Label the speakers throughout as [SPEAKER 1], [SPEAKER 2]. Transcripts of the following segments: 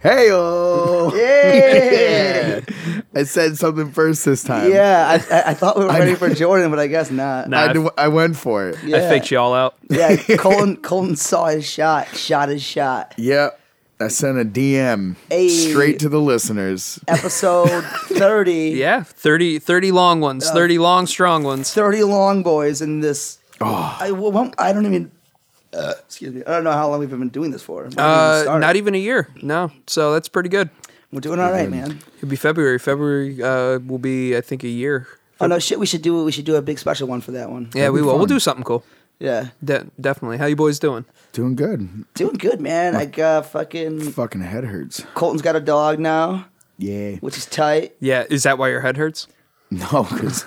[SPEAKER 1] Hey oh
[SPEAKER 2] Yeah.
[SPEAKER 1] I said something first this time.
[SPEAKER 2] Yeah, I, I, I thought we were
[SPEAKER 1] I
[SPEAKER 2] ready
[SPEAKER 1] know.
[SPEAKER 2] for Jordan, but I guess not.
[SPEAKER 3] Nah.
[SPEAKER 1] I, d- I went for it.
[SPEAKER 2] Yeah.
[SPEAKER 3] I faked y'all out.
[SPEAKER 2] Yeah, Colton Colton saw his shot, shot his shot.
[SPEAKER 1] Yep. I sent a DM
[SPEAKER 2] Hey.
[SPEAKER 1] straight to the listeners.
[SPEAKER 2] Episode thirty.
[SPEAKER 3] Yeah, 30, 30 long ones, 30 long, strong ones.
[SPEAKER 2] 30 long boys in this.
[SPEAKER 3] Oh.
[SPEAKER 2] I, well, well, I don't even. Uh, excuse me. I don't know how long we've been doing this for. We haven't even
[SPEAKER 3] Uh,
[SPEAKER 2] started.
[SPEAKER 3] not e- even a year. No. So that's pretty good.
[SPEAKER 2] We're doing all right, man.
[SPEAKER 3] It'll be February. February uh, will be, I think, a year.
[SPEAKER 2] Oh no, shit. We should do. We should do a big special one for that one.
[SPEAKER 3] Yeah, we will. We'll do something cool.
[SPEAKER 2] Yeah.
[SPEAKER 3] De- definitely. How you boys doing?
[SPEAKER 1] Doing good.
[SPEAKER 2] Doing good, man. I got fucking.
[SPEAKER 1] Fucking head hurts.
[SPEAKER 2] Colton's got a dog now,
[SPEAKER 1] Yeah.
[SPEAKER 2] which is tight.
[SPEAKER 3] Yeah. Is that why your head hurts?
[SPEAKER 1] No, because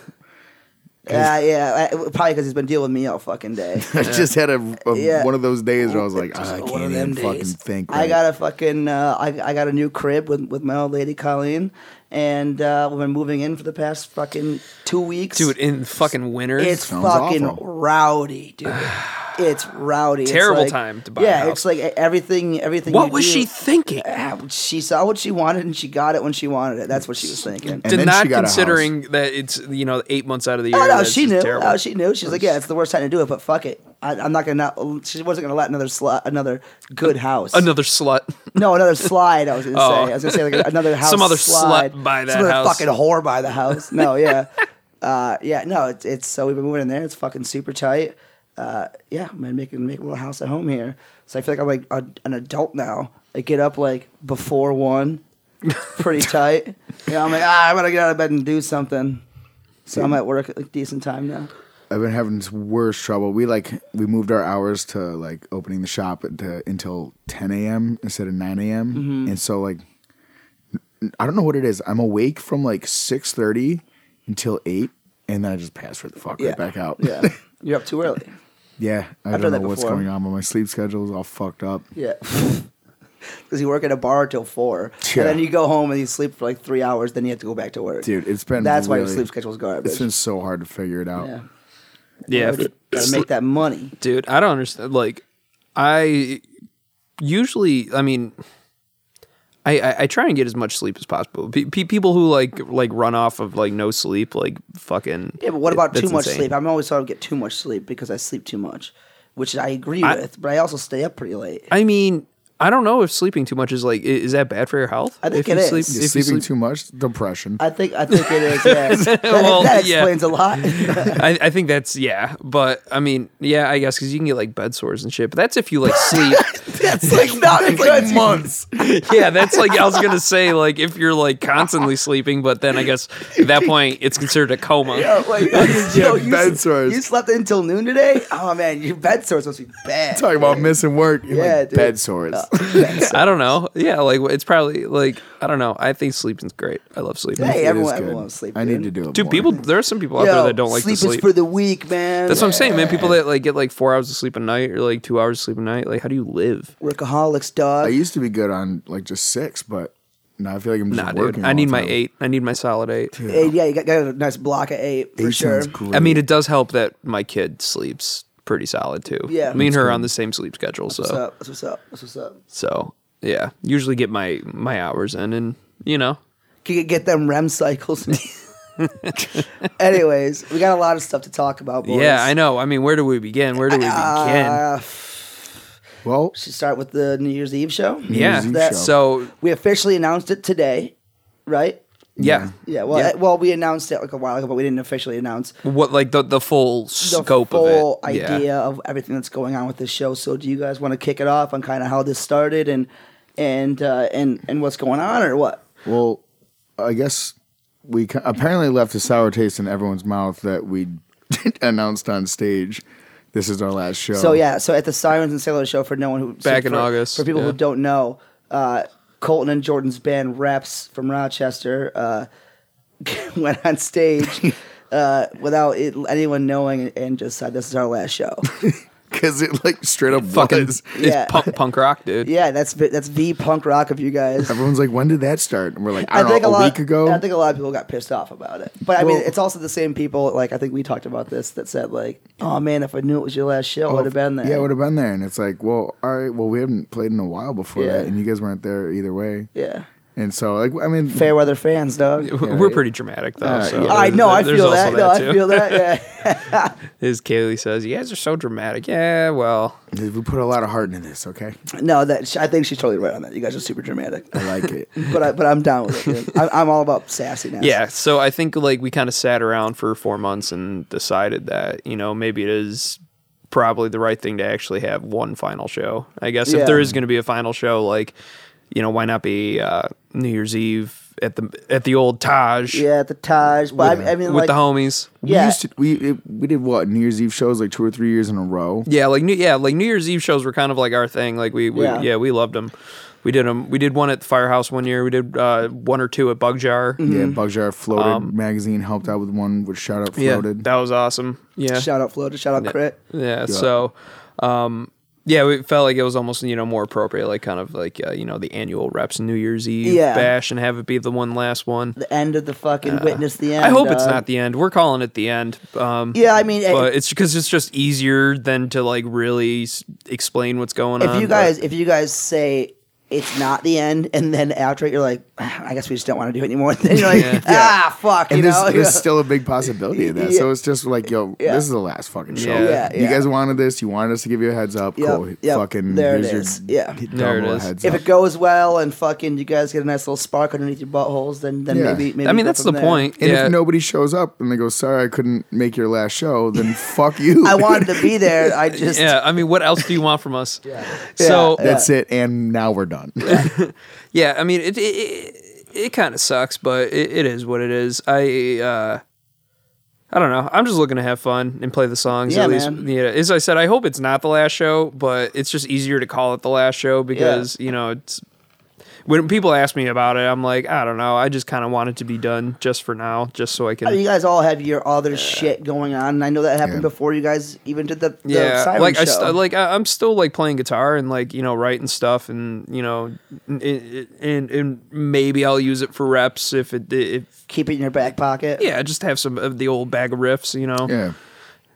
[SPEAKER 2] Yeah, Uh, yeah. I, probably because he's been dealing with me all fucking day.
[SPEAKER 1] I just had a, a-
[SPEAKER 2] Yeah.
[SPEAKER 1] one of those days where I was like, "Ah,
[SPEAKER 2] Just
[SPEAKER 1] I
[SPEAKER 2] one
[SPEAKER 1] can't
[SPEAKER 2] of
[SPEAKER 1] even
[SPEAKER 2] them
[SPEAKER 1] fucking
[SPEAKER 2] days.
[SPEAKER 1] think.
[SPEAKER 2] I
[SPEAKER 1] right.
[SPEAKER 2] got a fucking uh, I, I got a new crib with with my old lady Colleen, and uh, we've been moving in for the past fucking two weeks.
[SPEAKER 3] Dude, in fucking winter.
[SPEAKER 2] it's
[SPEAKER 1] Sounds
[SPEAKER 2] fucking
[SPEAKER 1] awful.
[SPEAKER 2] rowdy, dude. It's rowdy. It's
[SPEAKER 3] Terrible
[SPEAKER 2] like-
[SPEAKER 3] time to buy a
[SPEAKER 2] Yeah,
[SPEAKER 3] house.
[SPEAKER 2] it's like e, everything. Everything.
[SPEAKER 3] what
[SPEAKER 2] you
[SPEAKER 3] was
[SPEAKER 2] do-
[SPEAKER 3] she thinking?
[SPEAKER 2] Ah, She saw what she wanted and she got it when she wanted it. That's what she was thinking.
[SPEAKER 1] And
[SPEAKER 3] Did
[SPEAKER 1] then
[SPEAKER 3] not
[SPEAKER 1] she got a house.
[SPEAKER 3] considering that it's you know eight months out of the year.
[SPEAKER 2] Oh no,
[SPEAKER 3] that's
[SPEAKER 2] she
[SPEAKER 3] just
[SPEAKER 2] knew.
[SPEAKER 3] terrible.
[SPEAKER 2] Oh, she knew. She's like, yeah, it's the worst time to do it, but fuck it. I, I'm not gonna. Not, she wasn't gonna let another slut, another good house,
[SPEAKER 3] Another slut.
[SPEAKER 2] No, another slide. I was gonna
[SPEAKER 3] Oh.
[SPEAKER 2] say. I was gonna say like another house.
[SPEAKER 3] Some other
[SPEAKER 2] slide.
[SPEAKER 3] slut buy that
[SPEAKER 2] Some other
[SPEAKER 3] house.
[SPEAKER 2] fucking whore by the house. No, yeah, uh, yeah. No, it's it's so we've been moving in there. It's fucking super tight. Uh, yeah, man, making make a little house at home here. So I feel like I'm like a, an adult now. I get up like before one, pretty tight. You know, I'm like ah, I'm gonna get out of bed and do something. So I'm at work at like decent time now.
[SPEAKER 1] I've been having this worst trouble. We like we moved our hours to like opening the shop into, until 10 a.m. instead of 9 a.m.
[SPEAKER 2] Mm-hmm.
[SPEAKER 1] And so like I don't know what it is. I'm awake from like 6:30 until 8, and then I just pass right the fuck
[SPEAKER 2] Yeah.
[SPEAKER 1] right back out.
[SPEAKER 2] Yeah, you're up too early.
[SPEAKER 1] yeah. I don't
[SPEAKER 2] I've
[SPEAKER 1] know
[SPEAKER 2] done that
[SPEAKER 1] what's
[SPEAKER 2] before.
[SPEAKER 1] going on, but my sleep schedule is all fucked up.
[SPEAKER 2] Yeah. Because you work at a bar till four,
[SPEAKER 1] Yeah.
[SPEAKER 2] and then you go home and you sleep for like three hours, then you have to go back to work.
[SPEAKER 1] Dude, it's been
[SPEAKER 2] that's why your
[SPEAKER 1] really-
[SPEAKER 2] sleep schedule's garbage.
[SPEAKER 1] It's been so hard to figure it out.
[SPEAKER 2] yeah,
[SPEAKER 3] Yeah.
[SPEAKER 2] Gotta- gotta make that money.
[SPEAKER 3] dude i don't understand like i usually i mean I, I, I try and get as much sleep as possible. Pe- pe- people who like like run off of like no sleep, like fucking.
[SPEAKER 2] Yeah, but what about
[SPEAKER 3] that's
[SPEAKER 2] too much
[SPEAKER 3] insane.
[SPEAKER 2] sleep? I'm always told I get too much sleep because I sleep too much, which I agree
[SPEAKER 3] I-
[SPEAKER 2] with, but I also stay up pretty late.
[SPEAKER 3] I mean, I don't know if sleeping too much is like i- is that bad for your health?
[SPEAKER 2] I think
[SPEAKER 3] if
[SPEAKER 2] it
[SPEAKER 3] you
[SPEAKER 2] is.
[SPEAKER 3] Sleep,
[SPEAKER 2] You're
[SPEAKER 3] if
[SPEAKER 1] You're
[SPEAKER 3] you
[SPEAKER 1] sleeping
[SPEAKER 3] sleep-
[SPEAKER 1] too much, depression.
[SPEAKER 2] I think I think it is. Yeah, that,
[SPEAKER 3] Well,
[SPEAKER 2] that
[SPEAKER 3] yeah.
[SPEAKER 2] explains a lot.
[SPEAKER 3] I, I think that's yeah, but I mean, yeah, I guess because you can get like bed sores and shit. But that's if you like sleep.
[SPEAKER 2] that's like not a good months.
[SPEAKER 3] yeah, that's like I was gonna say like if you're like constantly sleeping, but then I guess at that point it's considered a coma.
[SPEAKER 2] Oh, wait, yo, you,
[SPEAKER 1] bed sores.
[SPEAKER 2] you slept until noon today? Oh man, your bed sores must be bad.
[SPEAKER 1] Talking about missing work, you're
[SPEAKER 2] Yeah,
[SPEAKER 1] like
[SPEAKER 2] dude. Uh,
[SPEAKER 1] bed sores.
[SPEAKER 3] I don't know. Yeah, like it's probably like I don't know. I think sleeping's great. I love sleeping.
[SPEAKER 2] Hey,
[SPEAKER 1] It is
[SPEAKER 2] everyone,
[SPEAKER 1] good.
[SPEAKER 2] everyone wants sleep.
[SPEAKER 1] I need
[SPEAKER 2] dude.
[SPEAKER 1] to do it.
[SPEAKER 3] Dude,
[SPEAKER 1] more.
[SPEAKER 3] people there are some people out
[SPEAKER 2] Yo,
[SPEAKER 3] there that don't like
[SPEAKER 2] sleep
[SPEAKER 3] to sleep.
[SPEAKER 2] is for the weak, man.
[SPEAKER 3] That's what I'm saying, man. People that like get like four hours of sleep a night or like two hours of sleep a night, like how do you live?
[SPEAKER 1] I
[SPEAKER 2] Workaholics, dog.
[SPEAKER 1] used to be good on like just six, but now I feel like I'm just
[SPEAKER 3] Nah,
[SPEAKER 1] working.
[SPEAKER 3] dude. I
[SPEAKER 1] all
[SPEAKER 3] need
[SPEAKER 1] the
[SPEAKER 3] my
[SPEAKER 1] time.
[SPEAKER 3] eight. I need my solid eight.
[SPEAKER 2] Hey, yeah, you got, got a nice block of eight for
[SPEAKER 1] Eight
[SPEAKER 2] sure.
[SPEAKER 1] sounds great.
[SPEAKER 3] I mean, it does help that my kid sleeps pretty solid too.
[SPEAKER 2] Yeah.
[SPEAKER 3] me and her are on the same sleep schedule,
[SPEAKER 2] What's
[SPEAKER 3] so
[SPEAKER 2] up? That's what's up? That's what's up?
[SPEAKER 3] so yeah. Usually get my my hours in, and you know,
[SPEAKER 2] Can you get them REM cycles? Anyways, we got a lot of stuff to talk about. Boys.
[SPEAKER 3] yeah, I know. I mean, where do we begin? Where do we begin?
[SPEAKER 2] Uh,
[SPEAKER 1] Well,
[SPEAKER 2] should start with the New Year's Eve show.
[SPEAKER 3] yeah,
[SPEAKER 1] Year's Eve
[SPEAKER 2] that-
[SPEAKER 1] show.
[SPEAKER 3] so
[SPEAKER 2] we officially announced it today, right?
[SPEAKER 3] yeah.
[SPEAKER 2] Yeah. Well,
[SPEAKER 3] Yeah.
[SPEAKER 2] uh, well, we announced it like a while ago, but we didn't officially announce.
[SPEAKER 3] What like the the full
[SPEAKER 2] the
[SPEAKER 3] scope
[SPEAKER 2] full
[SPEAKER 3] of it? Yeah.
[SPEAKER 2] idea of everything that's going on with this show. So, do you guys want to kick it off on kind of how this started and and uh, and and what's going on or what?
[SPEAKER 1] well, I guess we ca- apparently left a sour taste in everyone's mouth that we announced on stage. This is our last show.
[SPEAKER 2] So yeah, so at the Sirens and Sailors show for no one who so
[SPEAKER 3] Oh. Back in
[SPEAKER 2] for-
[SPEAKER 3] August,
[SPEAKER 2] for people
[SPEAKER 3] yeah.
[SPEAKER 2] who don't know, uh, Colton and Jordan's band Reps from Rochester uh, went on stage. Uh, without it, anyone knowing, and just said, "This is our last show."
[SPEAKER 1] because it like straight up
[SPEAKER 3] Fucking
[SPEAKER 1] was.
[SPEAKER 2] Yeah.
[SPEAKER 3] it's punk, punk rock, dude.
[SPEAKER 2] Yeah, that's that's the punk rock of you guys.
[SPEAKER 1] Everyone's like, when did that start? And we're like, I don't know, a,
[SPEAKER 2] lot,
[SPEAKER 1] week ago.
[SPEAKER 2] I think a lot of people got pissed off about it. But I mean,
[SPEAKER 1] Well-
[SPEAKER 2] it's also the same people. Like I think we talked about this that said like, "Oh man, if I knew it was your last show, I would have been there."
[SPEAKER 1] Oh, Yeah, I would have been there. And it's like, well, all right, well, we haven't played in a while before
[SPEAKER 2] Yeah.
[SPEAKER 1] that, and you guys weren't there either way.
[SPEAKER 2] yeah.
[SPEAKER 1] And so, like, I mean,
[SPEAKER 2] Fair weather fans, dog.
[SPEAKER 3] W- We're pretty dramatic though.
[SPEAKER 1] Uh,
[SPEAKER 3] so
[SPEAKER 1] yeah.
[SPEAKER 2] I
[SPEAKER 3] there's-
[SPEAKER 2] know. I
[SPEAKER 3] there's
[SPEAKER 2] feel
[SPEAKER 3] also
[SPEAKER 2] that. No, I
[SPEAKER 3] too.
[SPEAKER 2] feel that. Yeah.
[SPEAKER 3] As Kaylee says, you guys are so dramatic. Yeah, well,
[SPEAKER 1] we put a lot of heart into this. Okay,
[SPEAKER 2] no, that I think she's totally right on that. You guys are super dramatic.
[SPEAKER 1] I like it.
[SPEAKER 2] but I, but I'm down with it. Dude. I, I'm all about sassiness.
[SPEAKER 3] yeah. So I think like we kind of sat around for four months and decided that you know maybe it is probably the right thing to actually have one final show. I guess
[SPEAKER 2] Yeah.
[SPEAKER 3] if there is going to be a final show, like you know, why not be uh, New Year's Eve at the at the old Taj
[SPEAKER 2] Yeah, the Taj. But I, I mean,
[SPEAKER 3] with
[SPEAKER 2] like,
[SPEAKER 3] the homies?
[SPEAKER 1] We
[SPEAKER 2] yeah,
[SPEAKER 1] used to, we it, we did what New Year's Eve shows like two or three years in a row.
[SPEAKER 3] Yeah, like new yeah, like New Year's Eve shows were kind of like our thing. Like we, we
[SPEAKER 2] Yeah.
[SPEAKER 3] yeah. we loved them. We did them. We did one at the firehouse one year. We did uh, one or two at Bug Jar.
[SPEAKER 2] Mm-hmm.
[SPEAKER 1] Yeah, Bugjar floated magazine helped out with one, which shout out
[SPEAKER 3] Um, Yeah,
[SPEAKER 1] floated.
[SPEAKER 3] that was awesome. Yeah,
[SPEAKER 2] shout out Floated, shout out Crit.
[SPEAKER 3] yeah. So, um, yeah, we felt like it was almost you know more appropriate, like kind of like uh, you know the annual reps New Year's Eve
[SPEAKER 2] Yeah.
[SPEAKER 3] bash, and have it be the one last one.
[SPEAKER 2] The end of the fucking witness. The end.
[SPEAKER 3] Uh, I hope it's
[SPEAKER 2] dog.
[SPEAKER 3] not the end. We're calling it the end. Um,
[SPEAKER 2] Yeah, I mean,
[SPEAKER 3] but it's because it's just easier than to like really s- explain what's going
[SPEAKER 2] if
[SPEAKER 3] on.
[SPEAKER 2] you
[SPEAKER 3] Um, but-
[SPEAKER 2] guys if you guys say it's not the end and then after it you're like "Ah, i guess we just don't want to do it anymore then you're like ah fuck you
[SPEAKER 1] And
[SPEAKER 2] know
[SPEAKER 1] there's, there's still a big possibility of that. So it's just like, yo,
[SPEAKER 2] Yeah.
[SPEAKER 1] this is the last fucking show.
[SPEAKER 3] Yeah.
[SPEAKER 2] Yeah,
[SPEAKER 1] You
[SPEAKER 2] yeah.
[SPEAKER 1] guys wanted this. You wanted us to give you a heads up.
[SPEAKER 2] Yep,
[SPEAKER 1] Cool.
[SPEAKER 2] yep.
[SPEAKER 1] Fucking
[SPEAKER 2] There it
[SPEAKER 1] here's your
[SPEAKER 2] is. Yeah.
[SPEAKER 1] dumb
[SPEAKER 3] There it
[SPEAKER 1] little
[SPEAKER 3] is.
[SPEAKER 1] heads
[SPEAKER 2] if
[SPEAKER 1] up.
[SPEAKER 2] it goes well and fucking you guys get a nice little spark underneath your buttholes then then
[SPEAKER 1] Yeah.
[SPEAKER 2] maybe maybe
[SPEAKER 3] I
[SPEAKER 2] go
[SPEAKER 3] mean that's the
[SPEAKER 2] from there.
[SPEAKER 3] point.
[SPEAKER 1] and
[SPEAKER 3] yeah.
[SPEAKER 1] if nobody shows up and they go, sorry, I couldn't make your last show, then fuck you.
[SPEAKER 2] i wanted to be there i just
[SPEAKER 3] yeah, I mean, what else do you want from us? So yeah,
[SPEAKER 1] That's it. And now we're done.
[SPEAKER 3] I mean, it it, it, it kind of sucks, but it, it is what it is. I uh, I don't know. I'm just looking to have fun and play the songs.
[SPEAKER 2] Yeah,
[SPEAKER 3] at least,
[SPEAKER 2] man.
[SPEAKER 3] yeah. As I said, I hope it's not the last show, but it's just easier to call it the last show because you know it's. When people ask me about it, I'm like, I don't know. I just kind of want it to be done just for now, just so I can.
[SPEAKER 2] I mean, you guys all have your other shit going on, and I know that happened
[SPEAKER 1] Yeah.
[SPEAKER 2] before you guys even did the, the
[SPEAKER 3] yeah
[SPEAKER 2] siren
[SPEAKER 3] like
[SPEAKER 2] show.
[SPEAKER 3] i st- like I, i'm still like playing guitar and like you know writing stuff and you know and, and and maybe i'll use it for reps if it if
[SPEAKER 2] keep it in your back pocket.
[SPEAKER 3] yeah just have some of the old bag of riffs you know
[SPEAKER 1] yeah.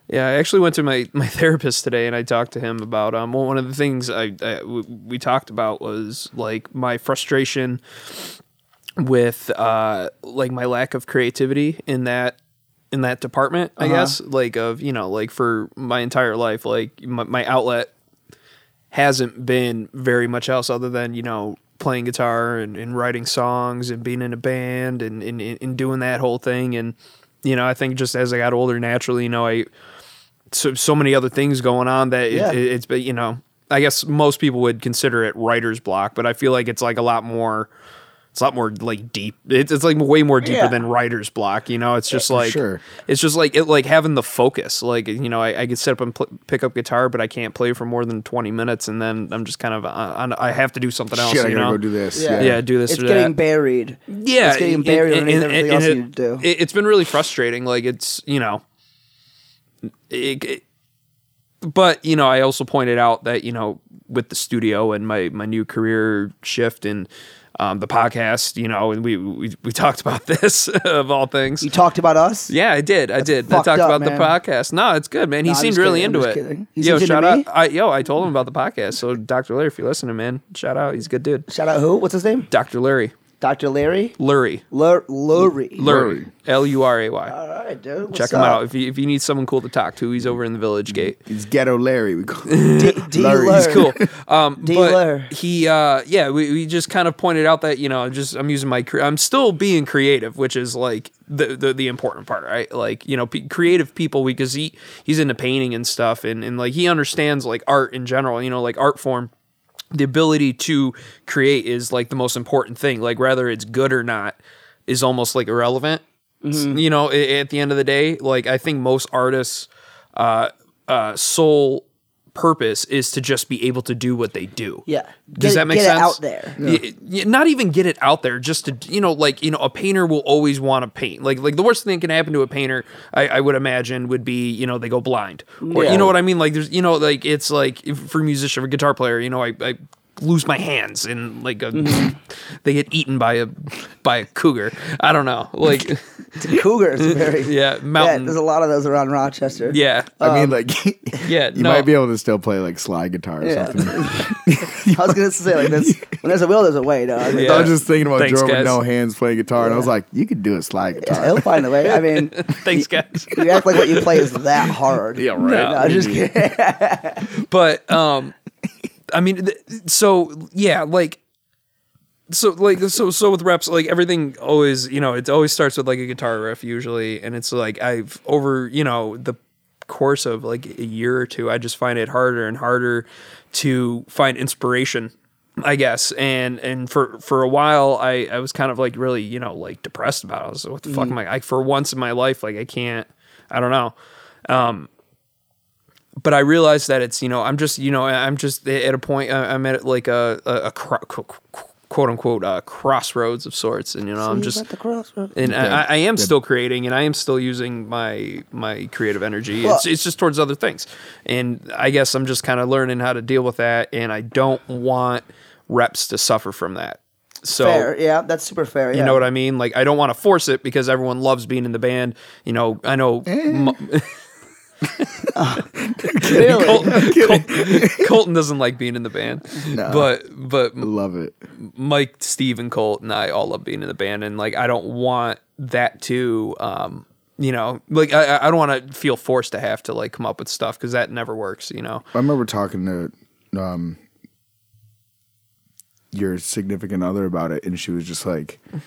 [SPEAKER 3] yeah, I actually went to my, my therapist today and I talked to him about um well, one of the things I, I- w- we talked about was like my frustration with uh like my lack of creativity in that in that department I guess like of you know like for my entire life like my, my outlet hasn't been very much else other than you know playing guitar and, and writing songs and being in a band and, and and doing that whole thing and you know I think just as I got older naturally you know I so so many other things going on that it,
[SPEAKER 2] Yeah.
[SPEAKER 3] it, it's been you know I guess most people would consider it writer's block but I feel like it's like a lot more it's a lot more like deep it's, it's like way more deeper
[SPEAKER 2] Yeah.
[SPEAKER 3] than writer's block you know it's just like
[SPEAKER 1] sure.
[SPEAKER 3] it's just like it like having the focus like you know i, I could sit up and pl- pick up guitar but i can't play for more than 20 minutes and then i'm just kind of uh, on, i have to do something else
[SPEAKER 1] Shit, I
[SPEAKER 3] you
[SPEAKER 1] gotta
[SPEAKER 3] know
[SPEAKER 1] go do this.
[SPEAKER 2] Yeah.
[SPEAKER 1] Yeah.
[SPEAKER 3] yeah do this
[SPEAKER 2] it's
[SPEAKER 3] or
[SPEAKER 2] getting
[SPEAKER 3] that.
[SPEAKER 2] buried.
[SPEAKER 3] yeah
[SPEAKER 2] it's getting
[SPEAKER 3] and-
[SPEAKER 2] buried
[SPEAKER 3] and-
[SPEAKER 2] underneath
[SPEAKER 3] and-
[SPEAKER 2] everything
[SPEAKER 3] and
[SPEAKER 2] else
[SPEAKER 3] it-
[SPEAKER 2] you need to do.
[SPEAKER 3] it, has been really frustrating like it's you know it, it- but you know i also pointed out that you know with the studio and my my new career shift and um, the podcast you know and we we, we talked about this of all things
[SPEAKER 2] you talked about us.
[SPEAKER 3] yeah, I did. I did. I
[SPEAKER 2] fucked
[SPEAKER 3] talked
[SPEAKER 2] up,
[SPEAKER 3] about
[SPEAKER 2] man.
[SPEAKER 3] the podcast. No, it's good, man. He
[SPEAKER 2] No, I'm
[SPEAKER 3] seemed
[SPEAKER 2] just
[SPEAKER 3] really
[SPEAKER 2] kidding. I'm
[SPEAKER 3] into
[SPEAKER 2] just
[SPEAKER 3] it.
[SPEAKER 2] kidding. He
[SPEAKER 3] yo,
[SPEAKER 2] seems into
[SPEAKER 3] shout
[SPEAKER 2] me?
[SPEAKER 3] out. I, yo, I told him about the podcast. So, Dr. Larry, if you're listening, man, shout out. He's a good dude.
[SPEAKER 2] Shout out who? What's his name?
[SPEAKER 3] Dr. Larry.
[SPEAKER 2] Dr. Larry?
[SPEAKER 3] Lurie.
[SPEAKER 2] Lur- Lurie.
[SPEAKER 3] Lurie. L U R A Y.
[SPEAKER 2] All right, dude. What's
[SPEAKER 3] Check him
[SPEAKER 2] up?
[SPEAKER 3] out. If you, if you need someone cool to talk to, he's over in the Village Gate.
[SPEAKER 1] It's Ghetto Larry. We call him.
[SPEAKER 2] D- D-
[SPEAKER 1] Larry.
[SPEAKER 2] Lur.
[SPEAKER 1] He's
[SPEAKER 3] It's cool. Um,
[SPEAKER 2] Dealer.
[SPEAKER 3] but he, uh, yeah, we, we just kind of pointed out that you know, just I'm using my, cre- I'm still being creative, which is like the the, the important part, right? Like you know, p- creative people, because he he's into painting and stuff, and and like he understands like art in general, you know, like art form. The ability to create is like the most important thing. Like whether it's good or not is almost like irrelevant.
[SPEAKER 2] Mm-hmm.
[SPEAKER 3] You know, a- at the end of the day, like I think most artists uh, uh, soul purpose is to just be able to do what they do.
[SPEAKER 2] Yeah. Get
[SPEAKER 3] Does
[SPEAKER 2] it-
[SPEAKER 3] that make
[SPEAKER 2] get it
[SPEAKER 3] sense?
[SPEAKER 2] out there.
[SPEAKER 3] Y- y- not even get it out there, just to you know, like you know, a painter will always want to paint. Like like the worst thing that can happen to a painter, I, I would imagine, would be you know they go blind, or
[SPEAKER 2] Yeah.
[SPEAKER 3] you know what I mean. Like there's you know like it's like if, for a musician, or a guitar player, you know I. I lose my hands and like a,
[SPEAKER 2] Mm-hmm.
[SPEAKER 3] they get eaten by a by a cougar i don't know like
[SPEAKER 2] Cougars, are very
[SPEAKER 3] Yeah, mountain.
[SPEAKER 2] there's a lot of those around Rochester.
[SPEAKER 3] yeah
[SPEAKER 1] I mean, like,
[SPEAKER 3] yeah,
[SPEAKER 1] you
[SPEAKER 3] no.
[SPEAKER 1] might be able to still play like slide guitar or
[SPEAKER 2] Yeah.
[SPEAKER 1] something.
[SPEAKER 2] I was gonna say like this. When there's a will, there's a way, dog. Like,
[SPEAKER 1] I
[SPEAKER 3] Yeah.
[SPEAKER 1] was just thinking about
[SPEAKER 3] Thanks,
[SPEAKER 1] Jerome with
[SPEAKER 3] guys.
[SPEAKER 1] no hands playing guitar, and I was like, you could do a slide guitar.
[SPEAKER 2] He'll find a way. I mean,
[SPEAKER 3] thanks guys
[SPEAKER 2] you act like what you play is that hard.
[SPEAKER 1] Yeah, right.
[SPEAKER 2] No, I'm just
[SPEAKER 3] Mm-hmm.
[SPEAKER 2] kidding.
[SPEAKER 3] but um i mean th- so yeah like so like so so with reps like everything always you know it always starts with like a guitar riff usually and it's like i've over you know the course of like a year or two i just find it harder and harder to find inspiration i guess and and for for a while i i was kind of like really you know like depressed about it i was like what the
[SPEAKER 2] Mm.
[SPEAKER 3] fuck am i I for once in my life like i can't i don't know but I realized that it's you know I'm just you know I'm just at a point I- I'm at like a a, a cro- qu- qu- quote unquote uh, crossroads of sorts, and you know I'm just
[SPEAKER 2] at the crossroads.
[SPEAKER 3] and I, I- I am still creating and I am still using my my creative energy. it's,
[SPEAKER 2] Well-
[SPEAKER 3] it's just towards other things, and I guess I'm just kind of learning how to deal with that, and I don't want reps to suffer from that. So
[SPEAKER 2] Fair, yeah, that's super fair.
[SPEAKER 3] you know what I mean? Like I don't want to force it because everyone loves being in the band. You know, I know
[SPEAKER 2] Eh.
[SPEAKER 3] Mu-
[SPEAKER 2] Really?
[SPEAKER 3] Colton, Colton, Colton doesn't like being in the band. But but
[SPEAKER 1] Love it.
[SPEAKER 3] Mike, Steve, and Colt and I all love being in the band, and like I don't want that to, um, you know, like I, I- I don't want to feel forced to have to like come up with stuff because that never works, you know.
[SPEAKER 1] I remember talking to um, your significant other about it, and she was just like, I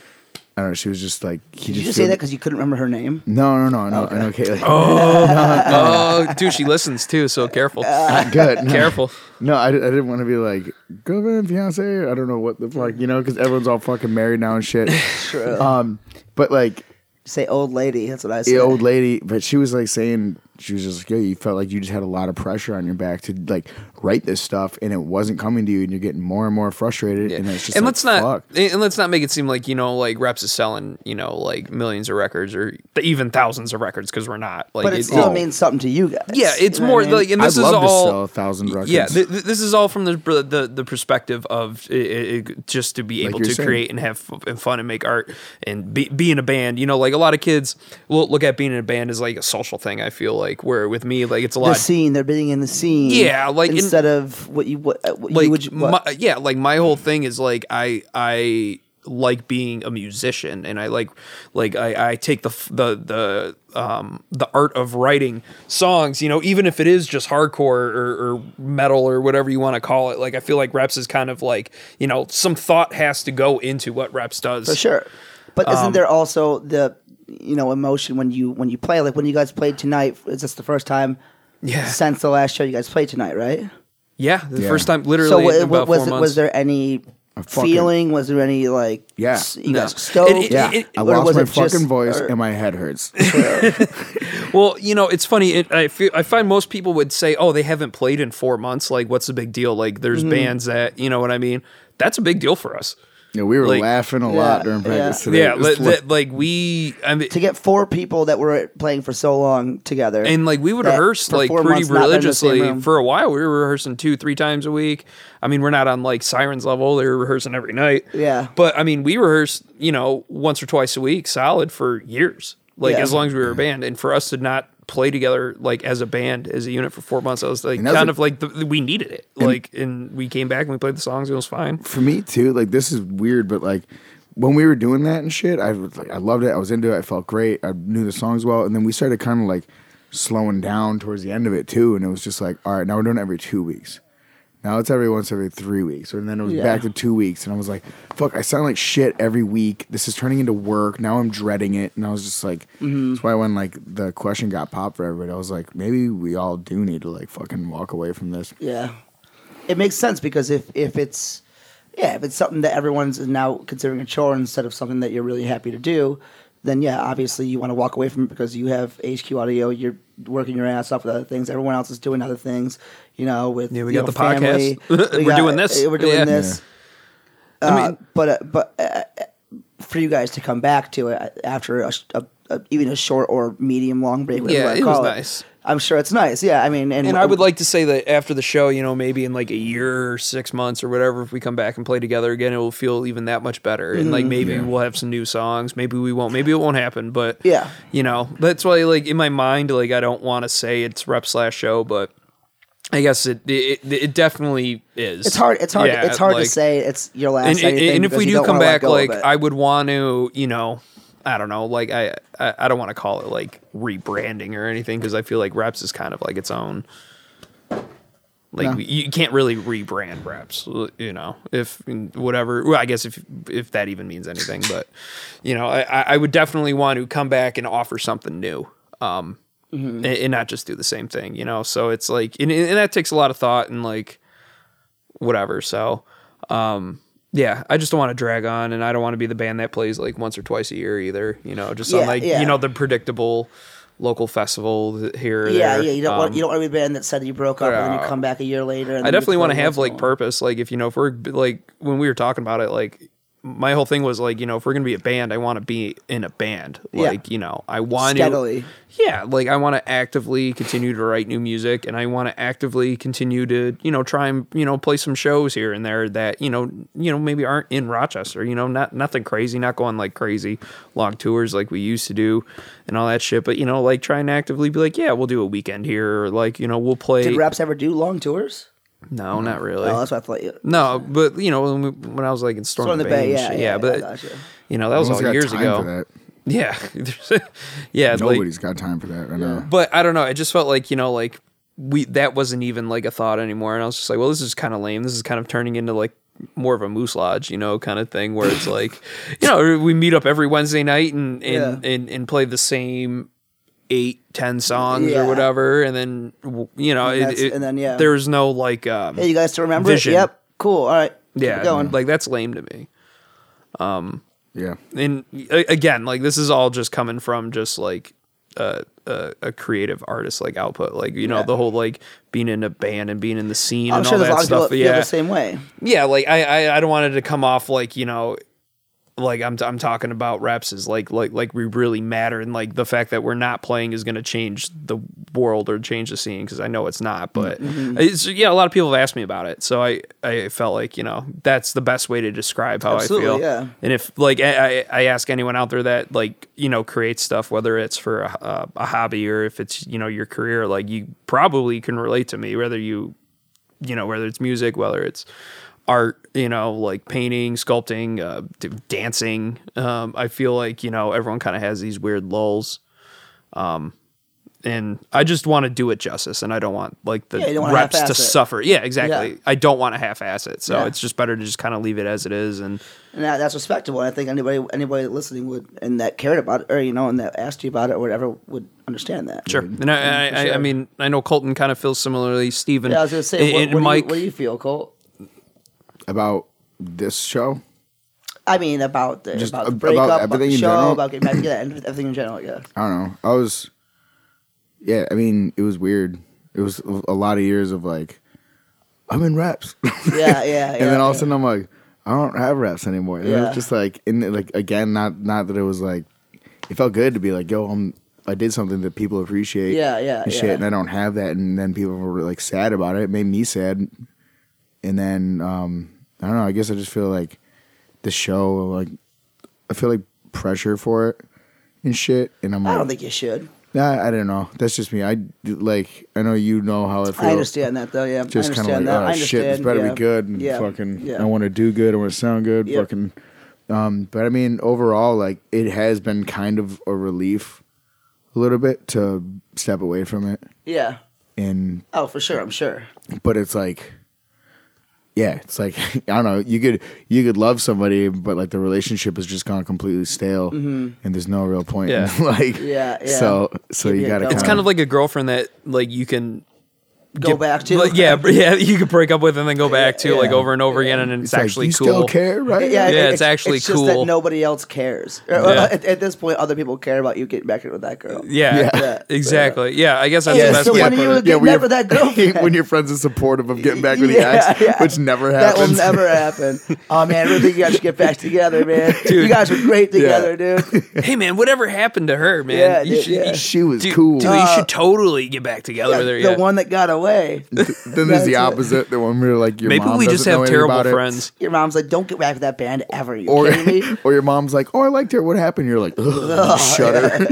[SPEAKER 1] don't know. She was just like, he
[SPEAKER 2] Did you
[SPEAKER 1] just
[SPEAKER 2] just say
[SPEAKER 1] feel-
[SPEAKER 2] that because you couldn't remember her name?
[SPEAKER 1] No, no, no, no. Okay. okay.
[SPEAKER 3] Oh, dude, she listens too, so careful,
[SPEAKER 1] good. No.
[SPEAKER 3] careful.
[SPEAKER 1] No, I, di- I didn't want to be like girlfriend, fiance. I don't know what the fuck, you know, because everyone's all fucking married now and shit.
[SPEAKER 2] True.
[SPEAKER 1] um, but like
[SPEAKER 2] Uh, Say old lady. That's what I said.
[SPEAKER 1] the old lady, but she was like saying she was just like, yeah, you felt like you just had a lot of pressure on your back to like write this stuff, and it wasn't coming to you, and you're getting more and more frustrated, and it's just
[SPEAKER 3] and
[SPEAKER 1] like,
[SPEAKER 3] let's not
[SPEAKER 1] fuck.
[SPEAKER 3] and and let's not make it seem like you know like reps is selling you know like millions of records or th- even thousands of records because we're not like
[SPEAKER 2] but it,
[SPEAKER 3] it-
[SPEAKER 2] still
[SPEAKER 3] it-
[SPEAKER 2] means something to you guys.
[SPEAKER 3] Oh. yeah it's
[SPEAKER 2] You know
[SPEAKER 3] more
[SPEAKER 2] what I mean?
[SPEAKER 3] like and
[SPEAKER 1] I'd
[SPEAKER 3] this is
[SPEAKER 1] love
[SPEAKER 3] all
[SPEAKER 1] to sell a thousand records.
[SPEAKER 3] yeah th- th- this is all from the the, the perspective of i i i- just to be able
[SPEAKER 1] you're
[SPEAKER 3] to
[SPEAKER 1] saying.
[SPEAKER 3] create and have f- and fun and make art and be, be in a band you know like a lot of kids will look at being in a band as like a social thing i feel like where with me like it's a
[SPEAKER 2] the
[SPEAKER 3] lot
[SPEAKER 2] scene. They're being in the scene.
[SPEAKER 3] Yeah, like, in-
[SPEAKER 2] instead of what you what, uh, what
[SPEAKER 3] like
[SPEAKER 2] you would. What,
[SPEAKER 3] my, yeah like my whole thing is like i i like being a musician and i like like i i take the f- the the um the art of writing songs you know even if it is just hardcore or, or metal or whatever you want to call it like i feel like reps is kind of like you know some thought has to go into what reps does
[SPEAKER 2] For sure. But
[SPEAKER 3] Um,
[SPEAKER 2] isn't there also the you know emotion when you when you play like when you guys played tonight? Is this the first time
[SPEAKER 3] Yeah.
[SPEAKER 2] since the last show you guys played tonight? Right.
[SPEAKER 3] yeah the
[SPEAKER 1] Yeah.
[SPEAKER 3] first time literally
[SPEAKER 2] so
[SPEAKER 3] in
[SPEAKER 2] what,
[SPEAKER 3] about
[SPEAKER 2] was
[SPEAKER 3] four
[SPEAKER 2] it,
[SPEAKER 3] months.
[SPEAKER 2] was there any
[SPEAKER 1] fucking-
[SPEAKER 2] feeling? Was there any like
[SPEAKER 1] Yeah.
[SPEAKER 2] s- you
[SPEAKER 3] No.
[SPEAKER 2] guys stoked?
[SPEAKER 3] It- it-
[SPEAKER 1] yeah.
[SPEAKER 3] it-
[SPEAKER 1] I
[SPEAKER 2] or
[SPEAKER 1] lost
[SPEAKER 2] was
[SPEAKER 1] my
[SPEAKER 2] it just-
[SPEAKER 1] fucking voice
[SPEAKER 2] or-
[SPEAKER 1] and my head hurts.
[SPEAKER 3] Well, you know, it's funny. It, I feel I find most people would say, "Oh, they haven't played in four months. Like, what's the big deal? Like, there's bands that you know what I mean. That's a big deal for us.
[SPEAKER 1] Yeah, we were
[SPEAKER 3] Like-
[SPEAKER 1] laughing a lot during
[SPEAKER 2] yeah.
[SPEAKER 1] practice today.
[SPEAKER 3] Yeah,
[SPEAKER 1] It was
[SPEAKER 3] like,
[SPEAKER 1] like-
[SPEAKER 3] that, like we. I mean,
[SPEAKER 2] to get four people that were playing for so long together
[SPEAKER 3] and like we would
[SPEAKER 2] that
[SPEAKER 3] rehearse
[SPEAKER 2] for
[SPEAKER 3] like
[SPEAKER 2] four
[SPEAKER 3] pretty
[SPEAKER 2] months not been in the same
[SPEAKER 3] religiously
[SPEAKER 2] room.
[SPEAKER 3] for a while. We were rehearsing two, three times a week. I mean, we're not on like sirens level. They were rehearsing every night.
[SPEAKER 2] Yeah.
[SPEAKER 3] But I mean, we rehearsed, you know, once or twice a week, solid for years. Like
[SPEAKER 2] Yeah.
[SPEAKER 3] as long as we were a band, and for us to not play together like as a band as a unit for four months, I was like
[SPEAKER 1] that's
[SPEAKER 3] kind
[SPEAKER 1] a-
[SPEAKER 3] of like the, we needed it. like, and we came back and we played the songs. It was fine.
[SPEAKER 1] for me too. Like this is weird, but like when we were doing that and shit, I was like I loved it. I was into it. I felt great. I knew the songs well, and then we started kind of like slowing down towards the end of it too. And it was just like, all right, now we're doing it every two weeks. Now it's every once every three weeks, and then it was
[SPEAKER 2] Yeah.
[SPEAKER 1] back to two weeks, and I was like, "Fuck, I sound like shit every week. This is turning into work. Now I'm dreading it." And I was just like,
[SPEAKER 3] Mm-hmm.
[SPEAKER 1] "That's why when like the question got popped for everybody, I was like, maybe we all do need to like fucking walk away from this."
[SPEAKER 2] yeah it makes sense because if if it's yeah if it's something that everyone's now considering a chore instead of something that you're really happy to do then yeah, obviously you want to walk away from it because you have HQ Audio. You're working your ass off with other things. Everyone else is doing other things. You know, with
[SPEAKER 3] Yeah, we
[SPEAKER 2] you
[SPEAKER 3] got
[SPEAKER 2] have a
[SPEAKER 3] the podcast. We're doing this.
[SPEAKER 2] We're doing
[SPEAKER 3] Yeah.
[SPEAKER 2] this.
[SPEAKER 3] I
[SPEAKER 2] Uh, but uh, but uh, for you guys to come back to it uh, after a, sh- a, a, even a short or medium long break, whatever
[SPEAKER 3] Yeah,
[SPEAKER 2] I
[SPEAKER 3] it
[SPEAKER 2] call
[SPEAKER 3] was nice.
[SPEAKER 2] I'm sure it's nice. Yeah, I mean, and,
[SPEAKER 3] And I would like to say that after the show, you know, maybe in like a year or six months or whatever, if we come back and play together again, it will feel even that much better. And like maybe we'll have some new songs. Maybe we won't. Maybe it won't happen. But
[SPEAKER 2] Yeah.
[SPEAKER 3] you know, that's why like in my mind, like I don't want to say it's rep slash show, but I guess it it, it definitely is.
[SPEAKER 2] It's hard. It's hard.
[SPEAKER 3] Yeah,
[SPEAKER 2] it's hard
[SPEAKER 3] like-
[SPEAKER 2] to say it's your last.
[SPEAKER 3] and, and,
[SPEAKER 2] anything
[SPEAKER 3] and if
[SPEAKER 2] because
[SPEAKER 3] we
[SPEAKER 2] you
[SPEAKER 3] do
[SPEAKER 2] don't
[SPEAKER 3] come
[SPEAKER 2] wanna let
[SPEAKER 3] back
[SPEAKER 2] go of
[SPEAKER 3] like
[SPEAKER 2] it.
[SPEAKER 3] i would want to you know i don't know like i i, I don't want to call it like rebranding or anything because i feel like reps is kind of like its own like you can't really rebrand reps you know if whatever well i guess if if that even means anything but you know i i I would definitely want to come back and offer something new um and, and not just do the same thing you know so it's like and, and that takes a lot of thought and like whatever. So, um, yeah, I just don't want to drag on, and I don't want to be the band that plays like once or twice a year either. You know, just on
[SPEAKER 2] Yeah,
[SPEAKER 3] like
[SPEAKER 2] yeah.
[SPEAKER 3] you know the predictable local festival th- here. Or
[SPEAKER 2] yeah,
[SPEAKER 3] there.
[SPEAKER 2] yeah. You don't
[SPEAKER 3] Um,
[SPEAKER 2] want you don't want to be the band that said you broke up and then
[SPEAKER 3] yeah.
[SPEAKER 2] you come back a year later. And
[SPEAKER 3] I
[SPEAKER 2] then you
[SPEAKER 3] definitely
[SPEAKER 2] play
[SPEAKER 3] want to
[SPEAKER 2] once
[SPEAKER 3] have
[SPEAKER 2] in a
[SPEAKER 3] like
[SPEAKER 2] while.
[SPEAKER 3] purpose. Like if you know, if we're like when we were talking about it, like my whole thing was like you know if we're gonna be a band, I want to be in a band.
[SPEAKER 2] Yeah.
[SPEAKER 3] Like you know, I want
[SPEAKER 2] Steadily.
[SPEAKER 3] to. Yeah, like I want to actively continue to write new music, and I want to actively continue to you know try and you know play some shows here and there that you know you know maybe aren't in Rochester. You know, not nothing crazy, not going like crazy long tours like we used to do and all that shit. But you know, like try and actively be like, yeah, we'll do a weekend here, or like you know we'll play.
[SPEAKER 2] Did reps ever do long tours?
[SPEAKER 3] no, not really.
[SPEAKER 2] Oh, that's what I thought. You,
[SPEAKER 3] No, but you know when, we, when I was like in Storm,
[SPEAKER 2] Storm
[SPEAKER 3] in the Bay, and shit, yeah,
[SPEAKER 2] yeah, I
[SPEAKER 3] but
[SPEAKER 2] gotcha.
[SPEAKER 3] you know that was all
[SPEAKER 1] got
[SPEAKER 3] years
[SPEAKER 1] time
[SPEAKER 3] ago.
[SPEAKER 1] for that.
[SPEAKER 3] Yeah, yeah, like,
[SPEAKER 1] Nobody's got time for that right now.
[SPEAKER 3] but I don't know. It just felt like you know, like we that wasn't even like a thought anymore, and I was just like, well, this is kind of lame. This is kind of turning into like more of a moose lodge, you know, kind of thing where it's like, you know, we meet up every Wednesday night and and
[SPEAKER 2] Yeah.
[SPEAKER 3] and, and play the same eight, ten songs
[SPEAKER 2] Yeah.
[SPEAKER 3] or whatever, and then w- you know,
[SPEAKER 2] And
[SPEAKER 3] it,
[SPEAKER 2] that's-
[SPEAKER 3] it-
[SPEAKER 2] and then, yeah.
[SPEAKER 3] there was no like, um,
[SPEAKER 2] Hey, you guys still remember? it?
[SPEAKER 3] Vision.
[SPEAKER 2] Yep. Cool. All right. Keep
[SPEAKER 3] yeah,
[SPEAKER 2] it going.
[SPEAKER 3] like that's lame to me.
[SPEAKER 1] Yeah.
[SPEAKER 3] and a- again, like this is all just coming from just like a a, a creative artist like output, like you know
[SPEAKER 2] Yeah.
[SPEAKER 3] the whole like being in a band and being in the scene
[SPEAKER 2] I'm
[SPEAKER 3] and
[SPEAKER 2] sure
[SPEAKER 3] all
[SPEAKER 2] there's a
[SPEAKER 3] that
[SPEAKER 2] lot of people
[SPEAKER 3] stuff.
[SPEAKER 2] that feel
[SPEAKER 3] yeah,
[SPEAKER 2] the same way.
[SPEAKER 3] yeah, like I, I I don't want it to come off like you know. Like I'm, I'm talking about reps is like, like, like we really matter, and like the fact that we're not playing is going to change the world or change the scene because I know it's not. But
[SPEAKER 2] Mm-hmm.
[SPEAKER 3] it's, yeah, a lot of people have asked me about it, so I, I felt like you know that's the best way to describe how
[SPEAKER 2] Absolutely,
[SPEAKER 3] I feel.
[SPEAKER 2] yeah.
[SPEAKER 3] And if like I, I, I ask anyone out there that like you know creates stuff, whether it's for a, uh, a hobby or if it's you know your career, like you probably can relate to me, whether you you know whether it's music whether it's art you know like painting sculpting uh, d- dancing um, i feel like you know everyone kind of has these weird lulls um, and i just want to do it justice and i don't want like the
[SPEAKER 2] Yeah, you don't wanna
[SPEAKER 3] reps to
[SPEAKER 2] half-ass it.
[SPEAKER 3] suffer yeah exactly
[SPEAKER 2] Yeah.
[SPEAKER 3] i don't want to half-ass it so
[SPEAKER 2] Yeah.
[SPEAKER 3] it's just better to just kind of leave it as it is and
[SPEAKER 2] And that, that's respectable. And I think anybody anybody listening would and that cared about it or you know and that asked you about it or whatever would understand that.
[SPEAKER 3] sure and i, I, I, I mean i know colton kind of feels similarly steven
[SPEAKER 2] Yeah, I was gonna say, what,
[SPEAKER 3] and
[SPEAKER 2] what,
[SPEAKER 3] mike
[SPEAKER 2] do you, what do you feel, Colt?
[SPEAKER 1] About this show,
[SPEAKER 2] I mean, about the
[SPEAKER 1] Just
[SPEAKER 2] about the
[SPEAKER 1] ab-
[SPEAKER 2] breakup,
[SPEAKER 1] about
[SPEAKER 2] about,
[SPEAKER 1] everything
[SPEAKER 2] the
[SPEAKER 1] in
[SPEAKER 2] show,
[SPEAKER 1] general?
[SPEAKER 2] about getting back together, and everything in general. Yeah,
[SPEAKER 1] I don't know. I was, yeah. I mean, it was weird. It was a lot of years of like, I'm in reps,
[SPEAKER 2] yeah, yeah.
[SPEAKER 1] and then all of a sudden I'm like, I don't have reps anymore. And It
[SPEAKER 2] Yeah.
[SPEAKER 1] was just like, and like again, not not that it was like, it felt good to be like, yo, I'm. I did something that people appreciate.
[SPEAKER 2] Yeah, yeah,
[SPEAKER 1] and
[SPEAKER 2] yeah.
[SPEAKER 1] Shit, and I don't have that, and then people were like sad about it. It made me sad, and then um, I don't know. I guess I just feel like the show, like I feel like pressure for it and shit. And I'm like,
[SPEAKER 2] I don't think you should.
[SPEAKER 1] Nah, I don't know. That's just me. I like. I know you know how it feels.
[SPEAKER 2] I understand that though. Yeah,
[SPEAKER 1] Just
[SPEAKER 2] I
[SPEAKER 1] kind of
[SPEAKER 2] understand
[SPEAKER 1] like,
[SPEAKER 2] that. I
[SPEAKER 1] oh shit, this
[SPEAKER 2] understand,
[SPEAKER 1] better
[SPEAKER 2] yeah.
[SPEAKER 1] be good. And
[SPEAKER 2] yeah.
[SPEAKER 1] fucking,
[SPEAKER 2] yeah.
[SPEAKER 1] I want to do good. I want to sound good.
[SPEAKER 2] Yep.
[SPEAKER 1] Fucking. Um, but I mean, overall, like it has been kind of a relief, a little bit to step away from it.
[SPEAKER 2] Yeah.
[SPEAKER 1] And
[SPEAKER 2] Oh, for sure. I'm sure.
[SPEAKER 1] but it's like, yeah, it's like I don't know. You could you could love somebody, but like the relationship has just gone completely stale, and there's no real point. in,
[SPEAKER 3] Yeah.
[SPEAKER 1] like
[SPEAKER 2] Mm-hmm. Yeah, yeah.
[SPEAKER 1] So so
[SPEAKER 2] Give
[SPEAKER 1] you
[SPEAKER 2] me a
[SPEAKER 1] gotta.
[SPEAKER 2] double.
[SPEAKER 3] It's kind of like a girlfriend that like you can
[SPEAKER 2] go
[SPEAKER 3] get-
[SPEAKER 2] back to.
[SPEAKER 3] like, yeah, br- yeah, you could break up with and then go back to like
[SPEAKER 2] yeah.
[SPEAKER 3] over and over again, and it's,
[SPEAKER 1] It's like,
[SPEAKER 3] actually
[SPEAKER 1] you
[SPEAKER 3] cool.
[SPEAKER 1] still care, right?
[SPEAKER 3] Yeah, it's actually
[SPEAKER 2] it's Just
[SPEAKER 3] cool.
[SPEAKER 2] that nobody else cares. Or- or
[SPEAKER 3] Yeah.
[SPEAKER 2] At, at this point, other people care about you getting back in with that girl.
[SPEAKER 3] Yeah,
[SPEAKER 1] Yeah.
[SPEAKER 2] Yeah.
[SPEAKER 3] exactly. Yeah, I guess that's
[SPEAKER 2] Yeah,
[SPEAKER 3] the best
[SPEAKER 2] so
[SPEAKER 3] way
[SPEAKER 2] when
[SPEAKER 3] to
[SPEAKER 2] are
[SPEAKER 3] put
[SPEAKER 2] you
[SPEAKER 3] it.
[SPEAKER 2] getting
[SPEAKER 1] when
[SPEAKER 2] back with that girlfriend?
[SPEAKER 1] when your friends are supportive of getting back with the
[SPEAKER 2] Yeah,
[SPEAKER 1] ex,
[SPEAKER 2] yeah.
[SPEAKER 1] which never
[SPEAKER 2] That will
[SPEAKER 1] happens.
[SPEAKER 2] never happen. Oh man, I really think you guys should get back together, man. You guys were great together, dude.
[SPEAKER 3] Hey man, whatever happened to her, man?
[SPEAKER 2] Yeah,
[SPEAKER 3] you
[SPEAKER 2] dude,
[SPEAKER 3] should,
[SPEAKER 2] yeah.
[SPEAKER 1] she was
[SPEAKER 3] dude,
[SPEAKER 1] cool.
[SPEAKER 3] dude, you should totally get back together with her.
[SPEAKER 2] the
[SPEAKER 3] Yeah.
[SPEAKER 2] one that got away.
[SPEAKER 1] then there's
[SPEAKER 2] That's
[SPEAKER 1] the
[SPEAKER 2] it.
[SPEAKER 1] opposite. The one where like your
[SPEAKER 3] Maybe
[SPEAKER 1] mom
[SPEAKER 3] we just
[SPEAKER 1] doesn't know
[SPEAKER 3] have
[SPEAKER 1] anything
[SPEAKER 3] terrible
[SPEAKER 1] about it.
[SPEAKER 3] friends.
[SPEAKER 2] Your mom's like, "Don't get back with that band ever." You
[SPEAKER 1] Or,
[SPEAKER 2] kidding me?
[SPEAKER 1] or your mom's like, oh, I liked her. What happened? You're like, Ugh, shudder.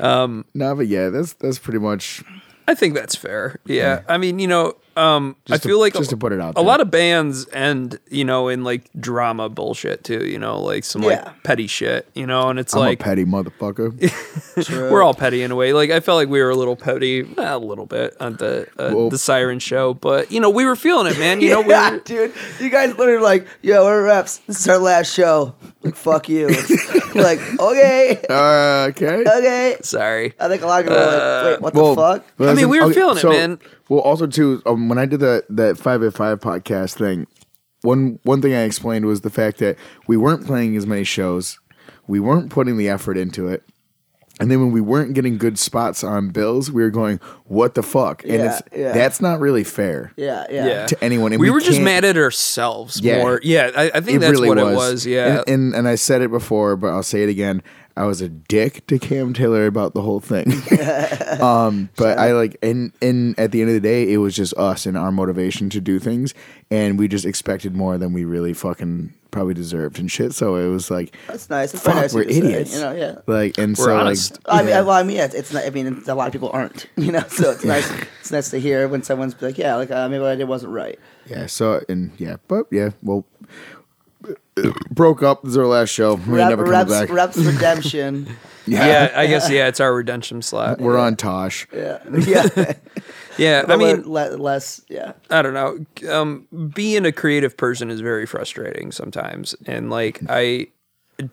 [SPEAKER 1] um, no, but yeah, that's that's pretty much.
[SPEAKER 3] I think that's fair. Yeah. I mean, you know, um, I
[SPEAKER 1] Just to-
[SPEAKER 3] feel like
[SPEAKER 1] just to
[SPEAKER 3] a,
[SPEAKER 1] put it out
[SPEAKER 3] a
[SPEAKER 1] there.
[SPEAKER 3] lot of bands end, you know, in like drama bullshit too, you know, like some
[SPEAKER 2] Yeah.
[SPEAKER 3] like petty shit, you know, and it's
[SPEAKER 1] I'm
[SPEAKER 3] like
[SPEAKER 1] a petty motherfucker.
[SPEAKER 3] we're all petty in a way. Like I felt like we were a little petty, eh, a little bit on the uh,
[SPEAKER 1] Well-
[SPEAKER 3] the Siren show, but you know, we were feeling it, man. You know, we
[SPEAKER 2] yeah,
[SPEAKER 3] were,
[SPEAKER 2] dude. You guys literally like, yo, we're reps. This is our last show. Like, fuck you. like, okay,
[SPEAKER 1] uh, okay.
[SPEAKER 2] okay.
[SPEAKER 3] sorry.
[SPEAKER 2] I think a lot of people
[SPEAKER 1] Uh,
[SPEAKER 2] are like, wait, what the fuck?
[SPEAKER 3] I mean,
[SPEAKER 1] listen,
[SPEAKER 3] we were feeling it, man.
[SPEAKER 1] Well, also too, um, when I did that that five at five podcast thing, one one thing I explained was the fact that we weren't playing as many shows, we weren't putting the effort into it, and then when we weren't getting good spots on bills, we were going, "What the fuck?" And
[SPEAKER 2] Yeah,
[SPEAKER 1] it's
[SPEAKER 2] yeah.
[SPEAKER 1] that's not really fair.
[SPEAKER 2] Yeah, yeah.
[SPEAKER 3] Yeah.
[SPEAKER 1] to anyone, and
[SPEAKER 3] we,
[SPEAKER 1] we
[SPEAKER 3] were just
[SPEAKER 1] can't-
[SPEAKER 3] mad at ourselves
[SPEAKER 1] Yeah.
[SPEAKER 3] more. Yeah, I, I think
[SPEAKER 1] It
[SPEAKER 3] that's
[SPEAKER 1] really
[SPEAKER 3] what
[SPEAKER 1] was.
[SPEAKER 3] it was. Yeah.
[SPEAKER 1] and, and and I said it before, but I'll say it again. I was a dick to Cam Taylor about the whole thing. um, but I like and and at the end of the day, it was just us and our motivation to do things, and we just expected more than we really fucking probably deserved and shit. So it was like,
[SPEAKER 2] That's nice. That's
[SPEAKER 1] fuck,
[SPEAKER 2] very nice of
[SPEAKER 1] we're
[SPEAKER 2] you to say,
[SPEAKER 1] idiots.
[SPEAKER 2] you know, yeah.
[SPEAKER 1] Like and
[SPEAKER 3] We're
[SPEAKER 1] so
[SPEAKER 3] honest.
[SPEAKER 1] like
[SPEAKER 2] I mean, well, I mean, yeah, it's, it's not, I mean, it's- a lot of people aren't, you know. So it's nice. It's nice to hear when someone's like, "Yeah, like uh, maybe what I did wasn't right."
[SPEAKER 1] yeah. So and yeah, but yeah, well. uh, Broke up. This is our last show. We ain't
[SPEAKER 2] Rep,
[SPEAKER 1] never coming back.
[SPEAKER 2] reps, reps redemption.
[SPEAKER 3] yeah, I guess yeah, it's our redemption slot.
[SPEAKER 1] We're on Tosh.
[SPEAKER 2] yeah, yeah.
[SPEAKER 3] Yeah, I mean,
[SPEAKER 2] le- less. Yeah,
[SPEAKER 3] I don't know. Um, being a creative person is very frustrating sometimes, and like I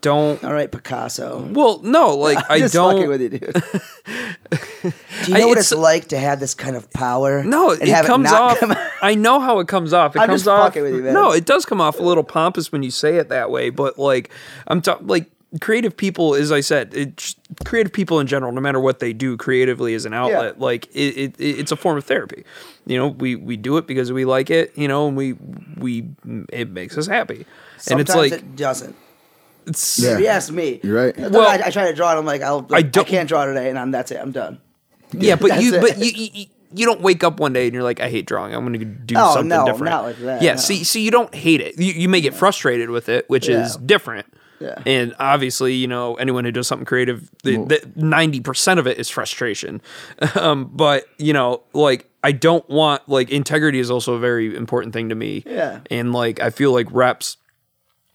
[SPEAKER 3] don't.
[SPEAKER 2] all right, Picasso.
[SPEAKER 3] Well, no, like I
[SPEAKER 2] Just fucking
[SPEAKER 3] don't.
[SPEAKER 2] with you, dude. Do you
[SPEAKER 3] I-
[SPEAKER 2] know what
[SPEAKER 3] it's-
[SPEAKER 2] it's, like to have this kind of power?
[SPEAKER 3] no,
[SPEAKER 2] and
[SPEAKER 3] it
[SPEAKER 2] have
[SPEAKER 3] comes
[SPEAKER 2] not
[SPEAKER 3] off.
[SPEAKER 2] come out?
[SPEAKER 3] I know how it comes off. It
[SPEAKER 2] I'm
[SPEAKER 3] comes
[SPEAKER 2] just
[SPEAKER 3] off.
[SPEAKER 2] fucking with you, man.
[SPEAKER 3] No, it does come off a little pompous when you say it that way, but like I'm talking like creative people as i said it's creative people in general no matter what they do creatively as an outlet like it, it, it's a form of therapy you know we we do it because we like it you know and we we it makes us happy and
[SPEAKER 2] Sometimes
[SPEAKER 3] it's like
[SPEAKER 2] it doesn't.
[SPEAKER 3] it's
[SPEAKER 1] Yeah.
[SPEAKER 2] If you ask me,
[SPEAKER 1] You're right.
[SPEAKER 2] Well,
[SPEAKER 3] Well-
[SPEAKER 2] I, I try to draw it. I'm like, I'll,
[SPEAKER 3] I
[SPEAKER 2] I,
[SPEAKER 3] don't-
[SPEAKER 2] can't draw today, and I'm, that's it. I'm done.
[SPEAKER 3] Yeah, but you,
[SPEAKER 2] That's
[SPEAKER 3] but
[SPEAKER 2] it.
[SPEAKER 3] you, you, you- you don't wake up one day and you're like, I hate drawing. I'm going to do
[SPEAKER 2] Oh,
[SPEAKER 3] something
[SPEAKER 2] no,
[SPEAKER 3] different.
[SPEAKER 2] not like that,
[SPEAKER 3] Yeah,
[SPEAKER 2] no.
[SPEAKER 3] see, see, you don't hate it. You, you may get frustrated with it, which is
[SPEAKER 2] Yeah.
[SPEAKER 3] different.
[SPEAKER 2] Yeah.
[SPEAKER 3] And obviously, you know, anyone who does something creative, ninety percent of it is frustration. Um, but you know, like I don't want like integrity is also a very important thing to me.
[SPEAKER 2] Yeah.
[SPEAKER 3] And like I feel like reps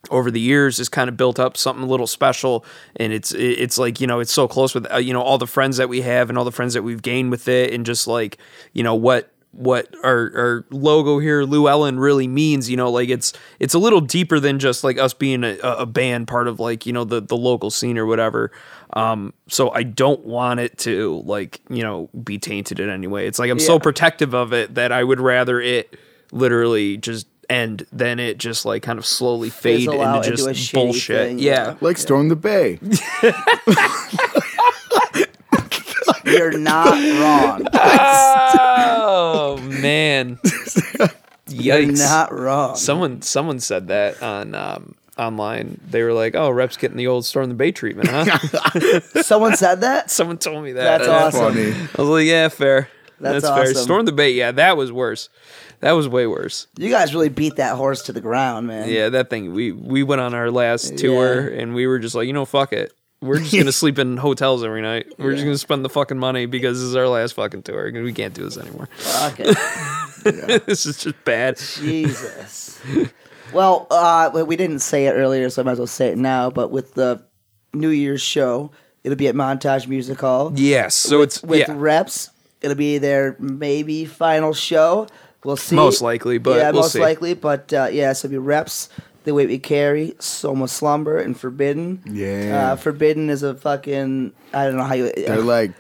[SPEAKER 3] over the years has kind of built up something a little special and it's it- it's like you know it's so close with uh, you know all the friends that we have and all the friends that we've gained with it and just like you know what what our, our logo here lou ellen really means you know like it's it's a little deeper than just like us being a, a band part of like you know the the local scene or whatever um so i don't want it to like you know be tainted in any way it's like i'm so
[SPEAKER 2] Yeah.
[SPEAKER 3] protective of it that i would rather it literally just end than it just like kind of slowly fade fade
[SPEAKER 2] fizzle out
[SPEAKER 3] into
[SPEAKER 2] and do a
[SPEAKER 3] just
[SPEAKER 2] shitty
[SPEAKER 3] bullshit.
[SPEAKER 2] thing,
[SPEAKER 3] yeah.
[SPEAKER 1] Like Storm the Bay.
[SPEAKER 2] You're not wrong.
[SPEAKER 3] Oh man.
[SPEAKER 2] You're
[SPEAKER 3] Yikes.
[SPEAKER 2] not wrong.
[SPEAKER 3] someone someone said that on um online. They were like, "Oh, reps getting the old storm the bay treatment, huh?"
[SPEAKER 2] Someone said that.
[SPEAKER 3] someone told me that.
[SPEAKER 2] That's
[SPEAKER 3] And I-
[SPEAKER 2] awesome.
[SPEAKER 1] Funny.
[SPEAKER 3] I was like, "Yeah, fair." That's,
[SPEAKER 2] That's
[SPEAKER 3] fair.
[SPEAKER 2] awesome.
[SPEAKER 3] Storm the bay. Yeah, that was worse. That was way worse.
[SPEAKER 2] You guys really beat that horse to the ground, man.
[SPEAKER 3] Yeah, that thing. We we went on our last tour and we were just like, you know, fuck it. We're just gonna sleep in hotels every night. We're just gonna spend the fucking money because this is our last fucking tour. We can't do this anymore.
[SPEAKER 2] Fuck it.
[SPEAKER 3] this is just bad.
[SPEAKER 2] Jesus. well, uh, we- we didn't say it earlier, so I might as well say it now. But with the New Year's show, it'll be at Montage Music Hall.
[SPEAKER 3] Yes. So it's
[SPEAKER 2] with
[SPEAKER 3] yeah,
[SPEAKER 2] reps. It'll be their maybe final show. We'll see.
[SPEAKER 3] Most likely, but
[SPEAKER 2] yeah,
[SPEAKER 3] we'll
[SPEAKER 2] most
[SPEAKER 3] see.
[SPEAKER 2] likely. But uh, yeah, so it'll be reps. The weight we carry, Soma Slumber, and Forbidden.
[SPEAKER 1] Yeah.
[SPEAKER 2] uh, Forbidden is a fucking I don't know how you.
[SPEAKER 1] They're like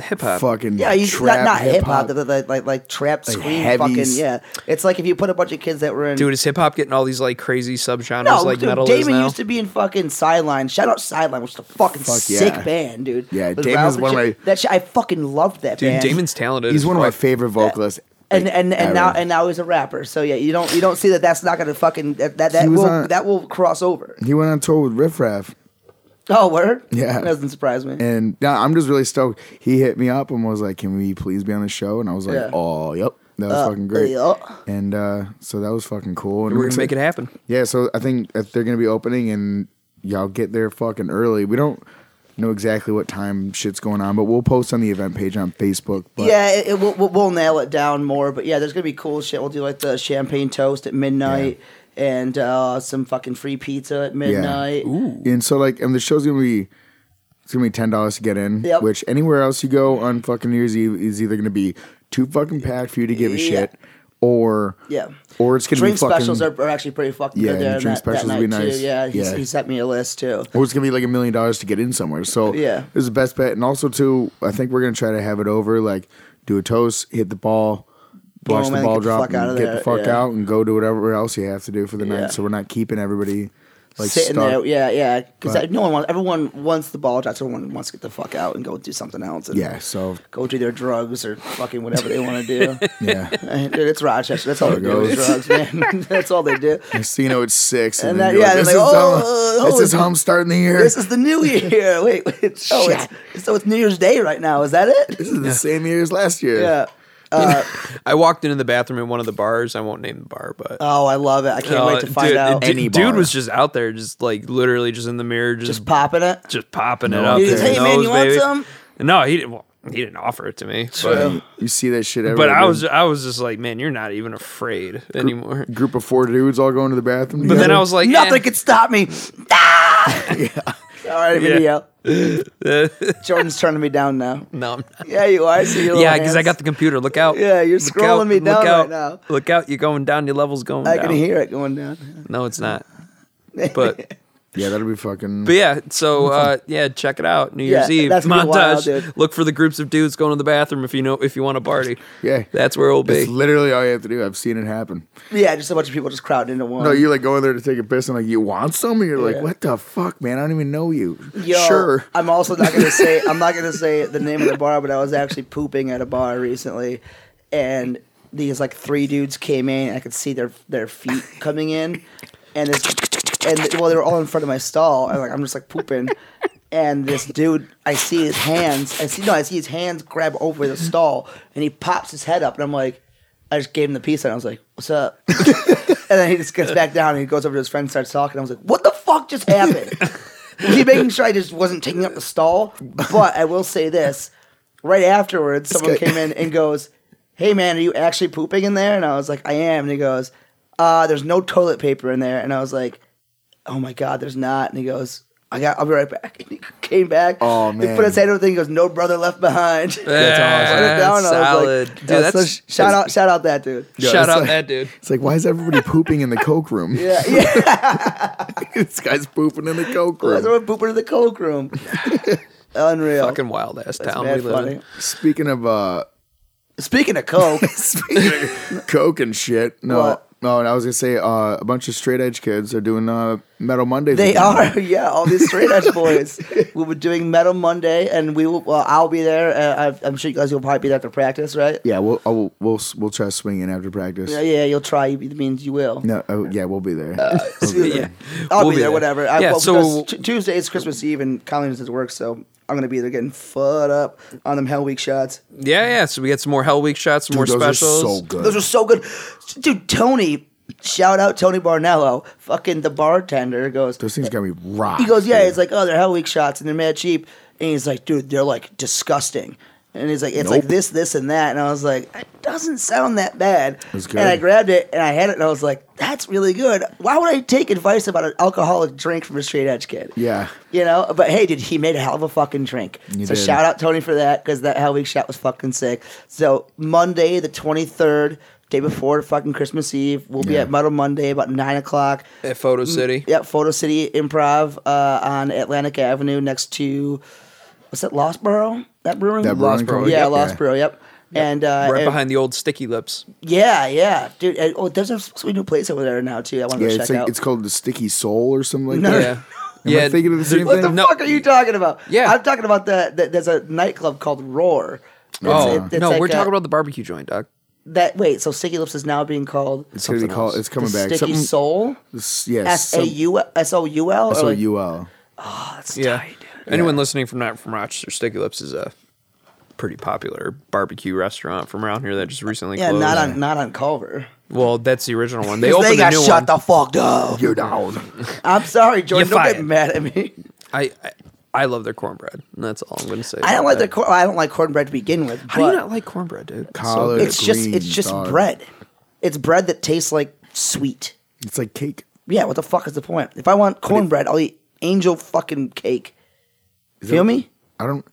[SPEAKER 3] hip hop.
[SPEAKER 1] fucking
[SPEAKER 2] Yeah, you
[SPEAKER 1] trap
[SPEAKER 2] not, not hip hop,
[SPEAKER 1] hip-hop.
[SPEAKER 2] like, like like trap scream
[SPEAKER 1] heavies.
[SPEAKER 2] fucking yeah. It's like if you put a bunch of kids that were in
[SPEAKER 3] Dude, is hip hop getting all these like crazy subgenres
[SPEAKER 2] no,
[SPEAKER 3] like
[SPEAKER 2] dude,
[SPEAKER 3] metal is
[SPEAKER 2] Damon
[SPEAKER 3] now?
[SPEAKER 2] used to be in fucking Sideline. Shout out Sideline, which is a fucking
[SPEAKER 1] Fuck
[SPEAKER 2] sick
[SPEAKER 1] yeah.
[SPEAKER 2] band, dude.
[SPEAKER 1] Yeah,
[SPEAKER 2] With
[SPEAKER 1] Damon's
[SPEAKER 2] Ralph and
[SPEAKER 1] one of
[SPEAKER 2] shit.
[SPEAKER 1] my-
[SPEAKER 2] that shit. I fucking loved that
[SPEAKER 3] Dude,
[SPEAKER 2] band.
[SPEAKER 3] Damon's talented.
[SPEAKER 1] He's
[SPEAKER 3] as
[SPEAKER 1] one of my
[SPEAKER 3] fuck.
[SPEAKER 1] favorite vocalists.
[SPEAKER 2] and
[SPEAKER 1] like,
[SPEAKER 2] and, and
[SPEAKER 1] ever.
[SPEAKER 2] now and now he's a rapper. So yeah, you don't you don't see that that's not gonna fucking that that, that
[SPEAKER 1] He was
[SPEAKER 2] will
[SPEAKER 1] on-
[SPEAKER 2] that will cross over.
[SPEAKER 1] he went on tour with Riff Raff.
[SPEAKER 2] Oh, word.
[SPEAKER 1] Yeah.
[SPEAKER 2] doesn't surprise me.
[SPEAKER 1] And yeah, I'm just really stoked. He hit me up and was like, "Can we please be on the show?" And I was like,
[SPEAKER 2] Yeah.
[SPEAKER 1] "Oh, yep, that was
[SPEAKER 2] Uh,
[SPEAKER 1] fucking great."
[SPEAKER 2] yeah.
[SPEAKER 1] And uh, so that was fucking cool. And
[SPEAKER 3] We're
[SPEAKER 1] I'm
[SPEAKER 3] gonna make it
[SPEAKER 1] excited-
[SPEAKER 3] happen.
[SPEAKER 1] Yeah, so I think if they're gonna be opening, and y'all get there fucking early. We don't know exactly what time shit's going on, but we'll post on the event page on Facebook. But
[SPEAKER 2] yeah, it, it, we'll, we'll- we'll nail it down more. But yeah, there's gonna be cool shit. We'll do like the champagne toast at midnight and uh, some fucking free pizza at midnight.
[SPEAKER 1] And so like, and the show's gonna be it's gonna be ten dollars to get in.
[SPEAKER 2] Yep.
[SPEAKER 1] Which anywhere else you go on fucking New Year's Eve is either gonna be too fucking packed for you to give a
[SPEAKER 2] Yeah.
[SPEAKER 1] shit, or
[SPEAKER 2] Yeah.
[SPEAKER 1] or it's gonna
[SPEAKER 2] drink
[SPEAKER 1] be fucking.
[SPEAKER 2] specials are, are actually pretty fucking
[SPEAKER 1] Yeah,
[SPEAKER 2] good there.
[SPEAKER 1] the
[SPEAKER 2] and
[SPEAKER 1] drink
[SPEAKER 2] that, that
[SPEAKER 1] specials would be
[SPEAKER 2] night, too.
[SPEAKER 1] nice.
[SPEAKER 2] Yeah, he,
[SPEAKER 1] Yeah.
[SPEAKER 2] he sent me a list too.
[SPEAKER 1] or it's gonna be like a million dollars to get in somewhere. So
[SPEAKER 2] Yeah.
[SPEAKER 1] it's the best bet. And also too, I think we're gonna try to have it over like do a toast, hit the ball, watch
[SPEAKER 2] Boom,
[SPEAKER 1] the
[SPEAKER 2] and
[SPEAKER 1] ball
[SPEAKER 2] get the
[SPEAKER 1] drop,
[SPEAKER 2] fuck out
[SPEAKER 1] and
[SPEAKER 2] of
[SPEAKER 1] get
[SPEAKER 2] there,
[SPEAKER 1] the fuck
[SPEAKER 2] yeah.
[SPEAKER 1] out, and go do whatever else you have to do for the
[SPEAKER 2] Yeah.
[SPEAKER 1] night. So we're not keeping everybody like
[SPEAKER 2] Sitting
[SPEAKER 1] stuck.
[SPEAKER 2] there, yeah, yeah, because
[SPEAKER 1] But-
[SPEAKER 2] no one wants. Everyone wants the ball drops. Everyone wants to get the fuck out and go do something else. And
[SPEAKER 1] Yeah. So
[SPEAKER 2] go do their drugs or fucking whatever they want to do.
[SPEAKER 1] yeah,
[SPEAKER 2] Dude, it's Rochester. That's all they do is
[SPEAKER 1] goes.
[SPEAKER 2] drugs, man. That's all they do.
[SPEAKER 1] so you know it's six, and,
[SPEAKER 2] And
[SPEAKER 1] then
[SPEAKER 2] that-
[SPEAKER 1] you're
[SPEAKER 2] yeah,
[SPEAKER 1] like,
[SPEAKER 2] they're
[SPEAKER 1] this
[SPEAKER 2] like,
[SPEAKER 1] is
[SPEAKER 2] oh,
[SPEAKER 1] hum-
[SPEAKER 2] oh,
[SPEAKER 1] this is
[SPEAKER 2] oh,
[SPEAKER 1] hum starting the year.
[SPEAKER 2] This is the new year. Wait, wait. It's, oh, it's, so it's New Year's Day right now. Is that it?
[SPEAKER 1] This is the same year as last year.
[SPEAKER 2] Yeah.
[SPEAKER 3] I walked into the bathroom in one of the bars. I won't name the bar, but
[SPEAKER 2] Oh, I love it. I can't
[SPEAKER 3] Uh,
[SPEAKER 2] wait to find
[SPEAKER 3] dude,
[SPEAKER 2] out.
[SPEAKER 3] d-
[SPEAKER 1] Any
[SPEAKER 3] dude
[SPEAKER 1] bar.
[SPEAKER 3] was just out there, just like literally just in the mirror, just
[SPEAKER 2] Just
[SPEAKER 3] just,
[SPEAKER 2] popping it.
[SPEAKER 3] popping it
[SPEAKER 1] No,
[SPEAKER 3] up.
[SPEAKER 1] he
[SPEAKER 3] his
[SPEAKER 1] was, "Hey,
[SPEAKER 2] man, you
[SPEAKER 3] nose,
[SPEAKER 2] want
[SPEAKER 3] baby."
[SPEAKER 2] some?
[SPEAKER 3] No, he didn't. Well, he didn't offer it to me. But,
[SPEAKER 2] True.
[SPEAKER 1] You see that shit everywhere.
[SPEAKER 3] but I
[SPEAKER 1] dude.
[SPEAKER 3] was I was just like, man, you're not even afraid anymore.
[SPEAKER 1] group of four dudes all going to the bathroom.
[SPEAKER 3] But then I was like,
[SPEAKER 2] Nothing
[SPEAKER 3] eh.
[SPEAKER 2] can stop me. Ah! All right, video. Jordan's turning me down now.
[SPEAKER 3] no, I'm not.
[SPEAKER 2] Yeah, you are. I see your
[SPEAKER 3] yeah,
[SPEAKER 2] little
[SPEAKER 3] because I
[SPEAKER 2] hands.
[SPEAKER 3] got the computer. Look out!
[SPEAKER 2] Yeah, you're
[SPEAKER 3] Look
[SPEAKER 2] scrolling me
[SPEAKER 3] look
[SPEAKER 2] down right
[SPEAKER 3] out,
[SPEAKER 2] now.
[SPEAKER 3] Look out! You're going down. Your level's going
[SPEAKER 2] I
[SPEAKER 3] down.
[SPEAKER 2] can hear it going down.
[SPEAKER 3] No, it's not. But
[SPEAKER 1] yeah, that'll be fucking.
[SPEAKER 3] but yeah, so uh, yeah, check it out. New Year's
[SPEAKER 2] Yeah,
[SPEAKER 3] Eve
[SPEAKER 2] that's gonna
[SPEAKER 3] montage.
[SPEAKER 2] be wild, dude.
[SPEAKER 3] Look for the groups of dudes going to the bathroom if you know if you want to party.
[SPEAKER 1] Yeah.
[SPEAKER 3] that's where we'll
[SPEAKER 1] It's
[SPEAKER 3] be.
[SPEAKER 1] literally all you have to do. I've seen it happen.
[SPEAKER 2] Yeah, just a bunch of people just crowding into one.
[SPEAKER 1] No, you like going there to take a piss and like you want some, and you're
[SPEAKER 2] Yeah.
[SPEAKER 1] like, what the fuck, man? I don't even know you.
[SPEAKER 2] Yo,
[SPEAKER 1] Sure.
[SPEAKER 2] I'm also not gonna say I'm not gonna say the name of the bar, but I was actually pooping at a bar recently, and these like three dudes came in. And I could see their their feet coming in, and this and well they were all in front of my stall, and like I'm just like pooping. And this dude, I see his hands. I see no, I see his hands grab over the stall, and he pops his head up, and I'm like, I just gave him the peace, and I was like, "What's up?" and then he just gets back down, and he goes over to his friend, and starts talking. I was like, "What the fuck just happened?" Was he making sure I just wasn't taking up the stall? But I will say this: right afterwards, someone
[SPEAKER 1] guy-
[SPEAKER 2] came in and goes, "Hey man, are you actually pooping in there?" And I was like, "I am." And he goes, "Uh, there's no toilet paper in there." And I was like, "Oh my god, there's not." And he goes, "I got. I'll be right back." And he came back.
[SPEAKER 1] Oh,
[SPEAKER 2] He
[SPEAKER 1] man.
[SPEAKER 2] put his head over the thing. He goes, "No brother left behind." That's
[SPEAKER 3] awesome. Solid. Dude, that's-
[SPEAKER 2] shout out! Shout out that dude.
[SPEAKER 1] Yeah,
[SPEAKER 3] Shout
[SPEAKER 1] it's
[SPEAKER 3] out
[SPEAKER 1] like-
[SPEAKER 3] that dude.
[SPEAKER 1] It's like, why is everybody pooping in the coke room?
[SPEAKER 2] Yeah, yeah.
[SPEAKER 1] this guy's pooping in the coke
[SPEAKER 2] That's
[SPEAKER 1] room.
[SPEAKER 2] what pooping in the coke room. Unreal.
[SPEAKER 3] Fucking wild ass town we
[SPEAKER 2] Mad
[SPEAKER 3] live
[SPEAKER 2] funny.
[SPEAKER 3] in.
[SPEAKER 1] Speaking of uh,
[SPEAKER 2] Speaking of coke,
[SPEAKER 1] coke and shit, no.
[SPEAKER 2] What?
[SPEAKER 1] No, and I was gonna say uh, a bunch of straight edge kids are doing uh, Metal Mondays.
[SPEAKER 2] They
[SPEAKER 1] again.
[SPEAKER 2] are, yeah. All these straight edge boys. We'll be doing Metal Monday, and we will. Well, I'll be there. Uh, I- I'm sure you guys will probably be there to practice, right?
[SPEAKER 1] Yeah, we'll I will, we'll we'll try swinging after practice.
[SPEAKER 2] Yeah, Uh, yeah. You'll try. It means you will.
[SPEAKER 1] No, oh, yeah, we'll be there. We'll be
[SPEAKER 3] Yeah.
[SPEAKER 1] there.
[SPEAKER 2] I'll
[SPEAKER 3] We'll
[SPEAKER 2] be, there, Whatever. I,
[SPEAKER 3] Yeah,
[SPEAKER 2] well,
[SPEAKER 3] so
[SPEAKER 2] because t- Tuesday is Christmas Eve, and Colin is at work, so I'm gonna be there getting fud up on them Hell Week shots.
[SPEAKER 3] yeah, yeah. So we got some more Hell Week shots, some more
[SPEAKER 1] Those
[SPEAKER 3] specials.
[SPEAKER 1] are so good.
[SPEAKER 2] Those are so good, dude. Tony, shout out Tony Barnello, fucking the bartender goes.
[SPEAKER 1] Those things got me rocked.
[SPEAKER 2] He goes, yeah. It's like, oh, they're hell week shots and they're mad cheap. And he's like, dude, they're like disgusting. And he's like, it's like
[SPEAKER 1] Nope.
[SPEAKER 2] this, this, and that. And I was like, it doesn't sound that bad.
[SPEAKER 1] That's
[SPEAKER 2] And I
[SPEAKER 1] good.
[SPEAKER 2] grabbed it and I had it and I was like, that's really good. Why would I take advice about an alcoholic drink from a straight edge kid?
[SPEAKER 1] Yeah.
[SPEAKER 2] You know, but hey, dude, he made a hell of a fucking drink.
[SPEAKER 1] He
[SPEAKER 2] so
[SPEAKER 1] did.
[SPEAKER 2] shout out Tony for that because that hell week shot was fucking sick. So Monday the twenty third, day before fucking Christmas Eve, we'll be
[SPEAKER 1] Yeah.
[SPEAKER 2] at Muddle Monday about nine o'clock.
[SPEAKER 3] At Photo
[SPEAKER 2] Mm,
[SPEAKER 3] City.
[SPEAKER 2] Yep, Photo City Improv uh, on Atlantic Avenue next to what's that, Lostboro? that brewing.
[SPEAKER 1] That
[SPEAKER 3] Lost
[SPEAKER 1] Lost
[SPEAKER 3] Bro,
[SPEAKER 1] Bro.
[SPEAKER 2] yeah,
[SPEAKER 3] yep.
[SPEAKER 2] Lost Brew. Yep. And uh,
[SPEAKER 3] right
[SPEAKER 2] and-
[SPEAKER 3] behind the old sticky lips.
[SPEAKER 2] Yeah, yeah, dude. And, oh, there's a supposed to be a new place over there now too. I
[SPEAKER 1] Yeah,
[SPEAKER 2] want to go
[SPEAKER 1] it's
[SPEAKER 2] check
[SPEAKER 1] like
[SPEAKER 2] out.
[SPEAKER 1] it's called the Sticky Soul or something like
[SPEAKER 2] No.
[SPEAKER 1] that.
[SPEAKER 3] Yeah. yeah.
[SPEAKER 1] thinking of the same
[SPEAKER 2] what the
[SPEAKER 1] thing?
[SPEAKER 3] No,
[SPEAKER 2] fuck are you talking about?
[SPEAKER 3] Yeah.
[SPEAKER 2] I'm talking about the, the there's a nightclub called Roar. It's-
[SPEAKER 3] Oh,
[SPEAKER 2] it- it's
[SPEAKER 3] no,
[SPEAKER 2] like
[SPEAKER 3] we're
[SPEAKER 2] a-
[SPEAKER 3] talking about the barbecue joint, Doc.
[SPEAKER 2] that. Wait, so Sticky Lips is now being called
[SPEAKER 1] It's gonna be
[SPEAKER 3] Something
[SPEAKER 1] called.
[SPEAKER 3] else.
[SPEAKER 1] It's
[SPEAKER 2] the
[SPEAKER 1] coming back.
[SPEAKER 2] Sticky
[SPEAKER 1] Something.
[SPEAKER 2] Soul.
[SPEAKER 1] Yes.
[SPEAKER 2] S A U S O U L. oh,
[SPEAKER 1] S O U L.
[SPEAKER 3] Yeah. Anyone listening from not from Rochester, Sticky Lips is a pretty popular barbecue restaurant from around here that just recently
[SPEAKER 2] Yeah,
[SPEAKER 3] closed.
[SPEAKER 2] not on not on Culver.
[SPEAKER 3] well, that's the original one. They
[SPEAKER 2] 'Cause
[SPEAKER 3] opened
[SPEAKER 2] got
[SPEAKER 3] the new
[SPEAKER 2] shut
[SPEAKER 3] one.
[SPEAKER 2] the fuck up.
[SPEAKER 1] You're down.
[SPEAKER 2] I'm sorry, Jordan.
[SPEAKER 3] You're
[SPEAKER 2] Don't get
[SPEAKER 3] fired.
[SPEAKER 2] mad at me.
[SPEAKER 3] I, I I love their cornbread. And that's all I'm going to say.
[SPEAKER 2] I don't
[SPEAKER 3] about
[SPEAKER 2] like
[SPEAKER 3] that.
[SPEAKER 2] the corn. I don't like cornbread to begin with.
[SPEAKER 3] How do
[SPEAKER 2] but-
[SPEAKER 3] you not like cornbread, dude? It's so
[SPEAKER 1] Collard.
[SPEAKER 3] good.
[SPEAKER 2] It's just it's
[SPEAKER 1] green,
[SPEAKER 2] just
[SPEAKER 1] dog.
[SPEAKER 2] bread. It's bread that tastes like sweet.
[SPEAKER 1] It's like cake.
[SPEAKER 2] Yeah, what the fuck is the point? If I want cornbread, I'll eat angel fucking cake. Feel
[SPEAKER 1] it-
[SPEAKER 2] me?
[SPEAKER 1] I don't.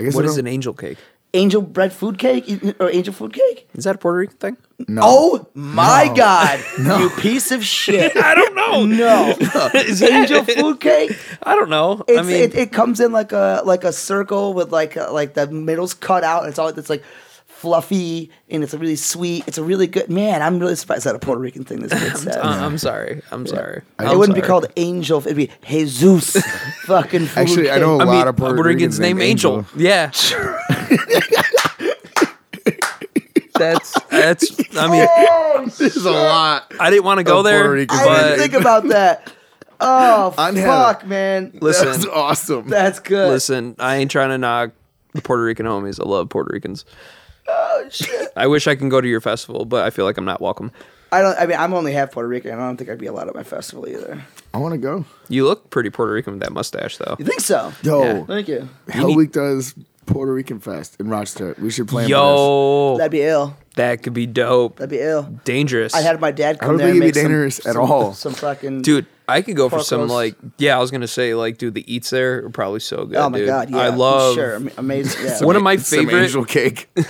[SPEAKER 1] I guess
[SPEAKER 3] What
[SPEAKER 1] I
[SPEAKER 3] is
[SPEAKER 1] don't-
[SPEAKER 3] an angel cake?
[SPEAKER 2] Angel bread food cake You- or angel food cake?
[SPEAKER 3] Is that a Puerto Rican thing?
[SPEAKER 1] No.
[SPEAKER 2] Oh my god! You piece of shit!
[SPEAKER 3] I don't know.
[SPEAKER 2] no,
[SPEAKER 3] Is that-
[SPEAKER 2] angel food cake.
[SPEAKER 3] I don't know.
[SPEAKER 2] It's,
[SPEAKER 3] I mean,
[SPEAKER 2] it, it comes in like a like a circle with like a, like the middle's cut out. And it's all it's like fluffy and it's really sweet. It's a really good man. I'm really surprised that a Puerto Rican thing this kid said.
[SPEAKER 3] I- uh, I'm sorry. I'm sorry.
[SPEAKER 2] it
[SPEAKER 3] I'm
[SPEAKER 2] wouldn't be
[SPEAKER 3] sorry.
[SPEAKER 2] called angel. It'd be Jesus. fucking food
[SPEAKER 1] Actually, I
[SPEAKER 2] cake.
[SPEAKER 1] know a
[SPEAKER 3] I
[SPEAKER 1] lot
[SPEAKER 3] mean,
[SPEAKER 1] of Puerto, Ricans
[SPEAKER 3] named
[SPEAKER 1] named
[SPEAKER 3] Angel. Yeah. that's that's. I mean,
[SPEAKER 1] This is a lot.
[SPEAKER 3] I didn't want to go
[SPEAKER 1] Of Puerto
[SPEAKER 3] there,
[SPEAKER 1] Rican
[SPEAKER 2] I didn't
[SPEAKER 3] but
[SPEAKER 2] think about that. Oh
[SPEAKER 1] Unheard.
[SPEAKER 2] fuck, man.
[SPEAKER 3] Listen.
[SPEAKER 1] That's awesome.
[SPEAKER 2] that's good.
[SPEAKER 3] listen, I ain't trying to knock the Puerto Rican homies. I love Puerto Ricans. Oh shit! I wish I can go to your festival, but I feel like I'm not welcome.
[SPEAKER 2] I don't. I mean, I'm only half Puerto Rican. I don't think I'd be allowed at my festival either.
[SPEAKER 1] I want to go.
[SPEAKER 3] You look pretty Puerto Rican with that mustache, though.
[SPEAKER 2] You think so?
[SPEAKER 1] Yo,
[SPEAKER 2] Thank you.
[SPEAKER 1] Hell Week does Puerto Rican Fest in Rochester. We should plan. for
[SPEAKER 3] Yo,
[SPEAKER 2] That'd be ill.
[SPEAKER 3] that could be dope.
[SPEAKER 2] That'd be ill.
[SPEAKER 3] Dangerous.
[SPEAKER 2] I'd have my dad come
[SPEAKER 1] don't
[SPEAKER 2] there.
[SPEAKER 1] think
[SPEAKER 2] and
[SPEAKER 1] it'd be
[SPEAKER 2] make some-
[SPEAKER 1] dangerous at
[SPEAKER 2] some-
[SPEAKER 1] all.
[SPEAKER 2] Some fucking
[SPEAKER 3] dude i could go for
[SPEAKER 2] Pork
[SPEAKER 3] some
[SPEAKER 2] roast.
[SPEAKER 3] like yeah i was gonna say like dude the eats there are probably so good
[SPEAKER 2] Oh my
[SPEAKER 3] dude.
[SPEAKER 2] god! Yeah,
[SPEAKER 3] i
[SPEAKER 2] I'm
[SPEAKER 3] love
[SPEAKER 2] Sure, am- amazing. Yeah.
[SPEAKER 3] one of my
[SPEAKER 1] this. Some
[SPEAKER 3] favorite
[SPEAKER 1] angel cake.
[SPEAKER 2] I'm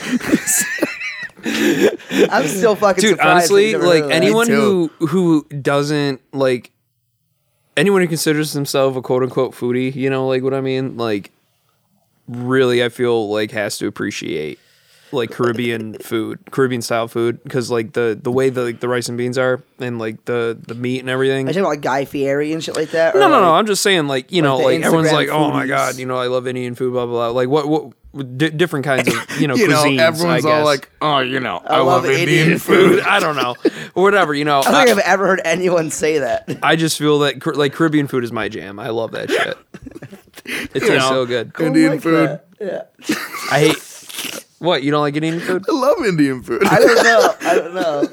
[SPEAKER 2] still fucking
[SPEAKER 3] dude
[SPEAKER 2] surprised that
[SPEAKER 3] honestly
[SPEAKER 2] you've never
[SPEAKER 3] like
[SPEAKER 2] heard of that.
[SPEAKER 3] anyone
[SPEAKER 1] Me
[SPEAKER 3] who
[SPEAKER 1] too.
[SPEAKER 3] who doesn't like anyone who considers themselves a quote-unquote foodie you know like what i mean like really i feel like has to appreciate like caribbean food caribbean style food because like the the way the like, the rice and beans are and like the the meat and everything
[SPEAKER 2] Are you talking about like Guy Fieri and shit like that? or
[SPEAKER 3] No, no,
[SPEAKER 2] like-
[SPEAKER 3] no. I'm just saying, like you know,
[SPEAKER 2] the
[SPEAKER 3] like everyone's
[SPEAKER 2] Instagram
[SPEAKER 3] like, oh my
[SPEAKER 2] foodies.
[SPEAKER 3] god, you know, I love Indian food, blah blah. blah. Like what, what, di different kinds of you know,
[SPEAKER 1] you know,
[SPEAKER 3] cuisines.
[SPEAKER 1] everyone's
[SPEAKER 3] I guess.
[SPEAKER 1] all like, "Oh, you know, I,
[SPEAKER 2] love
[SPEAKER 1] love, Indian
[SPEAKER 2] Indian
[SPEAKER 1] food."
[SPEAKER 3] I don't know, or whatever. You know,
[SPEAKER 2] I don't
[SPEAKER 3] I,
[SPEAKER 2] think I've ever heard anyone say that.
[SPEAKER 3] I just feel that Car- like Caribbean food is my jam. I love that shit. It tastes
[SPEAKER 1] know.
[SPEAKER 3] so good.
[SPEAKER 1] Indian
[SPEAKER 2] like
[SPEAKER 1] food.
[SPEAKER 2] that. Oh Yeah.
[SPEAKER 3] I hate. What you don't like Indian food?
[SPEAKER 1] I love Indian food.
[SPEAKER 2] I don't know. I don't know.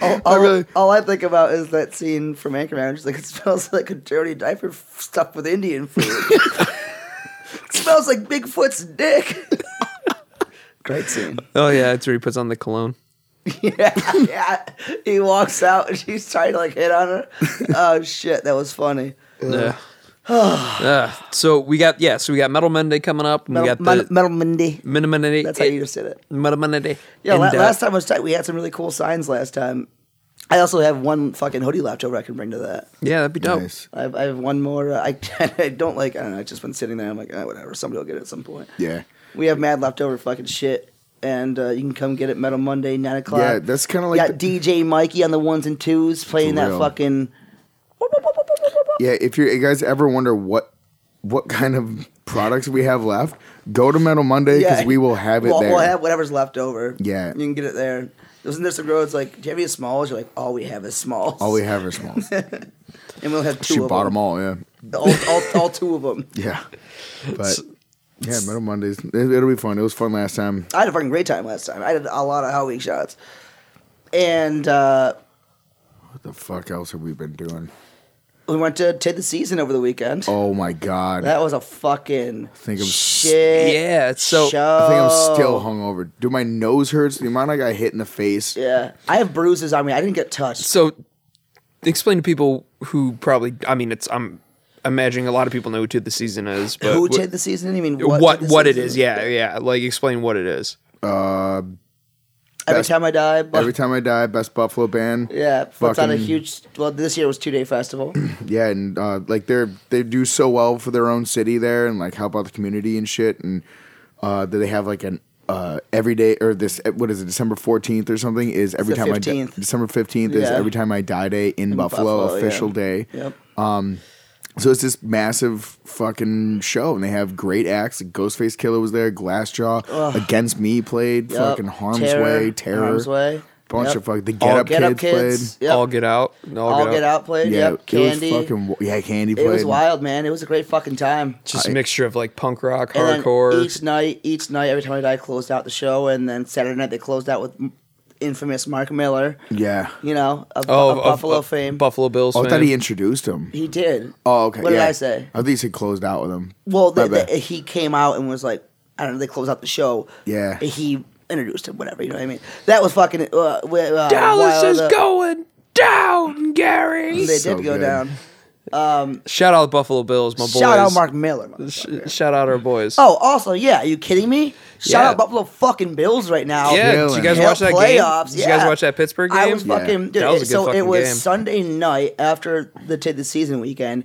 [SPEAKER 2] All, all,
[SPEAKER 1] really-
[SPEAKER 2] all I think about is that scene from Anchorman, just like it smells like a dirty diaper f- stuffed with Indian food. it smells like Bigfoot's dick. Great scene.
[SPEAKER 3] Oh yeah, it's where he puts on the cologne.
[SPEAKER 2] Yeah, yeah. He walks out and she's trying to like hit on her. Oh shit, that was funny.
[SPEAKER 3] Yeah. Uh, so we got yeah, so we got Metal Monday coming up, and
[SPEAKER 2] Metal,
[SPEAKER 3] we got the
[SPEAKER 2] Metal Monday.
[SPEAKER 3] Minimum Monday. uh,
[SPEAKER 2] That's how you just did it.
[SPEAKER 3] Metal Monday.
[SPEAKER 2] Yeah,
[SPEAKER 3] And,
[SPEAKER 2] la-
[SPEAKER 3] uh,
[SPEAKER 2] last time I was tight, we had some really cool signs last time. I also have one fucking hoodie left over I can bring to that.
[SPEAKER 3] yeah, that'd be dope.
[SPEAKER 1] Nice.
[SPEAKER 2] I have, I have one more. Uh, I, I don't like, I don't know, it's just been sitting there. I'm like, ah, whatever, somebody will get it at some point.
[SPEAKER 1] Yeah,
[SPEAKER 2] We have mad leftover fucking shit, and uh, you can come get it Metal Monday, 9 o'clock.
[SPEAKER 1] yeah. That's kind of like
[SPEAKER 2] Got
[SPEAKER 1] the-
[SPEAKER 2] DJ Mikey on the ones and twos playing
[SPEAKER 1] For
[SPEAKER 2] that
[SPEAKER 1] real.
[SPEAKER 2] fucking.
[SPEAKER 1] Yeah, if you're, you guys ever wonder what what kind of products we have left, go to Metal Monday because
[SPEAKER 2] Yeah.
[SPEAKER 1] we will have it
[SPEAKER 2] we'll,
[SPEAKER 1] there.
[SPEAKER 2] We'll have whatever's left over.
[SPEAKER 1] Yeah.
[SPEAKER 2] You can get it there. Isn't there some roads like, do you have any smalls? You're like, all we have is smalls.
[SPEAKER 1] all we have are smalls.
[SPEAKER 2] And we'll have two
[SPEAKER 1] she
[SPEAKER 2] of
[SPEAKER 1] bought
[SPEAKER 2] them.
[SPEAKER 1] them all. Yeah,
[SPEAKER 2] all, all, all two of them.
[SPEAKER 1] yeah. But yeah, Metal Mondays. It, it'll be fun. It was fun last time.
[SPEAKER 2] I had a fucking great time last time. I did a lot of Halloween shots. And uh,
[SPEAKER 1] What the fuck else have we been doing?
[SPEAKER 2] we went to Ted the Season over the weekend.
[SPEAKER 1] Oh my god.
[SPEAKER 2] That was a fucking
[SPEAKER 1] think I'm s-
[SPEAKER 2] shit.
[SPEAKER 3] Yeah, it's so-
[SPEAKER 2] show.
[SPEAKER 1] I think I'm
[SPEAKER 2] Oh.
[SPEAKER 1] still hungover. Dude, my nose hurts. The amount I got hit in the face.
[SPEAKER 2] Yeah, I have bruises on me. I didn't get touched.
[SPEAKER 3] so explain to people who probably i mean it's i'm imagining a lot of people know who ted the season is but
[SPEAKER 2] Who
[SPEAKER 3] wh-
[SPEAKER 2] Ted the Season? You mean
[SPEAKER 3] what
[SPEAKER 2] what?
[SPEAKER 3] what,
[SPEAKER 2] Ted the
[SPEAKER 3] it
[SPEAKER 2] Season?
[SPEAKER 3] is yeah yeah like explain what it is
[SPEAKER 1] Uh,
[SPEAKER 2] Every
[SPEAKER 1] Best-
[SPEAKER 2] time I die, but
[SPEAKER 1] every time I die, best Buffalo band.
[SPEAKER 2] yeah, puts on a
[SPEAKER 1] Fucking-
[SPEAKER 2] huge. Well, this year was two day festival.
[SPEAKER 1] yeah, and uh, like they're they do so well for their own city there, and like help out the community and shit. And uh, that they have like an uh, every day or this uh, what is it December fourteenth or something is every
[SPEAKER 2] the
[SPEAKER 1] time I di-
[SPEAKER 2] 15th.
[SPEAKER 1] December fifteenth is
[SPEAKER 2] Yeah.
[SPEAKER 1] every time I die day in, Buffalo,
[SPEAKER 2] Buffalo, yeah.
[SPEAKER 1] official day.
[SPEAKER 2] Yep.
[SPEAKER 1] So it's this massive fucking show, and they have great acts. Ghostface Killer was there, Glassjaw, Against Me played,
[SPEAKER 2] Yep.
[SPEAKER 1] fucking Harm's
[SPEAKER 2] Terror,
[SPEAKER 1] Way, Terror,
[SPEAKER 2] Harm's Way.
[SPEAKER 1] bunch
[SPEAKER 2] Yep.
[SPEAKER 1] of fuck. The Get,
[SPEAKER 2] All
[SPEAKER 1] Up,
[SPEAKER 2] Get
[SPEAKER 1] Kids
[SPEAKER 2] Up Kids.
[SPEAKER 1] played.
[SPEAKER 2] Yep.
[SPEAKER 3] All get out. No, all,
[SPEAKER 2] All Get Out played.
[SPEAKER 1] Yeah,
[SPEAKER 2] Yep. Candy.
[SPEAKER 1] it was fucking yeah. Candy played.
[SPEAKER 2] It was wild, man. It was a great fucking time.
[SPEAKER 3] Just a mixture of like punk rock,
[SPEAKER 2] And then
[SPEAKER 3] hardcore.
[SPEAKER 2] Each night, each night, every time I die, closed out the show, and then Saturday night they closed out with infamous Mark Miller.
[SPEAKER 1] Yeah.
[SPEAKER 2] You know, of,
[SPEAKER 3] oh,
[SPEAKER 2] of
[SPEAKER 3] of-
[SPEAKER 2] Buffalo
[SPEAKER 3] of
[SPEAKER 2] fame.
[SPEAKER 3] Buffalo Bills.
[SPEAKER 1] Oh, I thought
[SPEAKER 3] fame.
[SPEAKER 1] he introduced him.
[SPEAKER 2] he did.
[SPEAKER 1] Oh, okay.
[SPEAKER 2] What did
[SPEAKER 1] yeah.
[SPEAKER 2] I say?
[SPEAKER 1] I think he said closed out with him.
[SPEAKER 2] Well,
[SPEAKER 1] My
[SPEAKER 2] the,
[SPEAKER 1] bad.
[SPEAKER 2] the, he came out and was like, I don't know. They closed out the show.
[SPEAKER 1] Yeah.
[SPEAKER 2] He introduced him, whatever. You know what I mean? That was fucking. Uh, uh,
[SPEAKER 3] Dallas
[SPEAKER 2] wild,
[SPEAKER 3] is
[SPEAKER 2] uh,
[SPEAKER 3] going down, Gary.
[SPEAKER 2] They did
[SPEAKER 1] So
[SPEAKER 2] go
[SPEAKER 1] good.
[SPEAKER 2] down.
[SPEAKER 3] Shout out Buffalo Bills, my boys.
[SPEAKER 2] Shout out Mark Miller.
[SPEAKER 3] Sh- shout out our boys.
[SPEAKER 2] Oh, also, yeah. Are you kidding me? Shout
[SPEAKER 3] Yeah.
[SPEAKER 2] out Buffalo fucking Bills right now.
[SPEAKER 3] yeah. Did
[SPEAKER 1] Killing.
[SPEAKER 3] you guys
[SPEAKER 2] Yeah,
[SPEAKER 3] watch that
[SPEAKER 2] playoffs,
[SPEAKER 3] game? Did you guys
[SPEAKER 2] yeah.
[SPEAKER 3] watch that Pittsburgh game?
[SPEAKER 2] I was fucking. Dude,
[SPEAKER 3] That was a
[SPEAKER 2] it-
[SPEAKER 3] good
[SPEAKER 2] so it
[SPEAKER 3] fucking
[SPEAKER 2] was
[SPEAKER 3] game.
[SPEAKER 2] Sunday night after the t- the season weekend.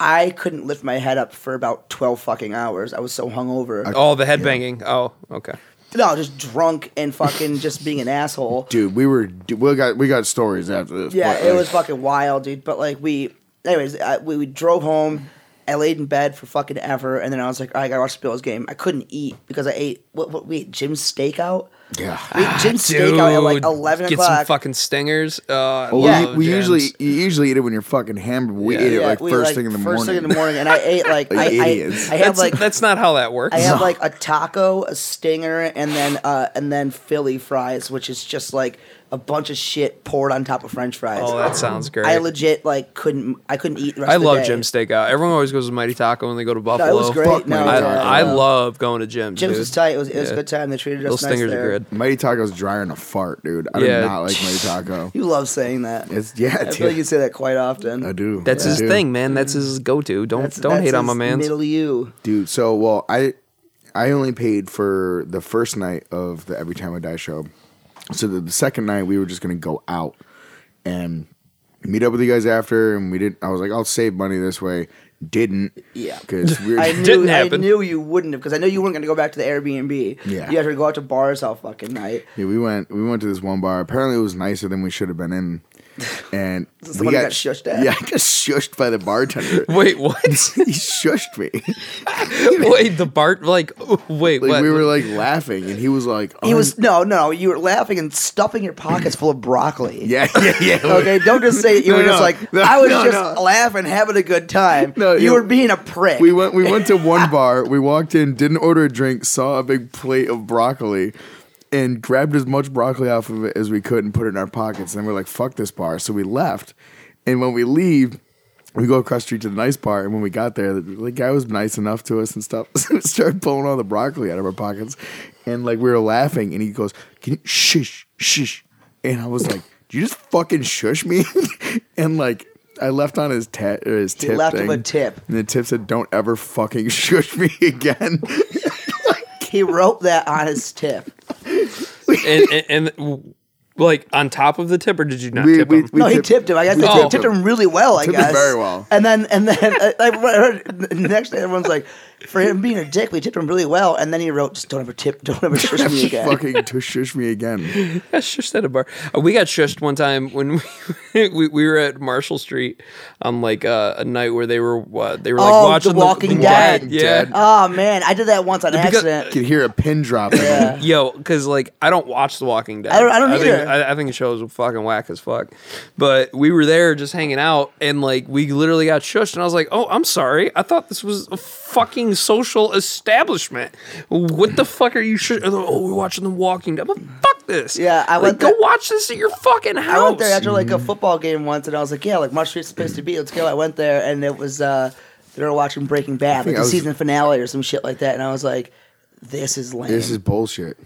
[SPEAKER 2] I couldn't lift my head up for about twelve fucking hours. I was so hungover.
[SPEAKER 3] Oh, the headbanging. Oh, okay.
[SPEAKER 2] no, just drunk and fucking just being an asshole.
[SPEAKER 1] Dude, we were dude, we got we got stories after this.
[SPEAKER 2] Yeah,
[SPEAKER 1] but,
[SPEAKER 2] it
[SPEAKER 1] like,
[SPEAKER 2] was fucking wild, dude. But like we, anyways, I, we, we drove home. I laid in bed for fucking ever, and then I was like, all right, I gotta watch the Bills game. I couldn't eat because I ate what? What? We ate Jim's steakout.
[SPEAKER 1] Yeah.
[SPEAKER 2] We ate Jim's steakout at like eleven
[SPEAKER 3] Ah, get some
[SPEAKER 2] o'clock.
[SPEAKER 3] fucking stingers. Uh,
[SPEAKER 1] Well,
[SPEAKER 2] Yeah.
[SPEAKER 1] we, we usually you usually eat it when you're fucking hammered. We
[SPEAKER 3] Yeah.
[SPEAKER 1] ate it
[SPEAKER 2] Yeah,
[SPEAKER 1] like
[SPEAKER 2] we,
[SPEAKER 1] first thing in the morning.
[SPEAKER 2] first thing in the morning, and I ate like,
[SPEAKER 1] Like
[SPEAKER 2] I, I,
[SPEAKER 1] idiots.
[SPEAKER 2] I had
[SPEAKER 3] that's,
[SPEAKER 2] like
[SPEAKER 3] that's not how that works.
[SPEAKER 2] I had like a taco, a stinger, and then uh, and then Philly fries, which is just like a bunch of shit poured on top of French fries.
[SPEAKER 3] oh, that sounds great.
[SPEAKER 2] I
[SPEAKER 3] I,
[SPEAKER 2] legit like couldn't I couldn't eat. The rest of the
[SPEAKER 3] love
[SPEAKER 2] day.
[SPEAKER 3] Jim's Steakout. Everyone always goes to Mighty Taco when they go to Buffalo.
[SPEAKER 2] was great.
[SPEAKER 1] Fuck
[SPEAKER 2] No,
[SPEAKER 1] Mighty
[SPEAKER 3] I,
[SPEAKER 2] yeah,
[SPEAKER 1] Taco.
[SPEAKER 3] I
[SPEAKER 2] yeah.
[SPEAKER 3] love going to Jim's.
[SPEAKER 2] Jim's
[SPEAKER 3] dude.
[SPEAKER 2] was tight. It was, it was
[SPEAKER 3] Yeah.
[SPEAKER 2] a good time. They treated us
[SPEAKER 3] Those
[SPEAKER 2] nice
[SPEAKER 3] stingers
[SPEAKER 2] there.
[SPEAKER 3] are good.
[SPEAKER 1] Mighty Taco's drier than a fart, dude. I
[SPEAKER 3] Yeah.
[SPEAKER 1] do not like Mighty Taco.
[SPEAKER 2] You love saying that.
[SPEAKER 1] It's yeah,
[SPEAKER 2] I
[SPEAKER 1] dude.
[SPEAKER 2] feel like you say that quite often.
[SPEAKER 1] I do.
[SPEAKER 3] That's
[SPEAKER 1] I
[SPEAKER 3] his
[SPEAKER 1] do.
[SPEAKER 3] thing, man. That's his go-to. Don't
[SPEAKER 2] Mm-hmm. That's,
[SPEAKER 3] don't
[SPEAKER 2] that's
[SPEAKER 3] hate on
[SPEAKER 2] his
[SPEAKER 3] my man.
[SPEAKER 2] Middle you.
[SPEAKER 1] dude. So well, I I only paid for the first night of the Every Time I Die show. So the, the second night we were just gonna go out and meet up with you guys after, and we didn't. I was like, I'll save money this way. Didn't.
[SPEAKER 2] Yeah.
[SPEAKER 1] Because we
[SPEAKER 2] I
[SPEAKER 1] are
[SPEAKER 2] knew,
[SPEAKER 3] Didn't happen.
[SPEAKER 2] I knew you wouldn't have because I knew you weren't going to go back to the Airbnb.
[SPEAKER 1] Yeah.
[SPEAKER 2] You had to go out to bars all fucking night.
[SPEAKER 1] Yeah, we went we went to this one bar. Apparently, it was nicer than we should have been in, and
[SPEAKER 2] the
[SPEAKER 1] we
[SPEAKER 2] one you got shushed at?
[SPEAKER 1] Yeah, I got shushed by the bartender.
[SPEAKER 3] Wait, what?
[SPEAKER 1] he shushed me.
[SPEAKER 3] wait, the Bart like oh, wait,
[SPEAKER 1] Like
[SPEAKER 3] what?
[SPEAKER 1] we were like laughing, and he was like,
[SPEAKER 2] He was no, no. You were laughing and stuffing your pockets full of broccoli.
[SPEAKER 1] yeah, yeah, yeah."
[SPEAKER 2] Okay, don't just say you
[SPEAKER 1] No,
[SPEAKER 2] were just
[SPEAKER 1] no,
[SPEAKER 2] like
[SPEAKER 1] no,
[SPEAKER 2] I was
[SPEAKER 1] no,
[SPEAKER 2] just
[SPEAKER 1] no.
[SPEAKER 2] laughing, having a good time.
[SPEAKER 1] No,
[SPEAKER 2] you
[SPEAKER 1] you-
[SPEAKER 2] were being a prick.
[SPEAKER 1] We went. We went to one bar. We walked in, didn't order a drink, saw a big plate of broccoli, and grabbed as much broccoli off of it as we could and put it in our pockets. And then we're like, "Fuck this bar!" So we left. And when we leave, we go across the street to the nice bar. And when we got there, the, the guy was nice enough to us and stuff. So we started pulling all the broccoli out of our pockets, and like we were laughing. And he goes, "Can you shush, shush?" And I was like, "Did you just fucking shush me?" and like. I left on his, ta- or his tip.
[SPEAKER 2] left him a
[SPEAKER 1] thing.
[SPEAKER 2] tip.
[SPEAKER 1] And the tip said, "Don't ever fucking shush me again."
[SPEAKER 2] he wrote that on his tip.
[SPEAKER 3] and, and, and like on top of the tip, or did you not
[SPEAKER 1] We-
[SPEAKER 3] tip
[SPEAKER 1] we-
[SPEAKER 3] him?
[SPEAKER 1] we-
[SPEAKER 2] no, he tipped him. I guess
[SPEAKER 1] we
[SPEAKER 2] they
[SPEAKER 3] tipped
[SPEAKER 2] tipped
[SPEAKER 1] him.
[SPEAKER 2] him really well. I
[SPEAKER 1] Tipped him
[SPEAKER 2] guess
[SPEAKER 1] very well.
[SPEAKER 2] And then and then I, I heard the next day everyone's like, for him being a dick, we tipped him really well. And then he wrote, just don't ever tip, don't ever shush me again.
[SPEAKER 1] fucking to shush me again.
[SPEAKER 3] got shushed at a bar. Uh, we got shushed one time when we we, we were at Marshall Street on like uh, a night where they were what they were like
[SPEAKER 2] Oh, The
[SPEAKER 3] watching
[SPEAKER 2] Walking
[SPEAKER 3] Dead.
[SPEAKER 2] Dead.
[SPEAKER 3] Yeah.
[SPEAKER 2] Oh man, I did that once on
[SPEAKER 1] I
[SPEAKER 2] accident.
[SPEAKER 1] could hear a pin drop.
[SPEAKER 2] Yeah.
[SPEAKER 3] Yo, because like I don't watch The Walking Dead.
[SPEAKER 2] I don't- I don't
[SPEAKER 3] think,
[SPEAKER 2] either.
[SPEAKER 3] I, I think the show is fucking whack as fuck. But we were there just hanging out, and like we literally got shushed. And I was like, "Oh, I'm sorry. I thought this was a fucking social establishment. What the fuck are you? Shush- oh, we're watching The Walking Dead. But fuck this.
[SPEAKER 2] Yeah, I
[SPEAKER 3] like,
[SPEAKER 2] went
[SPEAKER 3] go
[SPEAKER 2] there-
[SPEAKER 3] watch this at your fucking house.
[SPEAKER 2] I went there after like a football game once, and I was like, "Yeah, like Marsh Street's supposed to be. Let's go." I went there, and it was uh, they were watching Breaking Bad, like
[SPEAKER 1] think
[SPEAKER 2] the
[SPEAKER 1] I was-
[SPEAKER 2] season finale or some shit like that, and I was like, "This is lame."
[SPEAKER 1] This is bullshit.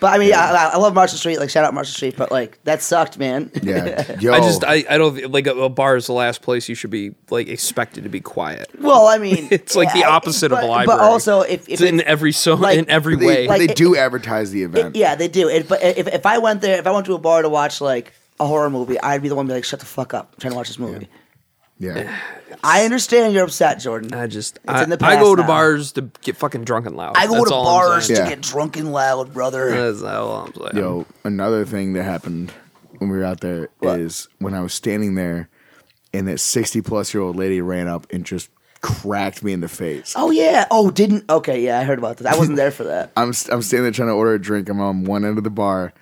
[SPEAKER 2] but I mean, I, I love Marshall Street. Like, shout out Marshall Street, but like that sucked, man.
[SPEAKER 1] Yeah, yo,
[SPEAKER 3] I just I, I don't like a, a bar is the last place you should be like expected to be quiet.
[SPEAKER 2] well, I mean,
[SPEAKER 3] It's like the
[SPEAKER 2] yeah,
[SPEAKER 3] opposite of
[SPEAKER 2] but-
[SPEAKER 3] a library.
[SPEAKER 2] But also, if, if
[SPEAKER 3] it's in
[SPEAKER 2] it's-
[SPEAKER 3] every so
[SPEAKER 2] like-
[SPEAKER 3] in every
[SPEAKER 1] they,
[SPEAKER 3] way.
[SPEAKER 1] but they
[SPEAKER 2] Like,
[SPEAKER 1] do advertise the event.
[SPEAKER 2] yeah, they do. It, but if if I went there, if I went to a bar to watch like a horror movie, I'd be the one to be like, "Shut the fuck up! I'm trying to watch this movie."
[SPEAKER 1] Yeah.
[SPEAKER 2] I understand you're upset, Jordan.
[SPEAKER 3] I just
[SPEAKER 2] It's
[SPEAKER 3] I,
[SPEAKER 2] in the
[SPEAKER 3] I go
[SPEAKER 2] past
[SPEAKER 3] to
[SPEAKER 2] now.
[SPEAKER 3] bars to get fucking drunk and loud.
[SPEAKER 2] I go
[SPEAKER 3] That's
[SPEAKER 2] to
[SPEAKER 3] all I'm
[SPEAKER 2] bars to
[SPEAKER 3] saying.
[SPEAKER 1] Yeah.
[SPEAKER 2] get drunk and loud, brother.
[SPEAKER 3] That's all I'm saying.
[SPEAKER 1] Yo, another thing that happened when we were out there is when I was standing there and that 60 plus year old lady ran up and just cracked me in the face.
[SPEAKER 2] oh yeah. Oh, didn't. Okay, yeah, I heard about this. I wasn't there for that.
[SPEAKER 1] I'm, I'm standing there trying to order a drink. I'm on one end of the bar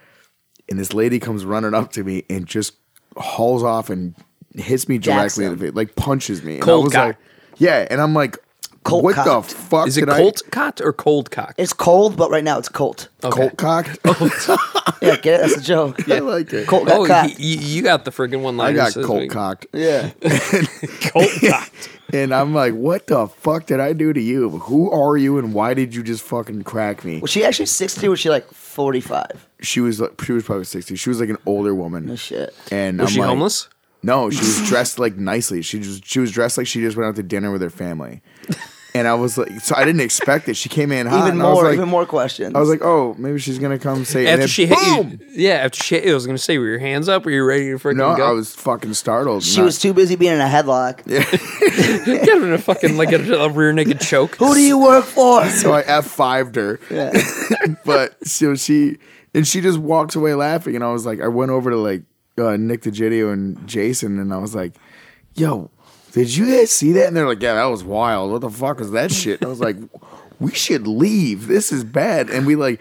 [SPEAKER 1] and this lady comes running up to me and just hauls off and hits me
[SPEAKER 2] Jacks
[SPEAKER 1] directly in the face, like punches me. And I
[SPEAKER 3] Cold
[SPEAKER 1] was
[SPEAKER 3] cock.
[SPEAKER 1] like, yeah. And I'm like,
[SPEAKER 2] Cold
[SPEAKER 1] what
[SPEAKER 2] cocked.
[SPEAKER 1] the fuck?
[SPEAKER 3] Is it
[SPEAKER 1] did I-
[SPEAKER 3] Colt cock or cold cock?
[SPEAKER 2] It's cold, but right now it's cold.
[SPEAKER 1] Cold cock?
[SPEAKER 2] Yeah, get it? That's a joke.
[SPEAKER 1] I like it.
[SPEAKER 2] Cold got
[SPEAKER 3] Oh,
[SPEAKER 2] cocked.
[SPEAKER 3] he, you, you got the freaking one
[SPEAKER 1] I
[SPEAKER 3] line.
[SPEAKER 1] got cold cocked.
[SPEAKER 2] yeah.
[SPEAKER 3] Colt cocked.
[SPEAKER 1] And I'm like, what the fuck did I do to you? Who are you and why did you just fucking crack me?
[SPEAKER 2] Was she actually 60 or was she like 45?
[SPEAKER 1] She was like, she was probably 60. She was like an older woman.
[SPEAKER 2] No shit.
[SPEAKER 1] And
[SPEAKER 3] Was
[SPEAKER 1] I'm
[SPEAKER 3] she
[SPEAKER 1] like-
[SPEAKER 3] homeless?
[SPEAKER 1] No, she was dressed like nicely. She just she was dressed like she just went out to dinner with her family. And I was like, so I didn't expect it. She came in hot.
[SPEAKER 2] Even
[SPEAKER 1] Ah, and I was
[SPEAKER 2] more,
[SPEAKER 1] like-
[SPEAKER 2] even more questions.
[SPEAKER 1] I was like, oh, maybe she's gonna come say. and
[SPEAKER 3] After
[SPEAKER 1] then
[SPEAKER 3] she hit
[SPEAKER 1] boom!
[SPEAKER 3] you, yeah. After she hit you, I was gonna say, were your hands up? Were you ready to freaking
[SPEAKER 1] No,
[SPEAKER 3] go?
[SPEAKER 1] I was fucking startled.
[SPEAKER 2] she was too busy being in a headlock.
[SPEAKER 3] Get her in a fucking like a, a rear naked choke.
[SPEAKER 2] Who do you work for?
[SPEAKER 1] so I f fived her.
[SPEAKER 2] Yeah.
[SPEAKER 1] but so she and she just walked away laughing, and I was like, I went over to like uh, Nick DiGidio and Jason, and I was like, Yo, did you guys see that? And they're like, Yeah, that was wild. What the fuck was that shit? And I was like, We should leave. This is bad. And we like.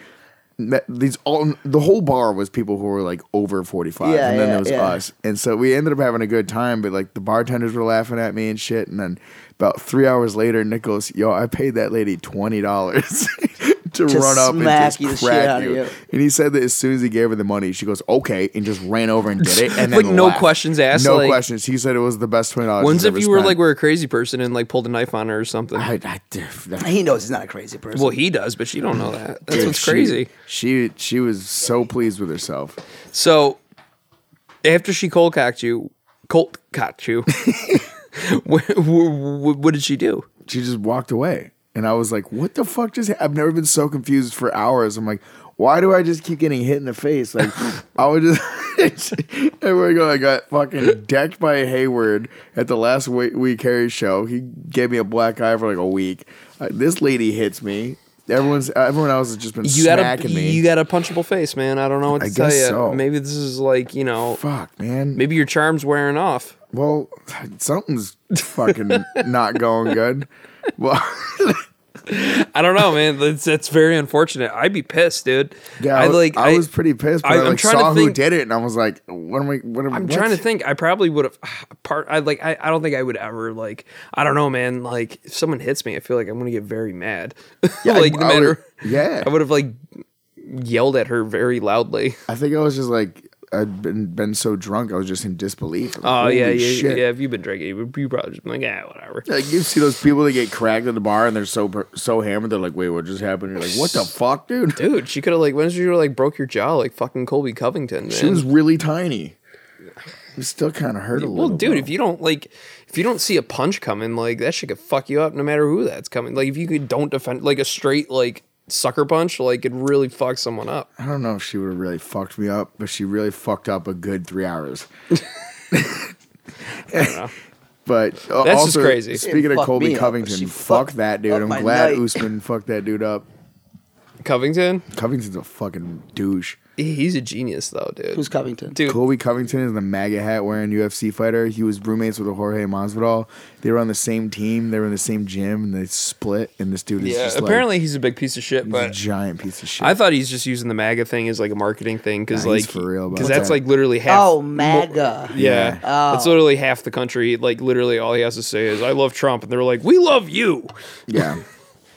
[SPEAKER 1] That, these all the whole bar was people who were like over 45
[SPEAKER 2] Yeah,
[SPEAKER 1] and then
[SPEAKER 2] yeah,
[SPEAKER 1] there was
[SPEAKER 2] yeah.
[SPEAKER 1] us and so we ended up having a good time but like the bartenders were laughing at me and shit and then about three hours later nick goes yo i paid that lady $20 to
[SPEAKER 2] To
[SPEAKER 1] run up and
[SPEAKER 2] smack
[SPEAKER 1] just
[SPEAKER 2] you the shit
[SPEAKER 1] crack
[SPEAKER 2] outta
[SPEAKER 1] you.
[SPEAKER 2] you.
[SPEAKER 1] and he said that as soon as he gave her the money she goes okay and just ran over and did it and then
[SPEAKER 3] Like, no
[SPEAKER 1] left.
[SPEAKER 3] questions asked,
[SPEAKER 1] no
[SPEAKER 3] like-
[SPEAKER 1] questions he said it was the best $20
[SPEAKER 3] When's
[SPEAKER 1] he's
[SPEAKER 3] if
[SPEAKER 1] ever
[SPEAKER 3] you were
[SPEAKER 1] spent.
[SPEAKER 3] like were a crazy person and like pulled a knife on her or something?
[SPEAKER 1] I, I, that-
[SPEAKER 2] He knows he's not a crazy person.
[SPEAKER 3] well, he does, but she don't know that. That's
[SPEAKER 1] dude,
[SPEAKER 3] what's
[SPEAKER 1] she-
[SPEAKER 3] crazy.
[SPEAKER 1] She, she was so pleased with herself.
[SPEAKER 3] So after she cold cocked you, cold cocked you. what, what, what did she do?
[SPEAKER 1] she just walked away. And I was like, what the fuck just happened? I've never been so confused for hours. I'm like, why do I just keep getting hit in the face? Like, I would just, everywhere I go, I got fucking decked by Hayward at the last week, week Harry show. He gave me a black eye for like a week. Uh, this lady hits me. Everyone's, everyone else has just been
[SPEAKER 3] You got a
[SPEAKER 1] smacking me.
[SPEAKER 3] you got a punchable face, man. I don't know what to
[SPEAKER 1] I
[SPEAKER 3] tell
[SPEAKER 1] guess
[SPEAKER 3] you.
[SPEAKER 1] so.
[SPEAKER 3] Maybe this is like you know,
[SPEAKER 1] fuck, man.
[SPEAKER 3] maybe your charm's wearing off.
[SPEAKER 1] Well, something's fucking not going good. Well,
[SPEAKER 3] I don't know, man. That's, that's very unfortunate. I'd be pissed, dude.
[SPEAKER 1] Yeah, I,
[SPEAKER 3] I
[SPEAKER 1] was-
[SPEAKER 3] like.
[SPEAKER 1] I, was pretty pissed, but
[SPEAKER 3] I-
[SPEAKER 1] I,
[SPEAKER 3] I'm
[SPEAKER 1] like,
[SPEAKER 3] trying to
[SPEAKER 1] saw who
[SPEAKER 3] think-
[SPEAKER 1] did it, and I was like, "What am I? What am I?"
[SPEAKER 3] I'm trying to think. I probably would have part. I like. I, I don't think I would ever like. I don't know, man. Like if someone hits me, I feel like I'm gonna get very mad.
[SPEAKER 1] Yeah,
[SPEAKER 3] like
[SPEAKER 1] I-
[SPEAKER 3] no
[SPEAKER 1] I would-
[SPEAKER 3] matter.
[SPEAKER 1] yeah.
[SPEAKER 3] I would have like yelled at her very loudly.
[SPEAKER 1] I think I was just like, I'd been been so drunk, I was just in disbelief. Like,
[SPEAKER 3] Oh yeah,
[SPEAKER 1] "Holy
[SPEAKER 3] yeah,
[SPEAKER 1] shit.
[SPEAKER 3] yeah. If you've been drinking, you, you probably just been like yeah, whatever.
[SPEAKER 1] Like you see those people that get cracked at the bar, and they're so per- so hammered, they're like, "Wait, what just happened?" You're like, "What the fuck, dude?"
[SPEAKER 3] Dude, she could have like. When did you like broke your jaw like fucking Colby Covington? Man.
[SPEAKER 1] She was really tiny. It still kind of hurt a
[SPEAKER 3] Well,
[SPEAKER 1] little.
[SPEAKER 3] dude,
[SPEAKER 1] though.
[SPEAKER 3] if you don't like, if you don't see a punch coming, like that shit could fuck you up, no matter who that's coming. Like if you could, don't defend like a straight like sucker punch, like it really fucks someone up.
[SPEAKER 1] I don't know if she would have really fucked me up, but she really fucked up a good three hours. but uh,
[SPEAKER 3] That's just
[SPEAKER 1] also,
[SPEAKER 3] crazy.
[SPEAKER 1] Speaking
[SPEAKER 2] It
[SPEAKER 1] of
[SPEAKER 2] fucked
[SPEAKER 1] Colby
[SPEAKER 2] me up, but she
[SPEAKER 1] Covington, fuck
[SPEAKER 2] fucked
[SPEAKER 1] that dude.
[SPEAKER 2] up
[SPEAKER 1] I'm
[SPEAKER 2] my
[SPEAKER 1] glad
[SPEAKER 2] night.
[SPEAKER 1] Usman fucked that dude up.
[SPEAKER 3] Covington,
[SPEAKER 1] Covington's a fucking douche.
[SPEAKER 3] He- he's a genius though, dude.
[SPEAKER 2] Who's Covington?
[SPEAKER 3] dude?
[SPEAKER 1] Colby Covington is the MAGA hat wearing UFC fighter. He was roommates with Jorge Masvidal. They were on the same team. They were in the same gym, and they split. And this dude is
[SPEAKER 3] yeah,
[SPEAKER 1] just
[SPEAKER 3] apparently he's a big piece of shit,
[SPEAKER 1] like, he's a
[SPEAKER 3] but.
[SPEAKER 1] giant piece of shit.
[SPEAKER 3] I thought he's just using the MAGA thing as like a marketing thing because
[SPEAKER 1] Nah, he's
[SPEAKER 3] like
[SPEAKER 1] for real about
[SPEAKER 3] because that's
[SPEAKER 1] that.
[SPEAKER 3] like literally half.
[SPEAKER 2] Oh,
[SPEAKER 3] mo-
[SPEAKER 2] MAGA.
[SPEAKER 3] Yeah,
[SPEAKER 2] Oh.
[SPEAKER 3] that's literally half the country. Like literally, all he has to say is "I love Trump," and they're like, "We love you."
[SPEAKER 1] yeah,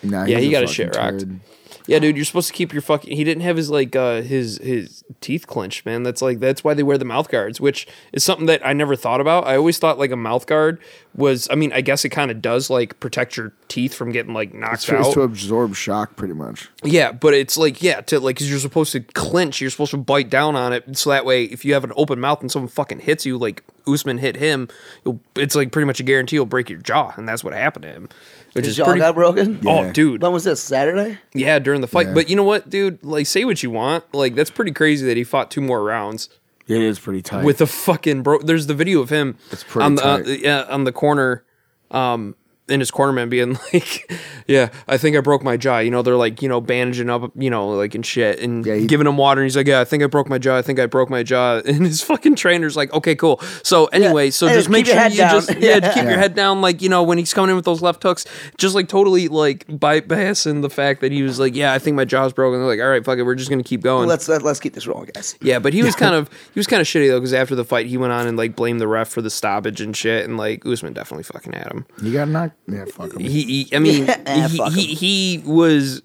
[SPEAKER 1] nah,
[SPEAKER 3] Yeah,
[SPEAKER 1] he's
[SPEAKER 3] he got his
[SPEAKER 1] fucking
[SPEAKER 3] shit rocked.
[SPEAKER 1] turd.
[SPEAKER 3] Yeah, dude, you're supposed to keep your fucking. He didn't have his like uh his his teeth clenched, man. That's like that's why they wear the mouth guards, which is something that I never thought about. I always thought like a mouth guard was. I mean, I guess it kind of does like protect your teeth from getting like knocked
[SPEAKER 1] It's
[SPEAKER 3] out.
[SPEAKER 1] to absorb shock, pretty much.
[SPEAKER 3] yeah, but it's like yeah, to like you you're supposed to clench. You're supposed to bite down on it, so that way if you have an open mouth and someone fucking hits you, like Usman hit him, you'll, it's like pretty much a guarantee you'll break your jaw, and that's what happened to him. Which
[SPEAKER 2] His
[SPEAKER 3] is
[SPEAKER 2] jaw
[SPEAKER 3] pretty.
[SPEAKER 2] got broken?
[SPEAKER 3] Oh,
[SPEAKER 1] Yeah.
[SPEAKER 3] dude.
[SPEAKER 2] When was this? Saturday?
[SPEAKER 3] Yeah, during the fight.
[SPEAKER 1] Yeah.
[SPEAKER 3] But you know what, dude? Like, say what you want. Like, that's pretty crazy that he fought two more rounds.
[SPEAKER 1] It is pretty tight.
[SPEAKER 3] with a fucking bro. There's the video of him
[SPEAKER 1] It's pretty
[SPEAKER 3] on the on-
[SPEAKER 1] tight.
[SPEAKER 3] yeah, on the corner, um, in his cornerman being like, "Yeah, I think I broke my jaw." You know, they're like, you know, bandaging up, you know, like and shit, and
[SPEAKER 1] he-
[SPEAKER 3] giving him water. And he's like, "Yeah, I think I broke my jaw. I think I broke my jaw." And his fucking trainer's like, "Okay, cool." So anyway, so
[SPEAKER 2] Hey,
[SPEAKER 3] just
[SPEAKER 2] keep
[SPEAKER 3] make
[SPEAKER 2] your
[SPEAKER 3] sure
[SPEAKER 2] head
[SPEAKER 3] you
[SPEAKER 2] down.
[SPEAKER 3] just yeah, keep
[SPEAKER 1] Yeah.
[SPEAKER 3] your head down. Like you know, when he's coming in with those left hooks, just like totally like bypassing the fact that he was like, "Yeah, I think my jaw's broken." They're like, "All right, fuck it, we're just gonna keep going."
[SPEAKER 2] Let's let, let's keep this rolling, guys.
[SPEAKER 3] Yeah, but he was kind of he was kind of shitty though because after the fight he went on and like blamed the ref for the stoppage and shit and like Usman definitely fucking had him.
[SPEAKER 1] you got knocked. Yeah, fuck him.
[SPEAKER 3] He, he I mean
[SPEAKER 2] Yeah,
[SPEAKER 3] he,
[SPEAKER 2] fuck
[SPEAKER 3] he he was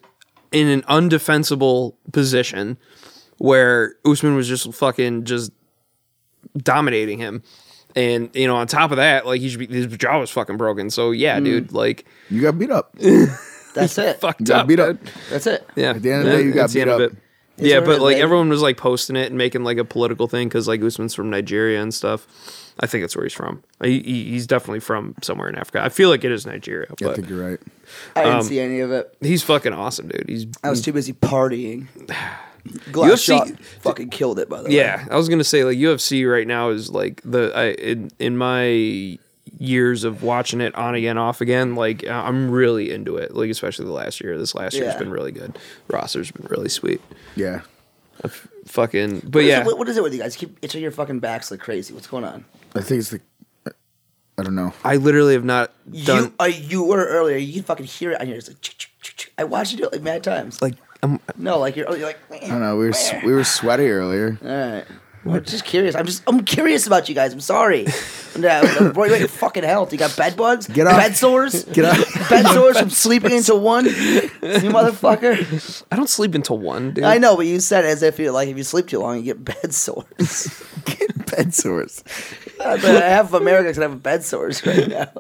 [SPEAKER 3] in an undefensible position where Usman was just fucking just dominating him, and you know on top of that like he should be, his jaw was fucking broken. So yeah,
[SPEAKER 2] Hmm.
[SPEAKER 3] dude, like
[SPEAKER 1] you got beat up.
[SPEAKER 2] That's it.
[SPEAKER 1] You
[SPEAKER 3] fucked
[SPEAKER 1] got
[SPEAKER 3] up.
[SPEAKER 1] beat up.
[SPEAKER 2] That's it.
[SPEAKER 3] Yeah.
[SPEAKER 1] At the end of the day, you got
[SPEAKER 3] That's the
[SPEAKER 1] beat
[SPEAKER 3] end
[SPEAKER 1] up.
[SPEAKER 3] of it. yeah,
[SPEAKER 2] what it
[SPEAKER 3] but
[SPEAKER 2] is,
[SPEAKER 3] like
[SPEAKER 2] baby.
[SPEAKER 3] everyone was like posting it and making like a political thing because like Usman's from Nigeria and stuff. I think that's where he's from. He, he- he's definitely from somewhere in Africa. I feel like it is Nigeria,
[SPEAKER 1] I
[SPEAKER 3] but
[SPEAKER 1] think you're right.
[SPEAKER 2] I didn't see any of it.
[SPEAKER 3] he's fucking awesome, dude. He's
[SPEAKER 2] I
[SPEAKER 1] Mm.
[SPEAKER 2] was too busy partying. Glass
[SPEAKER 3] UFC
[SPEAKER 2] shot fucking killed it by the way.
[SPEAKER 3] yeah. I was gonna say like UFC right now is like the I in, in my years of watching it on again off again like I- I'm really into it. Like especially the last year. This last year's
[SPEAKER 2] Yeah.
[SPEAKER 3] been really good. Roster's been really sweet.
[SPEAKER 1] Yeah.
[SPEAKER 3] Fucking
[SPEAKER 2] What
[SPEAKER 3] but
[SPEAKER 2] is
[SPEAKER 3] yeah.
[SPEAKER 2] it- what- what is it with you guys? Keep itching your fucking backs like crazy. What's going on?
[SPEAKER 1] I think it's the. I don't know.
[SPEAKER 3] I literally have not done
[SPEAKER 2] You, uh, you were earlier. You can fucking hear it, and you're just like, "Ch-ch-ch-ch-ch." I watched you do it like mad times.
[SPEAKER 3] like I'm,
[SPEAKER 2] no, like you're, you're like,
[SPEAKER 1] I don't know. We were s- we were sweaty earlier.
[SPEAKER 2] all right. I'm just curious. I'm just, I'm curious about you guys. I'm sorry. No, no, bro, you're like fucking health. You got bed bugs,
[SPEAKER 1] Get off-
[SPEAKER 2] bed sores,
[SPEAKER 1] Get up.
[SPEAKER 2] bed sores from sleeping until one. You motherfucker.
[SPEAKER 3] I don't sleep until one, dude.
[SPEAKER 2] I know, but you said as if you like if you sleep too long, you get bed sores. Uh,
[SPEAKER 1] Bed sores.
[SPEAKER 2] but half of America's gonna have bed sores right now.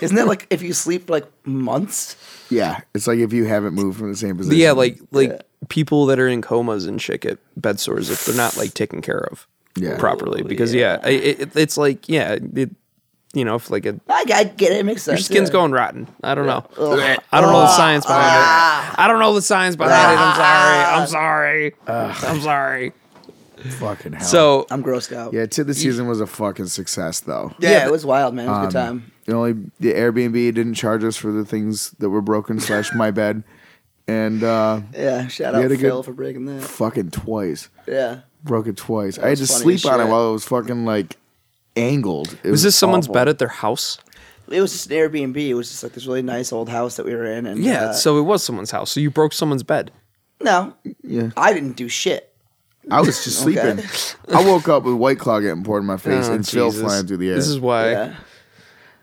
[SPEAKER 2] Isn't that like if you sleep like months?
[SPEAKER 1] Yeah, it's like if you haven't moved from the same position.
[SPEAKER 3] Yeah, like like
[SPEAKER 2] Yeah.
[SPEAKER 3] people that are in comas and shit get bed sores if they're not like taken care of
[SPEAKER 1] Yeah.
[SPEAKER 3] properly. Because yeah, I- it, it, it's like yeah, it, you know, if like a,
[SPEAKER 2] I, I get it. It makes sense.
[SPEAKER 3] your skin's
[SPEAKER 2] yeah. Ah.
[SPEAKER 3] going rotten. I don't know. I don't know the science behind it. I don't know the science behind it. I'm sorry. I'm sorry. I'm sorry.
[SPEAKER 1] fucking hell.
[SPEAKER 3] So
[SPEAKER 2] I'm grossed out.
[SPEAKER 1] yeah, to the season was a fucking success though.
[SPEAKER 2] Yeah,
[SPEAKER 3] Yeah,
[SPEAKER 2] it was wild, man. It was a good time.
[SPEAKER 1] The only the Airbnb didn't charge us for the things that were broken slash my bed, and uh,
[SPEAKER 2] Yeah, shout
[SPEAKER 1] we
[SPEAKER 2] out
[SPEAKER 1] had a
[SPEAKER 2] Phil
[SPEAKER 1] good-
[SPEAKER 2] for breaking that.
[SPEAKER 1] fucking twice
[SPEAKER 2] Yeah.
[SPEAKER 1] broke it twice. I had to
[SPEAKER 2] was funny as
[SPEAKER 1] sleep on it
[SPEAKER 2] shit.
[SPEAKER 1] while it was fucking like angled. It
[SPEAKER 3] was this someone's
[SPEAKER 1] awful.
[SPEAKER 3] bed at their house?
[SPEAKER 2] It was just an Airbnb. It was just like this really nice old house that we were in. And
[SPEAKER 3] Yeah.
[SPEAKER 2] uh,
[SPEAKER 3] so it was someone's house. So you broke someone's bed.
[SPEAKER 2] no,
[SPEAKER 1] Yeah,
[SPEAKER 2] I didn't do shit.
[SPEAKER 1] I was just sleeping.
[SPEAKER 2] Okay.
[SPEAKER 1] I woke up with white claw getting poured in my face
[SPEAKER 3] Oh,
[SPEAKER 1] and Phil
[SPEAKER 3] Jesus.
[SPEAKER 1] flying through the air.
[SPEAKER 3] This is why.
[SPEAKER 2] Yeah.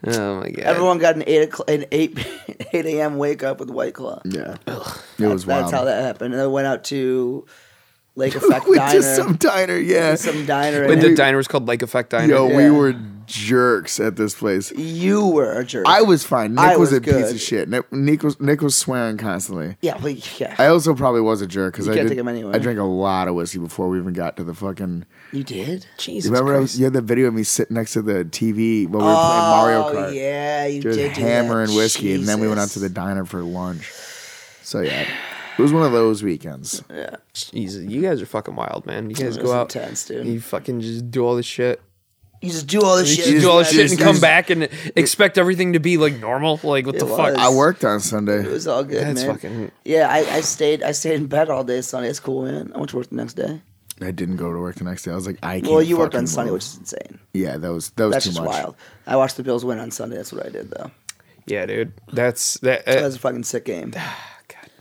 [SPEAKER 3] Oh my god.
[SPEAKER 2] Everyone got an eight o'clock, an eight eight a.m. wake up with White Claw.
[SPEAKER 1] yeah, it was
[SPEAKER 2] That's
[SPEAKER 1] wild.
[SPEAKER 2] how that happened. And I went out to Lake Effect
[SPEAKER 1] we
[SPEAKER 2] Diner,
[SPEAKER 1] just some diner, yeah.
[SPEAKER 2] some diner.
[SPEAKER 3] Wait,
[SPEAKER 2] and
[SPEAKER 3] the diner was called Lake Effect Diner.
[SPEAKER 1] Yo, we
[SPEAKER 2] Yeah.
[SPEAKER 1] were jerks at this place.
[SPEAKER 2] you were a jerk.
[SPEAKER 1] I was fine. Nick
[SPEAKER 2] I
[SPEAKER 1] was,
[SPEAKER 2] was
[SPEAKER 1] a piece
[SPEAKER 2] good.
[SPEAKER 1] of shit. Nick, Nick was Nick was swearing constantly.
[SPEAKER 2] yeah, like, yeah,
[SPEAKER 1] I also probably was a jerk because I
[SPEAKER 2] can't
[SPEAKER 1] did,
[SPEAKER 2] take him anyway.
[SPEAKER 1] I drank a lot of whiskey before we even got to the fucking.
[SPEAKER 2] you did.
[SPEAKER 3] Jesus
[SPEAKER 1] Remember, I was,
[SPEAKER 3] Christ.
[SPEAKER 1] you had that video of me sitting next to the TV while we were
[SPEAKER 2] Oh,
[SPEAKER 1] playing Mario Kart.
[SPEAKER 2] yeah, you
[SPEAKER 1] Just
[SPEAKER 2] did do that.
[SPEAKER 1] hammering whiskey, and then we went out to
[SPEAKER 2] Jesus.
[SPEAKER 1] the diner for lunch. So yeah, it was one of those weekends.
[SPEAKER 3] Jesus, you guys are fucking wild, man. You guys
[SPEAKER 2] It
[SPEAKER 3] go
[SPEAKER 2] was
[SPEAKER 3] out,
[SPEAKER 2] intense, dude.
[SPEAKER 3] you fucking just do all this shit,
[SPEAKER 2] You just do all this
[SPEAKER 3] you
[SPEAKER 2] shit.
[SPEAKER 3] just do all this shit, and
[SPEAKER 1] just-
[SPEAKER 3] come
[SPEAKER 1] just-
[SPEAKER 3] back and expect everything to be like normal. Like what the fuck?
[SPEAKER 2] was.
[SPEAKER 1] I worked on Sunday.
[SPEAKER 2] It was all good,
[SPEAKER 3] That's
[SPEAKER 2] man.
[SPEAKER 3] fucking-
[SPEAKER 2] Yeah, I, I stayed. I stayed in bed all day Sunday. It's cool, man. I went to work the next day.
[SPEAKER 1] I didn't go to work the next day. I was like, I can't.
[SPEAKER 2] Well, you worked
[SPEAKER 1] fucking
[SPEAKER 2] on Sunday,
[SPEAKER 1] move.
[SPEAKER 2] which is insane.
[SPEAKER 1] yeah, that was that was
[SPEAKER 2] That's
[SPEAKER 1] too
[SPEAKER 2] just
[SPEAKER 1] much.
[SPEAKER 2] wild. I watched the Bills win on Sunday. That's what I did, though.
[SPEAKER 3] Yeah, dude. That's that.
[SPEAKER 2] That
[SPEAKER 3] Uh,
[SPEAKER 2] was a fucking sick game.
[SPEAKER 3] God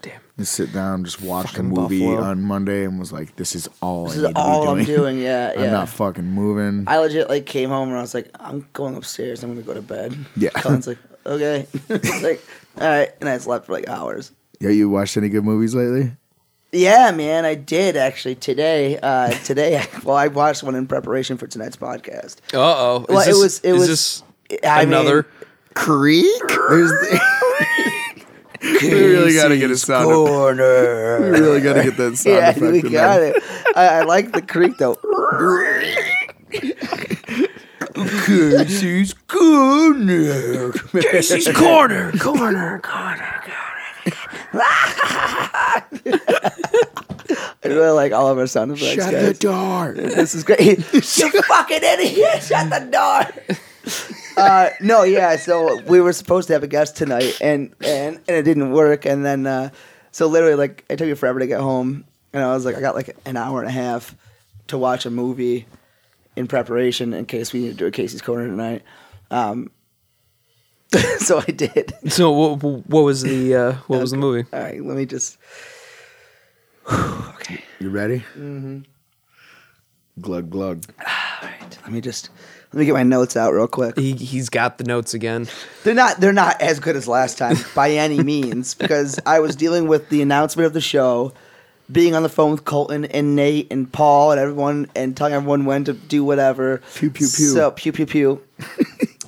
[SPEAKER 3] damn.
[SPEAKER 1] And sit down, just watched a
[SPEAKER 3] Fucking
[SPEAKER 1] movie
[SPEAKER 3] Buffalo.
[SPEAKER 1] on Monday, and was like, this is all I
[SPEAKER 2] This is
[SPEAKER 1] need to
[SPEAKER 2] all
[SPEAKER 1] be
[SPEAKER 2] I'm
[SPEAKER 1] doing.
[SPEAKER 2] doing. Yeah, yeah.
[SPEAKER 1] I'm not fucking moving.
[SPEAKER 2] I legit like came home and I was like, I'm going upstairs. I'm gonna go to bed.
[SPEAKER 1] Yeah.
[SPEAKER 2] Colin's like, okay. It's like, all right. And I slept for like hours.
[SPEAKER 1] Yo, you watched any good movies lately?
[SPEAKER 2] Yeah, man, I did actually today. Uh, today, well, I watched one in preparation for tonight's podcast.
[SPEAKER 3] Uh oh.
[SPEAKER 2] Well, it was- it was-
[SPEAKER 3] This
[SPEAKER 2] I mean,
[SPEAKER 3] another.
[SPEAKER 1] Creek. There's we really gotta get a sound. effect. We
[SPEAKER 2] corner.
[SPEAKER 1] really gotta get that sound
[SPEAKER 2] yeah,
[SPEAKER 1] effect.
[SPEAKER 2] we
[SPEAKER 1] in
[SPEAKER 2] got
[SPEAKER 1] there.
[SPEAKER 2] it. I, I like the creek though.
[SPEAKER 1] Casey's corner.
[SPEAKER 3] Casey's corner, corner, corner.
[SPEAKER 2] I We're like all of our sound effects.
[SPEAKER 1] Shut
[SPEAKER 2] guys.
[SPEAKER 1] the door.
[SPEAKER 2] This is great. you fucking idiot! Shut the door. uh, no, yeah. So we were supposed to have a guest tonight, and and, and it didn't work. And then uh, so literally, like, it took me forever to get home, and I was like, I got like an hour and a half to watch a movie in preparation in case we need to do a Casey's Corner tonight. Um, so I did.
[SPEAKER 3] So what, what was the uh, what was the movie?
[SPEAKER 2] All right, let me just. okay.
[SPEAKER 1] You ready? Mm-hmm. Glug glug.
[SPEAKER 2] All right. Let me just. Let me get my notes out real quick.
[SPEAKER 3] He he's got the notes again.
[SPEAKER 2] They're not they're not as good as last time by any means because I was dealing with the announcement of the show, being on the phone with Colton and Nate and Paul and everyone and telling everyone when to do whatever.
[SPEAKER 1] Pew, pew, pew.
[SPEAKER 2] So pew pew pew.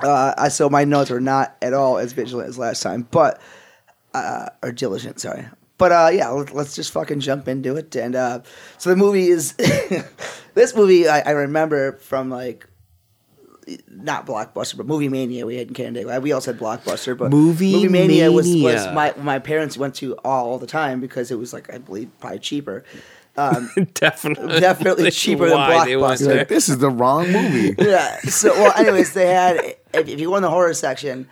[SPEAKER 2] uh, I- so my notes are not at all as vigilant as last time, but uh, or diligent. Sorry. But uh, yeah, let- let's just fucking jump into it. And uh, so the movie is this movie I, I remember from like not Blockbuster, but Movie Mania we had in Canada. We also had Blockbuster, but
[SPEAKER 3] Movie
[SPEAKER 2] was, was
[SPEAKER 3] Mania.
[SPEAKER 2] my my parents went to all the time because it was like I believe probably cheaper. Um,
[SPEAKER 3] definitely
[SPEAKER 2] Definitely cheaper than
[SPEAKER 3] why they went
[SPEAKER 2] Blockbuster.
[SPEAKER 1] You're
[SPEAKER 3] there.
[SPEAKER 1] like, this is the wrong movie.
[SPEAKER 2] yeah. So well, anyways, they had if, if you go in the horror section,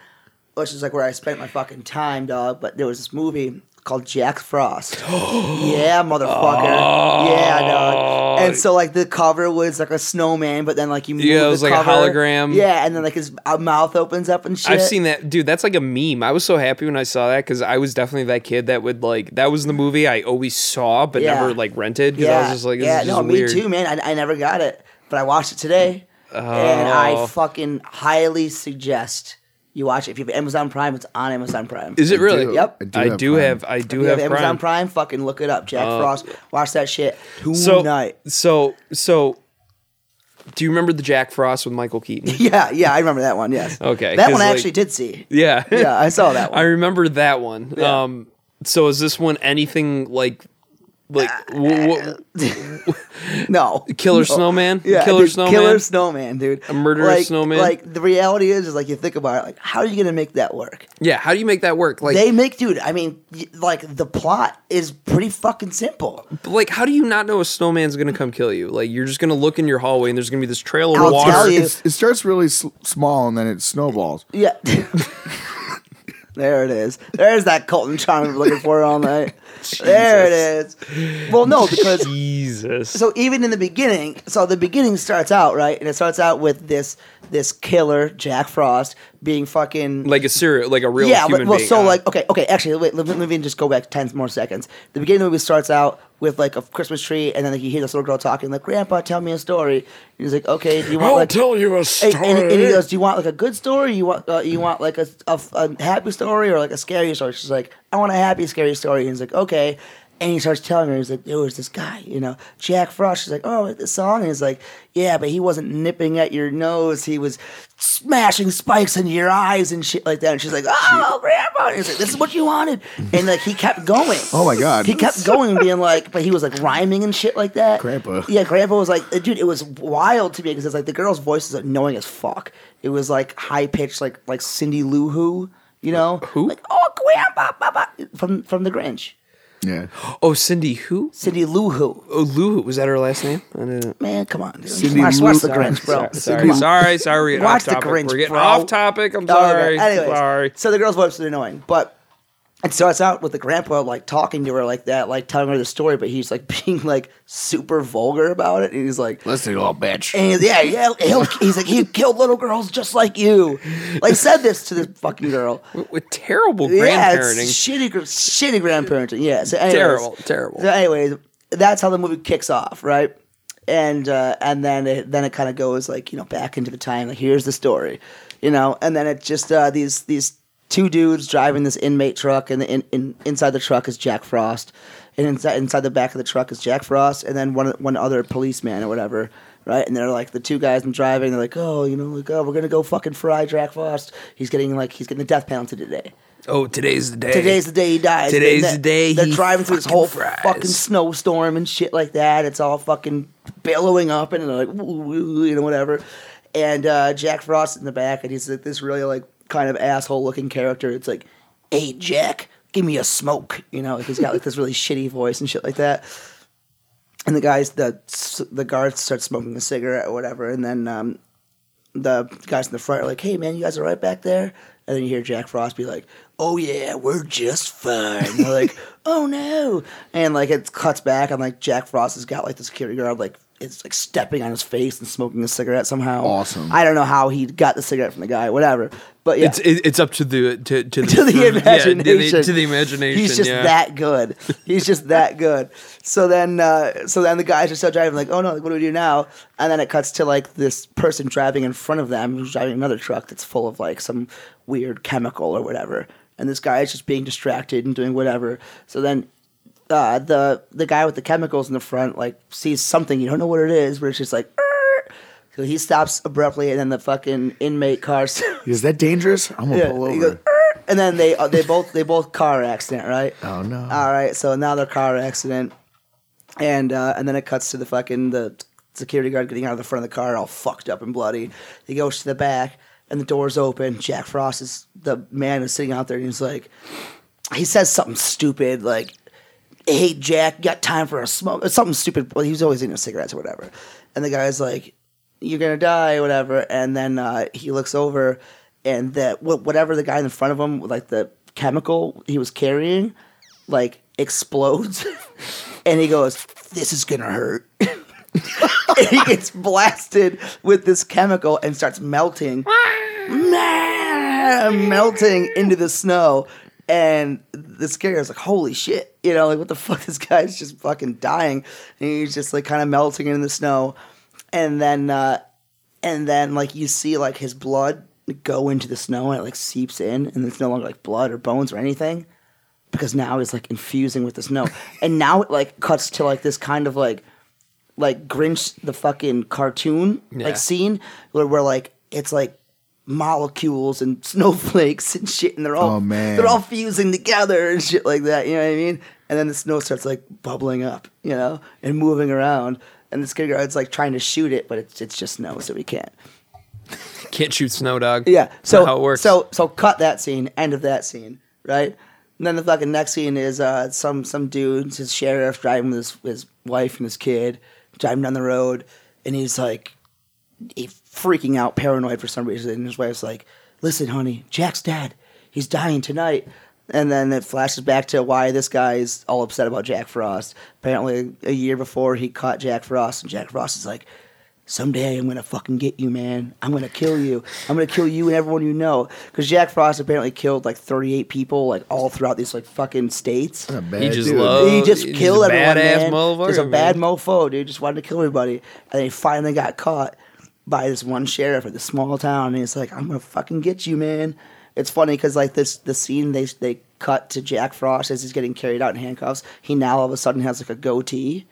[SPEAKER 2] which is like where I spent my fucking time, dog. But there was this movie called Jack Frost. yeah, motherfucker. Yeah, dog. And so like the cover was like a snowman, but then like you move
[SPEAKER 3] Yeah, it
[SPEAKER 2] the
[SPEAKER 3] was like a
[SPEAKER 2] cover.
[SPEAKER 3] hologram.
[SPEAKER 2] Yeah, and then like his uh, mouth opens up and shit.
[SPEAKER 3] I've seen that, dude. That's like a meme. I was so happy when I saw that because I was definitely that kid that would like that was the movie I always saw but
[SPEAKER 2] Yeah.
[SPEAKER 3] never like rented because I was just like, this
[SPEAKER 2] yeah,
[SPEAKER 3] is
[SPEAKER 2] no,
[SPEAKER 3] just
[SPEAKER 2] me
[SPEAKER 3] weird.
[SPEAKER 2] too, man. I, I never got it, but I watched it today, and I
[SPEAKER 3] Oh.
[SPEAKER 2] fucking highly suggest you watch it. If you have Amazon Prime, it's on Amazon Prime.
[SPEAKER 3] Is it
[SPEAKER 1] I
[SPEAKER 3] really?
[SPEAKER 1] do.
[SPEAKER 2] Yep.
[SPEAKER 3] I
[SPEAKER 1] I
[SPEAKER 3] do,
[SPEAKER 1] do
[SPEAKER 3] have,
[SPEAKER 1] have
[SPEAKER 3] I
[SPEAKER 1] Prime.
[SPEAKER 3] do have. Uh,
[SPEAKER 2] you have, Amazon Prime? Fucking look it up. Jack Frost. Watch that shit
[SPEAKER 3] So
[SPEAKER 2] tonight.
[SPEAKER 3] so so. Do you remember the Jack Frost with Michael Keaton?
[SPEAKER 2] yeah, yeah, I remember that one. Yes.
[SPEAKER 3] Okay,
[SPEAKER 2] That
[SPEAKER 3] 'cause,
[SPEAKER 2] one I
[SPEAKER 3] like-
[SPEAKER 2] actually did see.
[SPEAKER 3] yeah.
[SPEAKER 2] Yeah, I saw that
[SPEAKER 3] I
[SPEAKER 2] one.
[SPEAKER 3] remember that one.
[SPEAKER 2] Yeah.
[SPEAKER 3] Um. So is this one anything like like
[SPEAKER 2] Uh,
[SPEAKER 3] w- w-
[SPEAKER 2] no.
[SPEAKER 3] Killer
[SPEAKER 2] No.
[SPEAKER 3] Snowman?
[SPEAKER 2] oh, Yeah,
[SPEAKER 3] Killer
[SPEAKER 2] dude,
[SPEAKER 3] Snowman?
[SPEAKER 2] Killer Snowman, dude. A
[SPEAKER 3] murderous
[SPEAKER 2] like,
[SPEAKER 3] snowman?
[SPEAKER 2] Like the reality is, is like you think about it, like how are you gonna make that work?
[SPEAKER 3] yeah? How do you make that work? Like
[SPEAKER 2] They make, dude. I mean, y- like the plot is pretty fucking simple.
[SPEAKER 3] But, like how do you not know a snowman's gonna come kill you like you're just gonna look in your hallway and there's gonna be this trail of
[SPEAKER 2] I'll
[SPEAKER 3] water
[SPEAKER 2] tell you.
[SPEAKER 1] It's, it starts really s- small and then it snowballs.
[SPEAKER 2] Yeah. there it is. There's that Colton charm we were looking for all night. There it is. Well, no, because
[SPEAKER 3] jesus
[SPEAKER 2] so even in the beginning, so the beginning starts out right, and it starts out with this this killer Jack Frost being fucking
[SPEAKER 3] like a serial like a real
[SPEAKER 2] yeah,
[SPEAKER 3] human
[SPEAKER 2] but, well,
[SPEAKER 3] being.
[SPEAKER 2] so
[SPEAKER 3] Uh,
[SPEAKER 2] like okay, okay. Actually, wait. Let, me- let me just go back ten more seconds. The beginning of the movie starts out with like a Christmas tree, and then like, you hear this little girl talking like, "Grandpa, tell me a story." And he's like, "Okay, do you
[SPEAKER 3] Oh,
[SPEAKER 2] want?" like,
[SPEAKER 3] you a
[SPEAKER 2] and, and- and he goes, "Do you want like a good story? You want uh, you want like a, a, a happy story or like a scary story?" She's like, "I want a happy scary story." And he's like, "Okay." And he starts telling her, he's like, "There was this guy, you know, Jack Frost." She's like, "Oh, the song." And he's like, "Yeah, but he wasn't nipping at your nose. He was smashing spikes into your eyes and shit like that." And she's like, "Oh, grandpa!" And he's like, "This is what you wanted." And like he kept going.
[SPEAKER 1] Oh my God.
[SPEAKER 2] He kept going, being like, but he was like rhyming and shit like that.
[SPEAKER 1] Grandpa.
[SPEAKER 2] Yeah, Grandpa was like, dude, it was wild to me because it's like the girl's voice is annoying as fuck. It was like high pitched, like like Cindy Lou Who, you know,
[SPEAKER 3] Who?
[SPEAKER 2] like oh Grandpa, Papa," from from The Grinch,
[SPEAKER 1] Yeah.
[SPEAKER 3] oh cindy who
[SPEAKER 2] Cindy Lou Who.
[SPEAKER 3] oh lou was that her last name i didn't
[SPEAKER 2] Man, come on, dude.
[SPEAKER 1] Cindy
[SPEAKER 2] watch,
[SPEAKER 1] Lou-
[SPEAKER 2] watch The
[SPEAKER 1] Sorry,
[SPEAKER 2] Grinch, bro.
[SPEAKER 3] sorry sorry sorry we're getting
[SPEAKER 2] Watch
[SPEAKER 3] off
[SPEAKER 2] the
[SPEAKER 3] topic.
[SPEAKER 2] Grinch,
[SPEAKER 3] we're getting
[SPEAKER 2] bro.
[SPEAKER 3] off topic i'm
[SPEAKER 2] Oh, okay.
[SPEAKER 3] sorry
[SPEAKER 2] Anyways,
[SPEAKER 3] sorry
[SPEAKER 2] So the girl's voice is annoying, but it starts out with the grandpa like talking to her like that, like telling her the story, but he's like being like super vulgar about it, and he's like,
[SPEAKER 1] Listen, little bitch.
[SPEAKER 2] And he's, yeah, yeah, he'll, he's like, he killed little girls just like you. Like, said this to this fucking girl.
[SPEAKER 3] with, with terrible
[SPEAKER 2] Yeah, it's
[SPEAKER 3] grandparenting
[SPEAKER 2] shitty, gr- shitty grandparenting. Yeah, so anyways,
[SPEAKER 3] terrible terrible
[SPEAKER 2] So anyways, that's how the movie kicks off, right? And uh, and then it, then it kind of goes like you know back into the time. Like here's the story, you know. And then it just uh, these these two dudes driving this inmate truck, and the in, in, inside the truck is Jack Frost, and inside inside the back of the truck is Jack Frost, and then one one other policeman or whatever. Right, and they're like the two guys I'm driving. They're like, oh, you know, like, oh, we're gonna go fucking fry Jack Frost. He's getting like, he's getting the death penalty today.
[SPEAKER 3] oh today's the day
[SPEAKER 2] Today's the day he dies.
[SPEAKER 3] Today's
[SPEAKER 2] They-
[SPEAKER 3] the day
[SPEAKER 2] They're
[SPEAKER 3] he
[SPEAKER 2] driving through this
[SPEAKER 3] fucking
[SPEAKER 2] whole
[SPEAKER 3] fries.
[SPEAKER 2] fucking snowstorm and shit like that. It's all fucking billowing up and they're like, "Woo, woo, woo," you know, whatever. And uh, Jack Frost in the back, and he's like this really like kind of asshole looking character. It's like, hey Jack, give me a smoke. You know, like, he's got like this really shitty voice and shit like that. and the guys the the guards start smoking a cigarette or whatever, and then um, the guys in the front are like, "Hey man, you guys are right back there." And then you hear Jack Frost be like, "Oh yeah, we're just fine." And they're like, "Oh no!" And like it cuts back, and like Jack Frost has got like the security guard like it's like stepping on his face and smoking a cigarette somehow.
[SPEAKER 1] Awesome.
[SPEAKER 2] I don't know how he got the cigarette from the guy, whatever. But yeah,
[SPEAKER 3] It's it, it's up to the to, to the,
[SPEAKER 2] to the
[SPEAKER 3] yeah,
[SPEAKER 2] imagination.
[SPEAKER 3] to, the, to the imagination.
[SPEAKER 2] He's just
[SPEAKER 3] yeah.
[SPEAKER 2] that good. He's just that good. So then, uh, so then the guys are still driving. Like, oh no, like, what do we do now? And then it cuts to like this person driving in front of them, who's driving another truck that's full of like some weird chemical or whatever. And this guy is just being distracted and doing whatever. So then uh, the the guy with the chemicals in the front like sees something you don't know what it is, but it's just like. "Err." So he stops abruptly, and then the fucking inmate car
[SPEAKER 1] Is that dangerous? I'm gonna
[SPEAKER 2] yeah,
[SPEAKER 1] pull
[SPEAKER 2] he
[SPEAKER 1] over.
[SPEAKER 2] goes, "Er," and then they uh, they both they both car accident, right?
[SPEAKER 1] Oh, no.
[SPEAKER 2] All right, so now they're car accident, and uh, and then it cuts to the fucking the security guard getting out of the front of the car, all fucked up and bloody. He goes to the back, and the door's open. Jack Frost is the man is sitting out there, and he's like, he says something stupid like, "Hey Jack, got time for a smoke?" Or something stupid. Well, he was always into cigarettes or whatever. And the guy's like, "You're gonna die," or whatever. And then uh, he looks over, and that wh- whatever the guy in front of him, like the chemical he was carrying, like explodes, and he goes, "This is gonna hurt." and he gets blasted with this chemical and starts melting, melting into the snow. And the scary is like, holy shit, you know, like what the fuck? This guy's just fucking dying, and he's just like kind of melting in the snow. And then, uh, and then like you see like his blood go into the snow and it like seeps in, and it's no longer like blood or bones or anything because now he's like infusing with the snow, and now it like cuts to like this kind of like like Grinch the fucking cartoon
[SPEAKER 3] Yeah.
[SPEAKER 2] like scene where, where like it's like molecules and snowflakes and shit, and they're all
[SPEAKER 1] Oh, man.
[SPEAKER 2] they're all fusing together and shit like that. You know what I mean? And then the snow starts like bubbling up, you know, and moving around. And the skid guard's like trying to shoot it, but it's it's just snow, so we can't.
[SPEAKER 3] Can't shoot snow dog.
[SPEAKER 2] Yeah.
[SPEAKER 3] That's
[SPEAKER 2] So
[SPEAKER 3] not how it works.
[SPEAKER 2] So so cut that scene. End of that scene. Right. And then the fucking next scene is uh, some some dude, his sheriff, driving with his, his wife and his kid, driving down the road, and he's like, he freaking out, paranoid for some reason. And his wife's like, "Listen, honey, Jack's dead. He's dying tonight." And then it flashes back to why this guy is all upset about Jack Frost. Apparently, a year before he caught Jack Frost, and Jack Frost is like, "Someday I'm gonna fucking get you, man. I'm gonna kill you. I'm gonna kill you and everyone you know." Because Jack Frost apparently killed like 38 people, like all throughout these like fucking states.
[SPEAKER 1] Not bad,
[SPEAKER 3] he just
[SPEAKER 1] dude.
[SPEAKER 3] loves-
[SPEAKER 2] He just
[SPEAKER 3] Oh, He's a
[SPEAKER 2] killed everyone.
[SPEAKER 3] badass
[SPEAKER 2] man.
[SPEAKER 3] motherfucker,
[SPEAKER 2] He's a bad
[SPEAKER 3] man.
[SPEAKER 2] mofo, dude. Just wanted to kill everybody. And then he finally got caught by this one sheriff at this small town. And he's like, I'm going to fucking get you, man. It's funny because, like, this the scene they, they cut to Jack Frost as he's getting carried out in handcuffs. He now all of a sudden has, like, a goatee.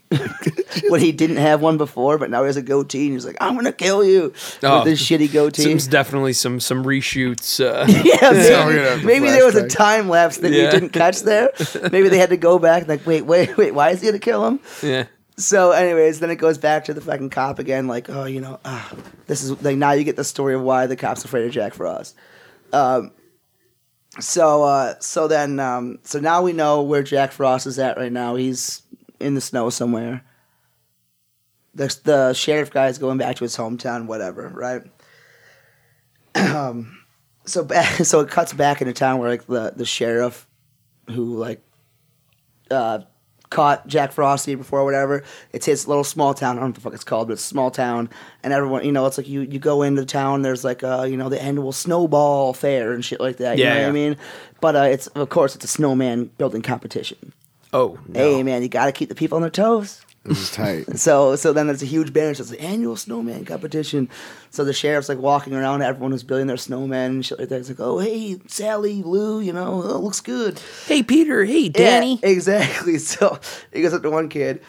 [SPEAKER 2] when he didn't have one before, but now he has a goatee and he's like, I'm gonna kill you
[SPEAKER 3] Oh.
[SPEAKER 2] with this shitty goatee.
[SPEAKER 3] There's definitely some some reshoots. Uh,
[SPEAKER 2] Yeah,
[SPEAKER 1] we're gonna have
[SPEAKER 2] maybe,
[SPEAKER 1] to
[SPEAKER 2] maybe there was a
[SPEAKER 1] flashback.
[SPEAKER 2] time lapse that you
[SPEAKER 3] Yeah.
[SPEAKER 2] didn't catch there. Maybe they had to go back and like, wait, wait, wait, why is he gonna kill him?
[SPEAKER 3] yeah.
[SPEAKER 2] So, anyways, then it goes back to the fucking cop again, like, oh, you know, ah, this is like now you get the story of why the cop's afraid of Jack Frost. Um, so, uh, so then, um, so now we know where Jack Frost is at right now. He's in the snow somewhere. The, the sheriff guy is going back to his hometown, whatever, right? Um, so back, so it cuts back into town where like the, the sheriff, who like uh, caught Jack Frost the year before, or whatever. It's his little small town. I don't know what the fuck it's called, but it's a small town. And everyone, you know, it's like you, you go into town, there's like, uh, you know, the annual snowball fair and shit like that. You
[SPEAKER 3] Yeah,
[SPEAKER 2] know what I
[SPEAKER 3] yeah.
[SPEAKER 2] mean? But uh, it's, of course, it's a snowman building competition.
[SPEAKER 3] Oh no.
[SPEAKER 2] Hey, man, you got to keep the people on their toes.
[SPEAKER 1] This is tight.
[SPEAKER 2] So so then there's a huge banner. So it's the annual snowman competition. So the sheriff's like walking around. Everyone who's building their snowman and shit like that. It's like, oh hey Sally, Lou, you know, oh, looks good.
[SPEAKER 3] Hey Peter. Hey
[SPEAKER 2] Yeah,
[SPEAKER 3] Danny.
[SPEAKER 2] exactly. So he goes up to one kid,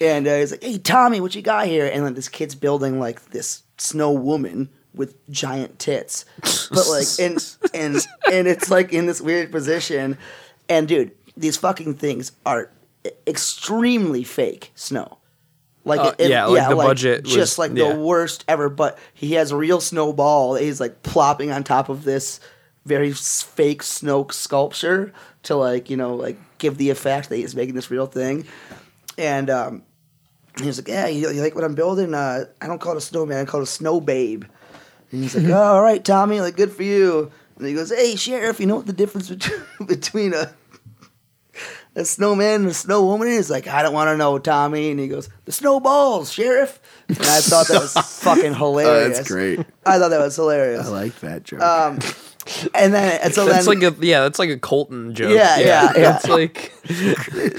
[SPEAKER 2] and uh, he's like, "Hey, Tommy, what you got here?" And then this kid's building like this snow woman with giant tits, but like, and and and it's like in this weird position, and dude, these fucking things are e-, extremely fake snow. Like
[SPEAKER 3] Uh, yeah, like the budget was-
[SPEAKER 2] just like
[SPEAKER 3] yeah.
[SPEAKER 2] the worst ever. But he has a real snowball. that He's like plopping on top of this very s- fake snow sculpture to like you know like give the effect that he's making this real thing. and um, he was like, "Yeah, you, you like what I'm building? Uh, I don't call it a snowman. I call it a snow babe." And he's like, "Oh, all right, Tommy. Like, good for you." And he goes, "Hey, sheriff, you know what the difference between, between a a snowman and a snow woman is?" Like, I don't want to know, Tommy. And he goes, "The snowballs, sheriff." And I thought that was fucking
[SPEAKER 1] Oh,
[SPEAKER 2] hilarious.
[SPEAKER 1] that's great.
[SPEAKER 2] I thought that was hilarious.
[SPEAKER 1] I like that joke.
[SPEAKER 2] Um, and then and so
[SPEAKER 3] That's
[SPEAKER 2] then
[SPEAKER 3] like a yeah, that's like a Colton joke.
[SPEAKER 2] Yeah, yeah, yeah.
[SPEAKER 3] It's like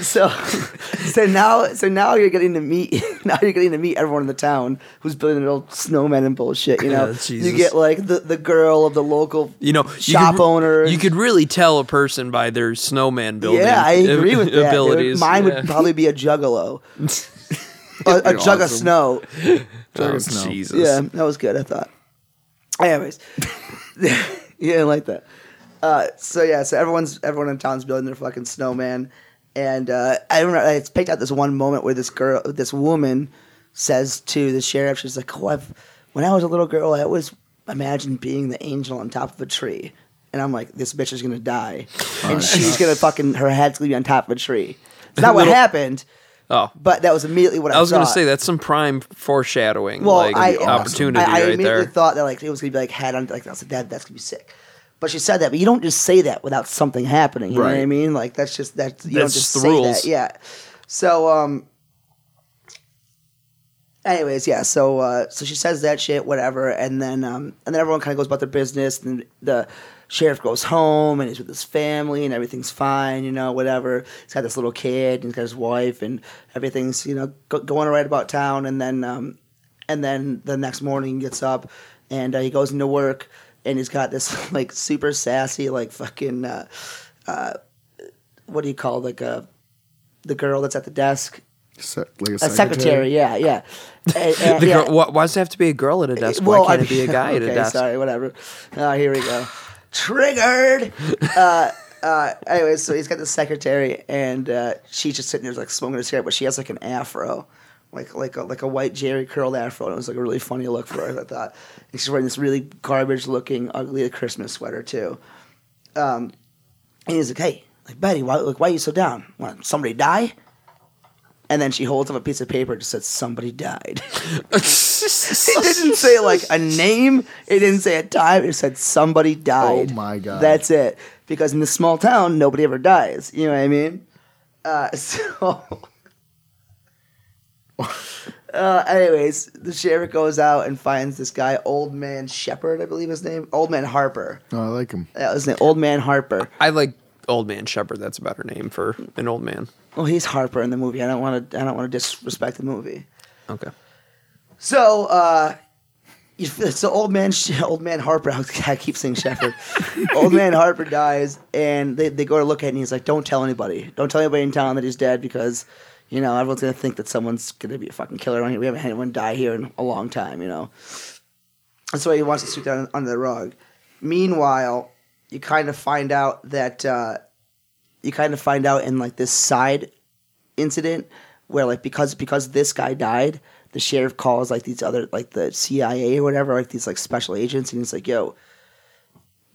[SPEAKER 2] so so now so now you're getting to meet now you're getting to meet everyone in the town who's building their old snowmen and bullshit. You know,
[SPEAKER 3] Yeah, Jesus.
[SPEAKER 2] you get like the, the girl of the local
[SPEAKER 3] you know,
[SPEAKER 2] shop
[SPEAKER 3] you could,
[SPEAKER 2] owner.
[SPEAKER 3] You could really tell a person by their snowman building.
[SPEAKER 2] yeah, I agree with that.
[SPEAKER 3] abilities.
[SPEAKER 2] Dude. Mine
[SPEAKER 3] Yeah.
[SPEAKER 2] would probably be a juggalo, a, a
[SPEAKER 1] That'd be
[SPEAKER 2] jug of
[SPEAKER 1] awesome.
[SPEAKER 2] snow.
[SPEAKER 3] Oh,
[SPEAKER 1] Snow.
[SPEAKER 3] Jesus.
[SPEAKER 2] Yeah, that was good. I thought. Anyways, yeah, I like that. Uh, so yeah, so everyone's everyone in town's building their fucking snowman, and uh, I remember I picked out this one moment where this girl, this woman, says to the sheriff, she's like, "Oh, I've, when I was a little girl, I always imagined being the angel on top of a tree." And I'm like, this bitch is gonna die, and she's gonna fucking her head's gonna be on top of a tree. It's not what
[SPEAKER 3] Little-
[SPEAKER 2] happened,
[SPEAKER 3] Oh.
[SPEAKER 2] but that was immediately what I,
[SPEAKER 3] I was gonna
[SPEAKER 2] thought.
[SPEAKER 3] say that's some prime foreshadowing,
[SPEAKER 2] uh, Well,
[SPEAKER 3] like
[SPEAKER 2] I,
[SPEAKER 3] opportunity
[SPEAKER 2] I, I
[SPEAKER 3] right
[SPEAKER 2] immediately
[SPEAKER 3] there.
[SPEAKER 2] thought that like it was gonna be like head on like I was like that that's gonna be sick. But she said that, but you don't just say that without something happening. You know what I
[SPEAKER 1] Right.
[SPEAKER 2] mean? Like that's just that's you don't
[SPEAKER 3] That's
[SPEAKER 2] just
[SPEAKER 3] the
[SPEAKER 2] say
[SPEAKER 3] rules.
[SPEAKER 2] that. Yeah. So um. Anyways, yeah. So uh, so she says that shit, whatever, and then um, and then everyone kind of goes about their business, and the sheriff goes home and he's with his family, and everything's fine, you know, whatever. He's got this little kid, and he's got his wife, and everything's you know go- going right about town, and then um, and then the next morning he gets up and uh, he goes into work and he's got this like super sassy like fucking uh, uh, what do you call like uh, the girl that's at the desk
[SPEAKER 1] Se- like
[SPEAKER 2] a secretary, yeah yeah And- and-
[SPEAKER 3] The
[SPEAKER 2] yeah.
[SPEAKER 3] girl, why, why does it have to be a girl at a desk?
[SPEAKER 2] Well,
[SPEAKER 3] why can't
[SPEAKER 2] I
[SPEAKER 3] it be a
[SPEAKER 2] mean-
[SPEAKER 3] guy at
[SPEAKER 2] okay,
[SPEAKER 3] a desk?
[SPEAKER 2] Sorry, whatever. Oh, here we go. Triggered. uh, uh, anyway, so he's got the secretary, and uh, she's just sitting there like smoking a cigarette, but she has like an afro, like like a, like a white Jerry curled afro, and it was like a really funny look for her, I thought. And she's wearing this really garbage looking, ugly Christmas sweater too. Um, and he's like, "Hey, like Betty, why like why are you so down? Want somebody die?" And then she holds up a piece of paper and just says, "Somebody died." It didn't say like a name. It didn't say a time. It said somebody died.
[SPEAKER 1] Oh, my God.
[SPEAKER 2] That's it. Because in this small town, nobody ever dies. You know what I mean? Uh, so. Uh, anyways, the sheriff goes out and finds this guy, Old Man Shepherd, I believe his name, Old Man Harper.
[SPEAKER 1] No, I like him.
[SPEAKER 2] That was the Old Man Harper.
[SPEAKER 3] I like Old Man Shepherd. That's about her name for an old man.
[SPEAKER 2] Well, he's Harper in the movie. I don't want to. I don't want to disrespect the movie.
[SPEAKER 3] Okay.
[SPEAKER 2] So, uh, you feel- so old man, Sh- old man Harper. I keep saying Shepherd. old man Harper dies, and they, they go to look at it, and he's like, "Don't tell anybody. Don't tell anybody in town that he's dead because, you know, everyone's gonna think that someone's gonna be a fucking killer on here. We haven't had anyone die here in a long time, you know." And so he wants to sweep down under the rug. Meanwhile, you kind of find out that uh, you kind of find out in like this side incident where like because because this guy died, the sheriff calls like these other like the CIA or whatever, like these like special agents, and he's like, "Yo,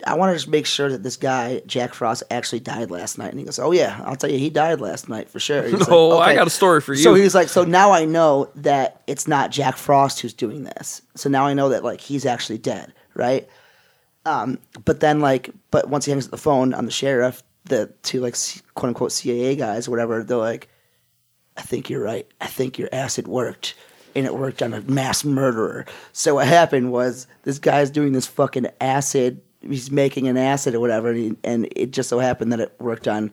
[SPEAKER 2] I want to just make sure that this guy Jack Frost actually died last night." And he goes, "Oh yeah, I'll tell you, he died last night for sure." He's like,
[SPEAKER 3] Oh, I
[SPEAKER 2] "Okay."
[SPEAKER 3] got a story for you.
[SPEAKER 2] So he's like, so now I know that it's not Jack Frost who's doing this. So now I know that like he's actually dead, right? Um, but then like, but once he hangs up the phone on the sheriff, the two like C- quote unquote CIA guys, or whatever, they're like, I think you're right. I think your acid worked. And it worked on a mass murderer. So what happened was this guy's doing this fucking acid. He's making an acid or whatever, and, he, and it just so happened that it worked on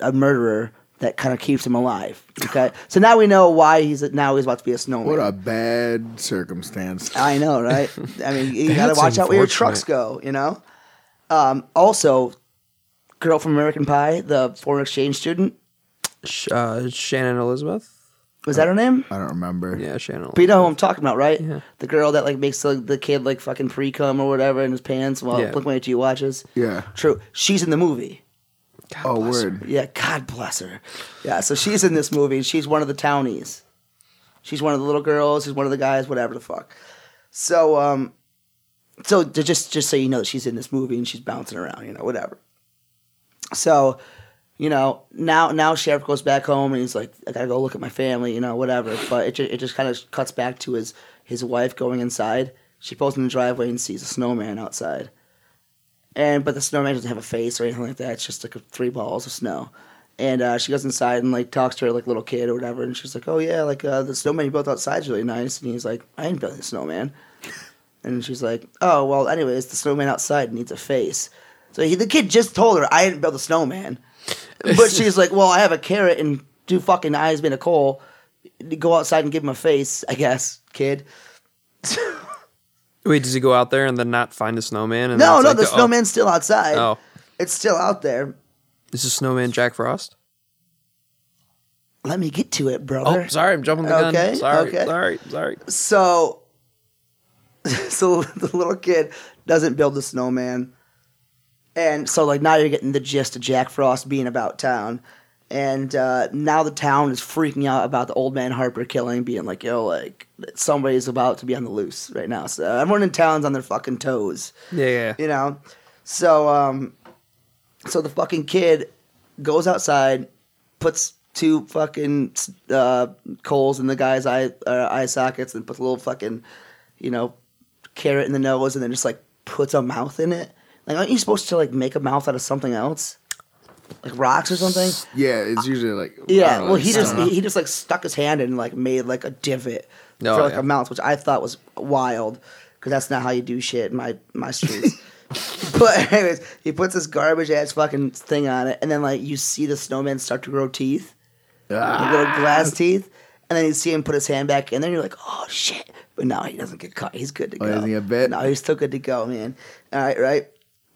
[SPEAKER 2] a murderer that kind of keeps him alive. Okay, so now we know why he's now he's about to be a snowman.
[SPEAKER 1] What a bad circumstance.
[SPEAKER 2] I know, right? I mean, you gotta
[SPEAKER 3] That's
[SPEAKER 2] watch out where your
[SPEAKER 3] unfortunate.
[SPEAKER 2] trucks go. You know. Um, also, girl from American Pie, the foreign exchange student,
[SPEAKER 3] Sh- uh, Shannon Elizabeth.
[SPEAKER 2] was that her name?
[SPEAKER 1] I don't remember.
[SPEAKER 3] Yeah, Shannon.
[SPEAKER 2] But you know who I'm talking about, right?
[SPEAKER 3] Yeah.
[SPEAKER 2] The girl that like makes the, the kid like fucking pre cum or whatever in his pants while
[SPEAKER 3] Yeah.
[SPEAKER 2] Blink One Eight Two watches.
[SPEAKER 1] Yeah.
[SPEAKER 2] True. She's in the movie.
[SPEAKER 3] God
[SPEAKER 1] Oh,
[SPEAKER 3] bless her.
[SPEAKER 1] word.
[SPEAKER 2] Yeah, God bless her. Yeah, so she's in this movie and she's one of the townies. She's one of the little girls, she's one of the guys, whatever the fuck. So um so to just just so you know that she's in this movie and she's bouncing around, you know, whatever. So you know, now now Sheriff goes back home and he's like, I gotta go look at my family, you know, whatever. But it just, it just kind of cuts back to his his wife going inside. She pulls in the driveway and sees a snowman outside, and but the snowman doesn't have a face or anything like that. It's just like three balls of snow. And uh, she goes inside and like talks to her like little kid or whatever, and she's like, "Oh yeah, like uh, the snowman you built outside's really nice." And he's like, "I ain't building a snowman." And she's like, "Oh well, anyways, the snowman outside needs a face." So he, the kid just told her, "I didn't build a snowman," but she's like, "Well, I have a carrot and two fucking eyes made of coal. Go outside and give him a face, I guess, kid."
[SPEAKER 3] Wait, does he go out there and then not find the snowman? And
[SPEAKER 2] No,
[SPEAKER 3] that's
[SPEAKER 2] no,
[SPEAKER 3] like
[SPEAKER 2] the snowman's still outside.
[SPEAKER 3] Oh, oh,
[SPEAKER 2] It's still out there.
[SPEAKER 3] is the snowman Jack Frost?
[SPEAKER 2] Let me get to it, brother.
[SPEAKER 3] Oh, sorry, I'm jumping the gun.
[SPEAKER 2] Okay,
[SPEAKER 3] sorry,
[SPEAKER 2] okay.
[SPEAKER 3] sorry, sorry.
[SPEAKER 2] So, so the little kid doesn't build the snowman, and so like now you're getting the gist of Jack Frost being about town, and uh, now the town is freaking out about the old man Harper killing, being like, yo, like somebody's about to be on the loose right now. So everyone in town's on their fucking toes
[SPEAKER 3] Yeah, yeah.
[SPEAKER 2] you know. So um, so the fucking kid goes outside, puts two fucking uh, coals in the guy's eye uh, eye sockets, and puts a little fucking, you know, carrot in the nose, and then just like puts a mouth in it. Like, aren't you supposed to like make a mouth out of something else, like rocks or something?
[SPEAKER 1] Yeah, it's usually like I
[SPEAKER 2] Yeah,
[SPEAKER 1] don't know,
[SPEAKER 2] well, he
[SPEAKER 1] I don't
[SPEAKER 2] just
[SPEAKER 1] know.
[SPEAKER 2] he, he just like stuck his hand in and like made like a divot
[SPEAKER 3] Oh,
[SPEAKER 2] for like
[SPEAKER 3] yeah.
[SPEAKER 2] a mouth, which I thought was wild because that's not how you do shit in my my streets. but anyways, he puts this garbage ass fucking thing on it, and then like you see the snowman start to grow teeth, like, little
[SPEAKER 1] Ah.
[SPEAKER 2] glass teeth, and then you see him put his hand back in there, and you're like, oh shit! But no, he doesn't get caught. He's good to
[SPEAKER 1] Oh,
[SPEAKER 2] go.
[SPEAKER 1] he doesn't get bit?
[SPEAKER 2] No, he's still good to go, man. All right, right.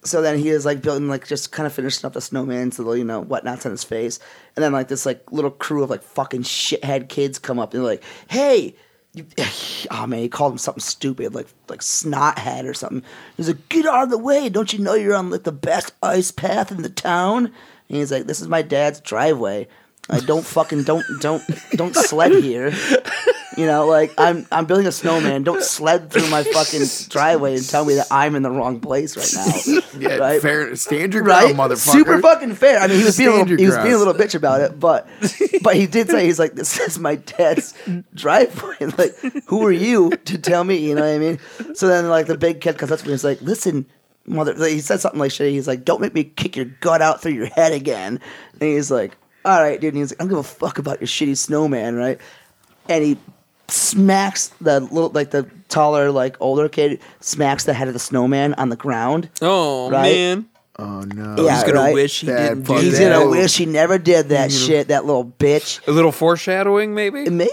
[SPEAKER 2] So then he is like building, like just kind of finishing up the snowman, so the, you know whatnots on his face, and then like this like little crew of like fucking shithead kids come up and they're like, "Hey, you, oh man, he called him something stupid like like snothead or something." He's like, "Get out of the way! Don't you know you're on like the best ice path in the town?" And he's like, "This is my dad's driveway. I don't fucking don't don't don't sled here." You know, like I'm I'm building a snowman. Don't sled through my fucking driveway and tell me that I'm in the wrong place right now.
[SPEAKER 1] yeah,
[SPEAKER 2] right?
[SPEAKER 1] fair stand your
[SPEAKER 2] Right,
[SPEAKER 1] ground, motherfucker.
[SPEAKER 2] super fucking fair. I mean, he was being a
[SPEAKER 1] Stand
[SPEAKER 2] little,
[SPEAKER 1] your
[SPEAKER 2] he was being a
[SPEAKER 1] ground.
[SPEAKER 2] little bitch about it, but but he did say he's like, "This is my dad's driveway." And, Like, who are you to tell me? You know what I mean? So then, like, the big kid comes up to me. He's like, "Listen, mother," like, he said something like shitty. He's like, "Don't make me kick your gut out through your head again." And he's like, "All right, dude." And he's like, "I don't give a fuck about your shitty snowman, right?" and he smacks the little like the taller like older kid smacks the head of the snowman on the ground
[SPEAKER 3] Oh
[SPEAKER 2] Right?
[SPEAKER 3] man,
[SPEAKER 1] Oh no.
[SPEAKER 2] Yeah.
[SPEAKER 3] he's gonna
[SPEAKER 2] right?
[SPEAKER 3] wish he
[SPEAKER 1] Bad
[SPEAKER 3] didn't do
[SPEAKER 1] fuck.
[SPEAKER 2] he's
[SPEAKER 3] that.
[SPEAKER 2] gonna wish he never did that shit that little bitch
[SPEAKER 3] A little foreshadowing, maybe.
[SPEAKER 2] maybe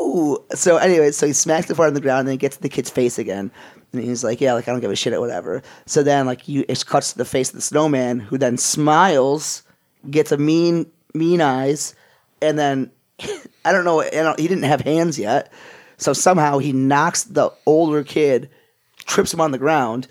[SPEAKER 2] ooh so anyway so he smacks the part on the ground and then he gets in the kid's face again and he's like yeah like i don't give a shit or whatever so then like you it cuts to the face of the snowman who then smiles gets a mean mean eyes and then i don't know and he didn't have hands yet so somehow he knocks the older kid trips him on the ground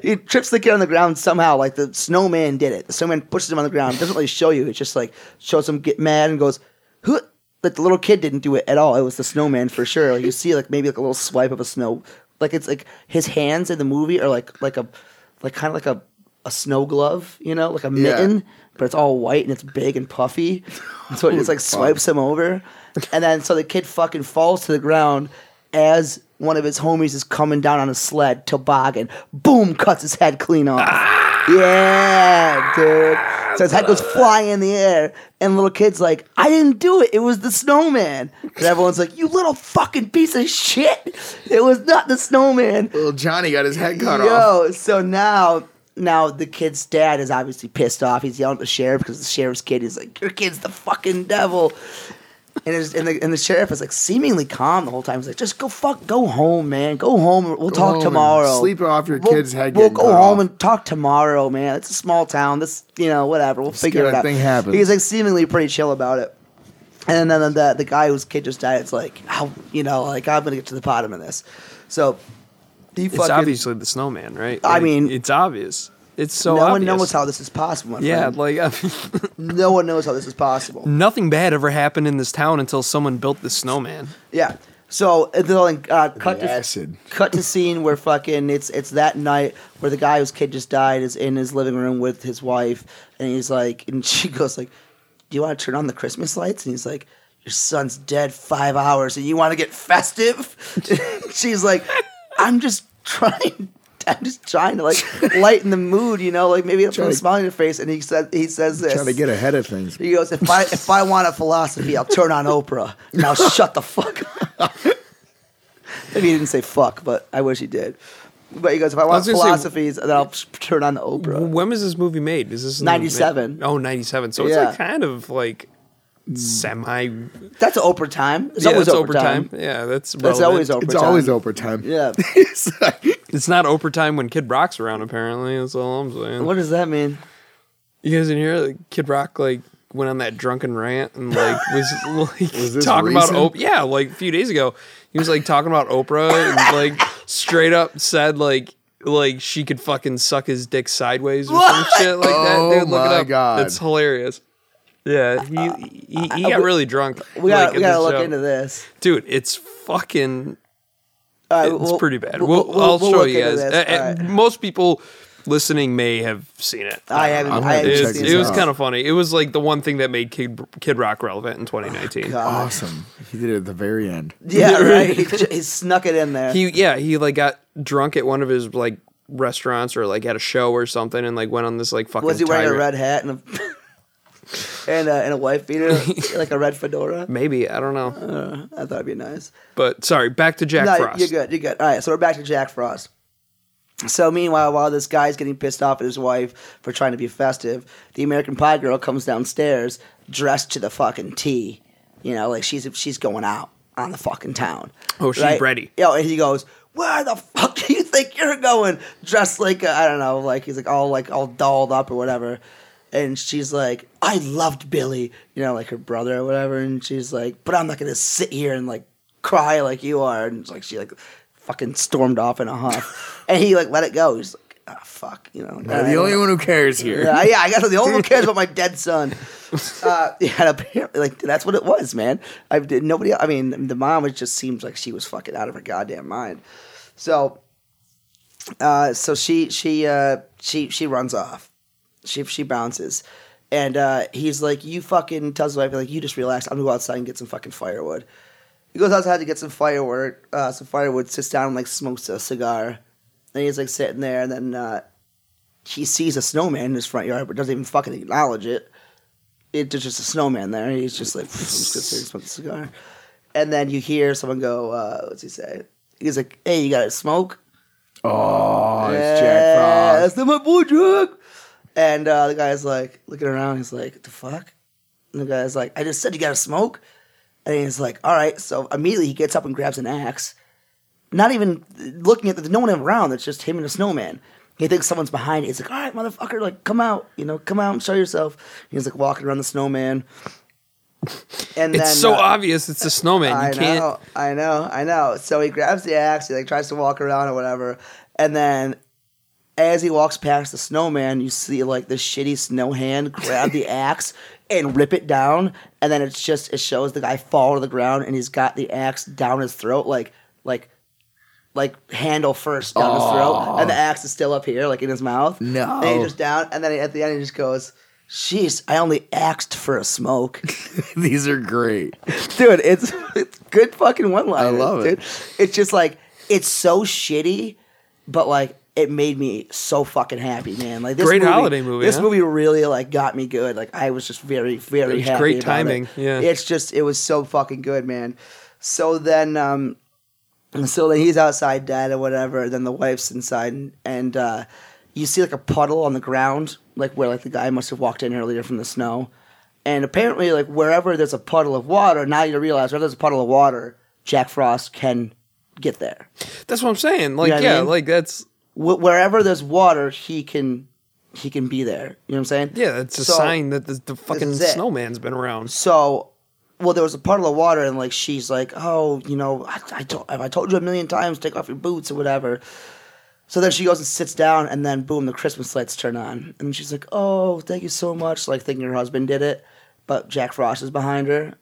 [SPEAKER 2] he trips the kid on the ground somehow. Like the snowman did it. The snowman pushes him on the ground. Doesn't really show you. It just like shows him get mad and goes, "Who?" Like the little kid didn't do it at all. It was the snowman for sure. Like you see, like maybe like a little swipe of a snow. Like it's like his hands in the movie are like like a like kind of like a a snow glove, you know, like a mitten, but it's all white and it's big and puffy. And so it just like swipes him over, and then so the kid fucking falls to the ground as one of his homies is coming down on a sled, toboggan, boom, cuts his head clean off. Yeah, dude. So his head goes flying in the air, and little kid's like, I didn't do it. It was the snowman. And everyone's like, You little fucking piece of shit. It was not the snowman.
[SPEAKER 1] Little Johnny got his head cut off.
[SPEAKER 2] Yo, so now now the kid's dad is obviously pissed off. He's yelling at the sheriff because the sheriff's kid is like, Your kid's the fucking devil. And, it's, and, the, and the sheriff is like seemingly calm the whole time. He's like, just go fuck, go home, man. Go home. We'll talk
[SPEAKER 1] home and
[SPEAKER 2] tomorrow.
[SPEAKER 1] sleep off your kid's head
[SPEAKER 2] We'll
[SPEAKER 1] getting
[SPEAKER 2] go
[SPEAKER 1] cut
[SPEAKER 2] home
[SPEAKER 1] off.
[SPEAKER 2] and talk tomorrow, man. It's a small town. This, you know, whatever. We'll figure
[SPEAKER 1] get
[SPEAKER 2] it
[SPEAKER 1] that
[SPEAKER 2] out.
[SPEAKER 1] thing happen.
[SPEAKER 2] He's like seemingly pretty chill about it. And then the, the guy whose kid just died, it's like, how, you know, like I'm gonna get to the bottom of this. So he
[SPEAKER 3] It's
[SPEAKER 2] fucking
[SPEAKER 3] obviously the snowman, right?
[SPEAKER 2] I
[SPEAKER 3] Like,
[SPEAKER 2] mean-
[SPEAKER 3] it's obvious. It's so
[SPEAKER 2] no one
[SPEAKER 3] obvious.
[SPEAKER 2] knows how this is possible. My
[SPEAKER 3] Yeah,
[SPEAKER 2] friend.
[SPEAKER 3] like I mean,
[SPEAKER 2] no one knows how this is possible.
[SPEAKER 3] nothing bad ever happened in this town until someone built this snowman.
[SPEAKER 2] Yeah. So uh, the like, uh, cut
[SPEAKER 1] The
[SPEAKER 2] to
[SPEAKER 1] acid.
[SPEAKER 2] cut to scene where fucking it's it's that night where the guy whose kid just died is in his living room with his wife, and he's like, and she goes like, "Do you want to turn on the Christmas lights?" And he's like, "Your son's dead five hours, and you want to get festive?" She's like, "I'm just trying." I'm just trying to like lighten the mood, you know, like maybe I'll put
[SPEAKER 1] Trying
[SPEAKER 2] a
[SPEAKER 1] to-
[SPEAKER 2] smile on your face. And he said, he says this.
[SPEAKER 1] Trying to get ahead of things.
[SPEAKER 2] He goes, if I if I want a philosophy, I'll turn on Oprah. Now shut the fuck up. Maybe he didn't say fuck, but I wish he did. But he goes, if I want
[SPEAKER 3] was gonna say-
[SPEAKER 2] philosophies, then I'll turn on the Oprah.
[SPEAKER 3] When was this movie made? Is this in the-
[SPEAKER 2] 97.
[SPEAKER 3] oh, 97. So it's
[SPEAKER 2] Yeah.
[SPEAKER 3] like kind of like semi.
[SPEAKER 2] That's Oprah time. It's
[SPEAKER 3] Mm-hmm. yeah,
[SPEAKER 2] always
[SPEAKER 3] that's
[SPEAKER 2] Oprah time.
[SPEAKER 3] Yeah, that's
[SPEAKER 2] That's always
[SPEAKER 3] relevant.
[SPEAKER 2] Oprah.
[SPEAKER 1] It's
[SPEAKER 2] time.
[SPEAKER 1] always Oprah time.
[SPEAKER 2] Yeah. Uh,
[SPEAKER 1] It's like-
[SPEAKER 3] It's not Oprah time when Kid Rock's around. Apparently, that's all I'm saying.
[SPEAKER 2] What does that mean?
[SPEAKER 3] You guys in here? Like, Kid Rock like went on that drunken rant and like was like
[SPEAKER 1] Was this
[SPEAKER 3] talking about
[SPEAKER 1] recent?
[SPEAKER 3] Oprah. Yeah, like a few days ago, he was like talking about Oprah and like straight up said like like she could fucking suck his dick sideways or some shit like
[SPEAKER 1] Oh
[SPEAKER 3] that. Dude, look
[SPEAKER 1] my
[SPEAKER 3] it up.
[SPEAKER 1] God.
[SPEAKER 3] It's hilarious. Yeah, he he, he got really drunk.
[SPEAKER 2] We gotta,
[SPEAKER 3] like,
[SPEAKER 2] we
[SPEAKER 3] at
[SPEAKER 2] gotta
[SPEAKER 3] the
[SPEAKER 2] look
[SPEAKER 3] show.
[SPEAKER 2] into this.
[SPEAKER 3] Dude, it's fucking
[SPEAKER 2] All right,
[SPEAKER 3] it's
[SPEAKER 2] we'll-
[SPEAKER 3] pretty bad.
[SPEAKER 2] we'll-
[SPEAKER 3] We'll,
[SPEAKER 2] we'll-
[SPEAKER 3] I'll
[SPEAKER 2] we'll
[SPEAKER 3] show
[SPEAKER 2] look
[SPEAKER 3] you
[SPEAKER 2] into
[SPEAKER 3] guys.
[SPEAKER 2] this.
[SPEAKER 3] Uh, uh,
[SPEAKER 2] All right.
[SPEAKER 3] Most people listening may have seen it.
[SPEAKER 2] I haven't.
[SPEAKER 1] I'm
[SPEAKER 2] I
[SPEAKER 1] gonna
[SPEAKER 2] haven't
[SPEAKER 1] check
[SPEAKER 3] It's-
[SPEAKER 2] seen
[SPEAKER 1] this
[SPEAKER 3] it was
[SPEAKER 1] out.
[SPEAKER 3] kind of funny. It was like the one thing that made Kid, Kid Rock relevant in 2019.
[SPEAKER 2] God.
[SPEAKER 1] awesome. He did it at the very end.
[SPEAKER 2] Yeah, right. He, j- he snuck it in there.
[SPEAKER 3] he yeah he like got drunk at one of his like restaurants or like at a show or something and like went on this like fucking
[SPEAKER 2] Was he wearing a
[SPEAKER 3] tirade.
[SPEAKER 2] red hat and a and a, and a wife beater, like a red fedora?
[SPEAKER 3] Maybe I don't know.
[SPEAKER 2] I thought it'd be nice.
[SPEAKER 3] But sorry, back to Jack
[SPEAKER 2] no,
[SPEAKER 3] Frost.
[SPEAKER 2] you're good. You're good. All right, so we're back to Jack Frost. So meanwhile, while this guy's getting pissed off at his wife for trying to be festive, the American Pie girl comes downstairs dressed to the fucking T. You know, like she's she's going out on the fucking town.
[SPEAKER 3] Oh, she's ready.
[SPEAKER 2] Yo, and he goes, "Where the fuck do you think you're going?" Dressed like I I don't know, like he's like all like all dolled up or whatever. And she's like, "I loved Billy," you know, like her brother or whatever. And she's like, "But I'm not gonna sit here and like cry like you are." And it's like she like fucking stormed off in a huff. and he like let it go. He's like, "Ah, fuck," you know.
[SPEAKER 1] You're the only one who cares here.
[SPEAKER 2] Yeah, yeah, I guess I'm the only one who cares about my dead son. Uh, yeah, and apparently, like that's what it was, man. I did nobody. I mean, the mom was just seems like she was fucking out of her goddamn mind. So, uh, so she she uh, she she runs off. She she bounces, and uh, he's like, "You fucking." Tells his wife, "Like you just relax. I'm gonna go outside and get some fucking firewood." He goes outside to get some firework, uh, some firewood. Sits down and like smokes a cigar. And he's like sitting there, and then uh, he sees a snowman in his front yard, but doesn't even fucking acknowledge it. It- It's just a snowman there. and He's just like, I'm just gonna sit here and smoke a cigar. And then you hear someone go, uh, what's he say? He's like, hey, you got to smoke?
[SPEAKER 1] Oh, it's
[SPEAKER 2] Yeah,
[SPEAKER 1] Jack Frost.
[SPEAKER 2] That's not my boy, Jack. And uh, the guy's like looking around. He's like, "The fuck?" And the guy's like, "I just said you got to smoke." And he's like, "All right." So immediately he gets up and grabs an axe. Not even looking at the, no one around. It's just him and a snowman. He thinks someone's behind. He's like, "All right, motherfucker, like come out, you know, come out and show yourself." He's like walking around the snowman. And
[SPEAKER 3] it's
[SPEAKER 2] then,
[SPEAKER 3] so
[SPEAKER 2] uh,
[SPEAKER 3] obvious. It's a snowman. You
[SPEAKER 2] I
[SPEAKER 3] can't.
[SPEAKER 2] know, I know, I know. So he grabs the axe, he like tries to walk around or whatever, and then as he walks past the snowman, you see like the shitty snow hand grab the axe and rip it down, and then it's just it shows the guy fall to the ground and he's got the axe down his throat, like like like handle first down his throat, and the axe is still up here, like in his mouth.
[SPEAKER 1] No.
[SPEAKER 2] and he just down, and then at the end he just goes. Jeez, I only axed for a smoke
[SPEAKER 1] These are great.
[SPEAKER 2] dude. It's it's good fucking one line.
[SPEAKER 1] I love it.
[SPEAKER 2] It's just like it's so shitty, but like it made me so fucking happy, man. Like this
[SPEAKER 3] Great
[SPEAKER 2] movie,
[SPEAKER 3] holiday movie,
[SPEAKER 2] This
[SPEAKER 3] huh?
[SPEAKER 2] movie really like got me good. Like I was just very very
[SPEAKER 3] It was
[SPEAKER 2] happy.
[SPEAKER 3] great
[SPEAKER 2] about it.
[SPEAKER 3] timing, yeah.
[SPEAKER 2] it's just it was so fucking good, man. So then, um, so then he's outside dead or whatever. Then the wife's inside, and, and uh, you see like a puddle on the ground, like where like the guy must have walked in earlier from the snow. And apparently, like wherever there's a puddle of water, now you realize wherever there's a puddle of water, Jack Frost can get there.
[SPEAKER 3] That's what I'm saying. Like
[SPEAKER 2] what I
[SPEAKER 3] yeah,
[SPEAKER 2] mean?
[SPEAKER 3] like that's
[SPEAKER 2] Wh- wherever there's water, he can he can be there. You know what I'm saying?
[SPEAKER 3] yeah, that's a
[SPEAKER 2] So-
[SPEAKER 3] sign that the, the fucking
[SPEAKER 2] is it.
[SPEAKER 3] snowman's been around.
[SPEAKER 2] Um, So, well, there was a puddle of water, and like she's like, "Oh, you know, I, I told I told you a million times, take off your boots or whatever." So then she goes and sits down, and then boom, the Christmas lights turn on, and she's like, "Oh, thank you so much," like thinking her husband did it, but Jack Frost is behind her,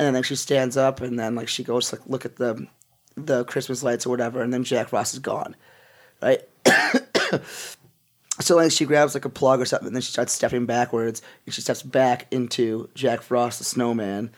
[SPEAKER 2] and then she stands up and then like she goes to like, look at the the Christmas lights or whatever, and then Jack Ross is gone, right? so like she grabs like a plug or something, and then she starts stepping backwards, and she steps back into Jack Frost the snowman,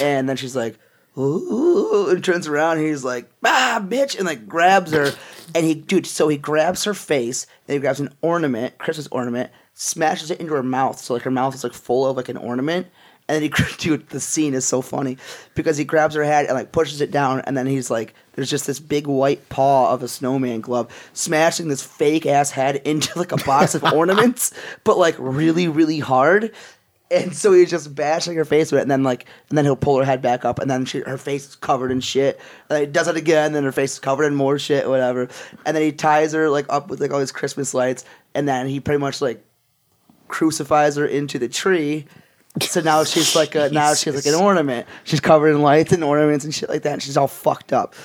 [SPEAKER 2] and then she's like. Ooh, and turns around and he's like, ah, bitch, and like grabs her. And he, dude, so he grabs her face and he grabs an ornament, Christmas ornament, smashes it into her mouth. So like her mouth is like full of like an ornament. And then he, dude, the scene is so funny because he grabs her head and like pushes it down, and then he's like, there's just this big white paw of a snowman glove smashing this fake ass head into like a box of ornaments, but like really, really hard. And so he's just bashing her face with it, and then like, and then he'll pull her head back up, and then she, her face is covered in shit. And then he does it again, and then her face is covered in more shit, whatever. And then he ties her like up with like all these Christmas lights, and then he pretty much like crucifies her into the tree. So now she's like a now she's like an ornament. She's covered in lights and ornaments and shit like that, and she's all fucked up.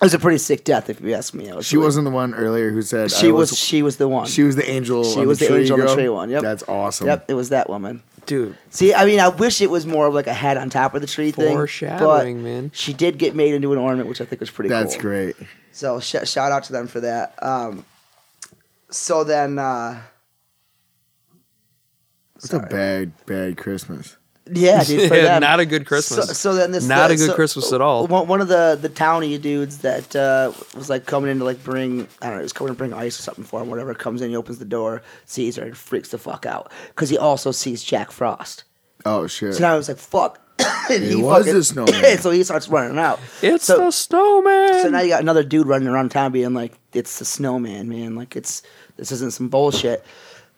[SPEAKER 2] It was a pretty sick death, if you ask me. It was
[SPEAKER 1] She
[SPEAKER 2] really-
[SPEAKER 1] wasn't the one earlier who said I
[SPEAKER 2] She was, she was the one.
[SPEAKER 1] She was the angel.
[SPEAKER 2] She
[SPEAKER 1] on
[SPEAKER 2] was the,
[SPEAKER 1] tree
[SPEAKER 2] angel on the
[SPEAKER 1] girl?
[SPEAKER 2] tree one. Yep.
[SPEAKER 1] That's awesome.
[SPEAKER 2] Yep, it was that woman.
[SPEAKER 3] dude.
[SPEAKER 2] See, I mean, I wish it was more of like a head on top of the tree thing. but
[SPEAKER 3] Foreshadowing, man.
[SPEAKER 2] She did get made into an ornament, which I think was pretty.
[SPEAKER 1] That's
[SPEAKER 2] cool.
[SPEAKER 1] great.
[SPEAKER 2] So sh- shout out to them for that. Um, so then, uh,
[SPEAKER 1] It's a bad, bad Christmas.
[SPEAKER 2] yeah, dude, for
[SPEAKER 3] Yeah,
[SPEAKER 2] them.
[SPEAKER 3] not a good Christmas.
[SPEAKER 2] So, so then this
[SPEAKER 3] Not
[SPEAKER 2] the-
[SPEAKER 3] a good
[SPEAKER 2] so uh,
[SPEAKER 3] Christmas at all.
[SPEAKER 2] One, one of the the townie dudes that uh, was like coming in to like bring I don't know, he was coming to bring ice or something for him. Whatever comes in, he opens the door, sees her, and freaks the fuck out because he also sees Jack Frost.
[SPEAKER 1] Oh shit.
[SPEAKER 2] So now I was like, fuck. and
[SPEAKER 1] It was the snowman.
[SPEAKER 2] so he starts running out.
[SPEAKER 3] It's
[SPEAKER 2] so,
[SPEAKER 3] the snowman.
[SPEAKER 2] so now you got another dude running around town being like, "It's the snowman, man. Like it's this isn't some bullshit."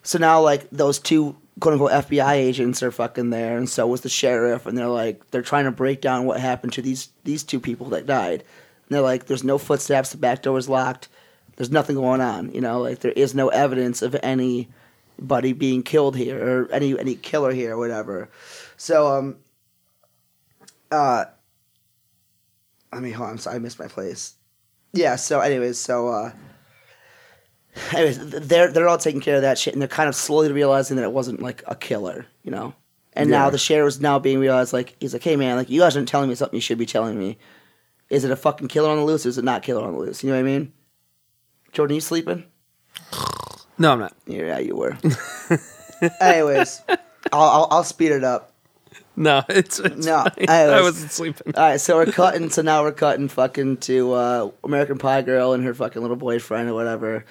[SPEAKER 2] So now like those two quote unquote FBI agents are fucking there, and so was the sheriff, and they're like they're trying to break down what happened to these these two people that died. And they're like, "There's no footsteps. The back door is locked. There's nothing going on. You know, like there is no evidence of anybody being killed here or any any killer here or whatever." So um. Uh, I mean, hold on, I'm sorry, I missed my place. Yeah. So, anyways, so uh, anyways, th- they're they're all taking care of that shit, and they're kind of slowly realizing that it wasn't like a killer, you know. And now
[SPEAKER 1] Yeah.
[SPEAKER 2] the sheriff's now being realized, like he's like, hey man, like you guys aren't telling me something you should be telling me. Is it a fucking killer on the loose? Or is it not killer on the loose? You know what I mean? Jordan, you sleeping?
[SPEAKER 3] no, I'm not.
[SPEAKER 2] Yeah, you were. anyways, I'll, I'll I'll speed it up.
[SPEAKER 3] No, it's, it's
[SPEAKER 2] No,
[SPEAKER 3] fine.
[SPEAKER 2] I was-
[SPEAKER 3] I wasn't sleeping.
[SPEAKER 2] All right, so we're cutting. So now we're cutting fucking to uh, American Pie girl and her fucking little boyfriend or whatever.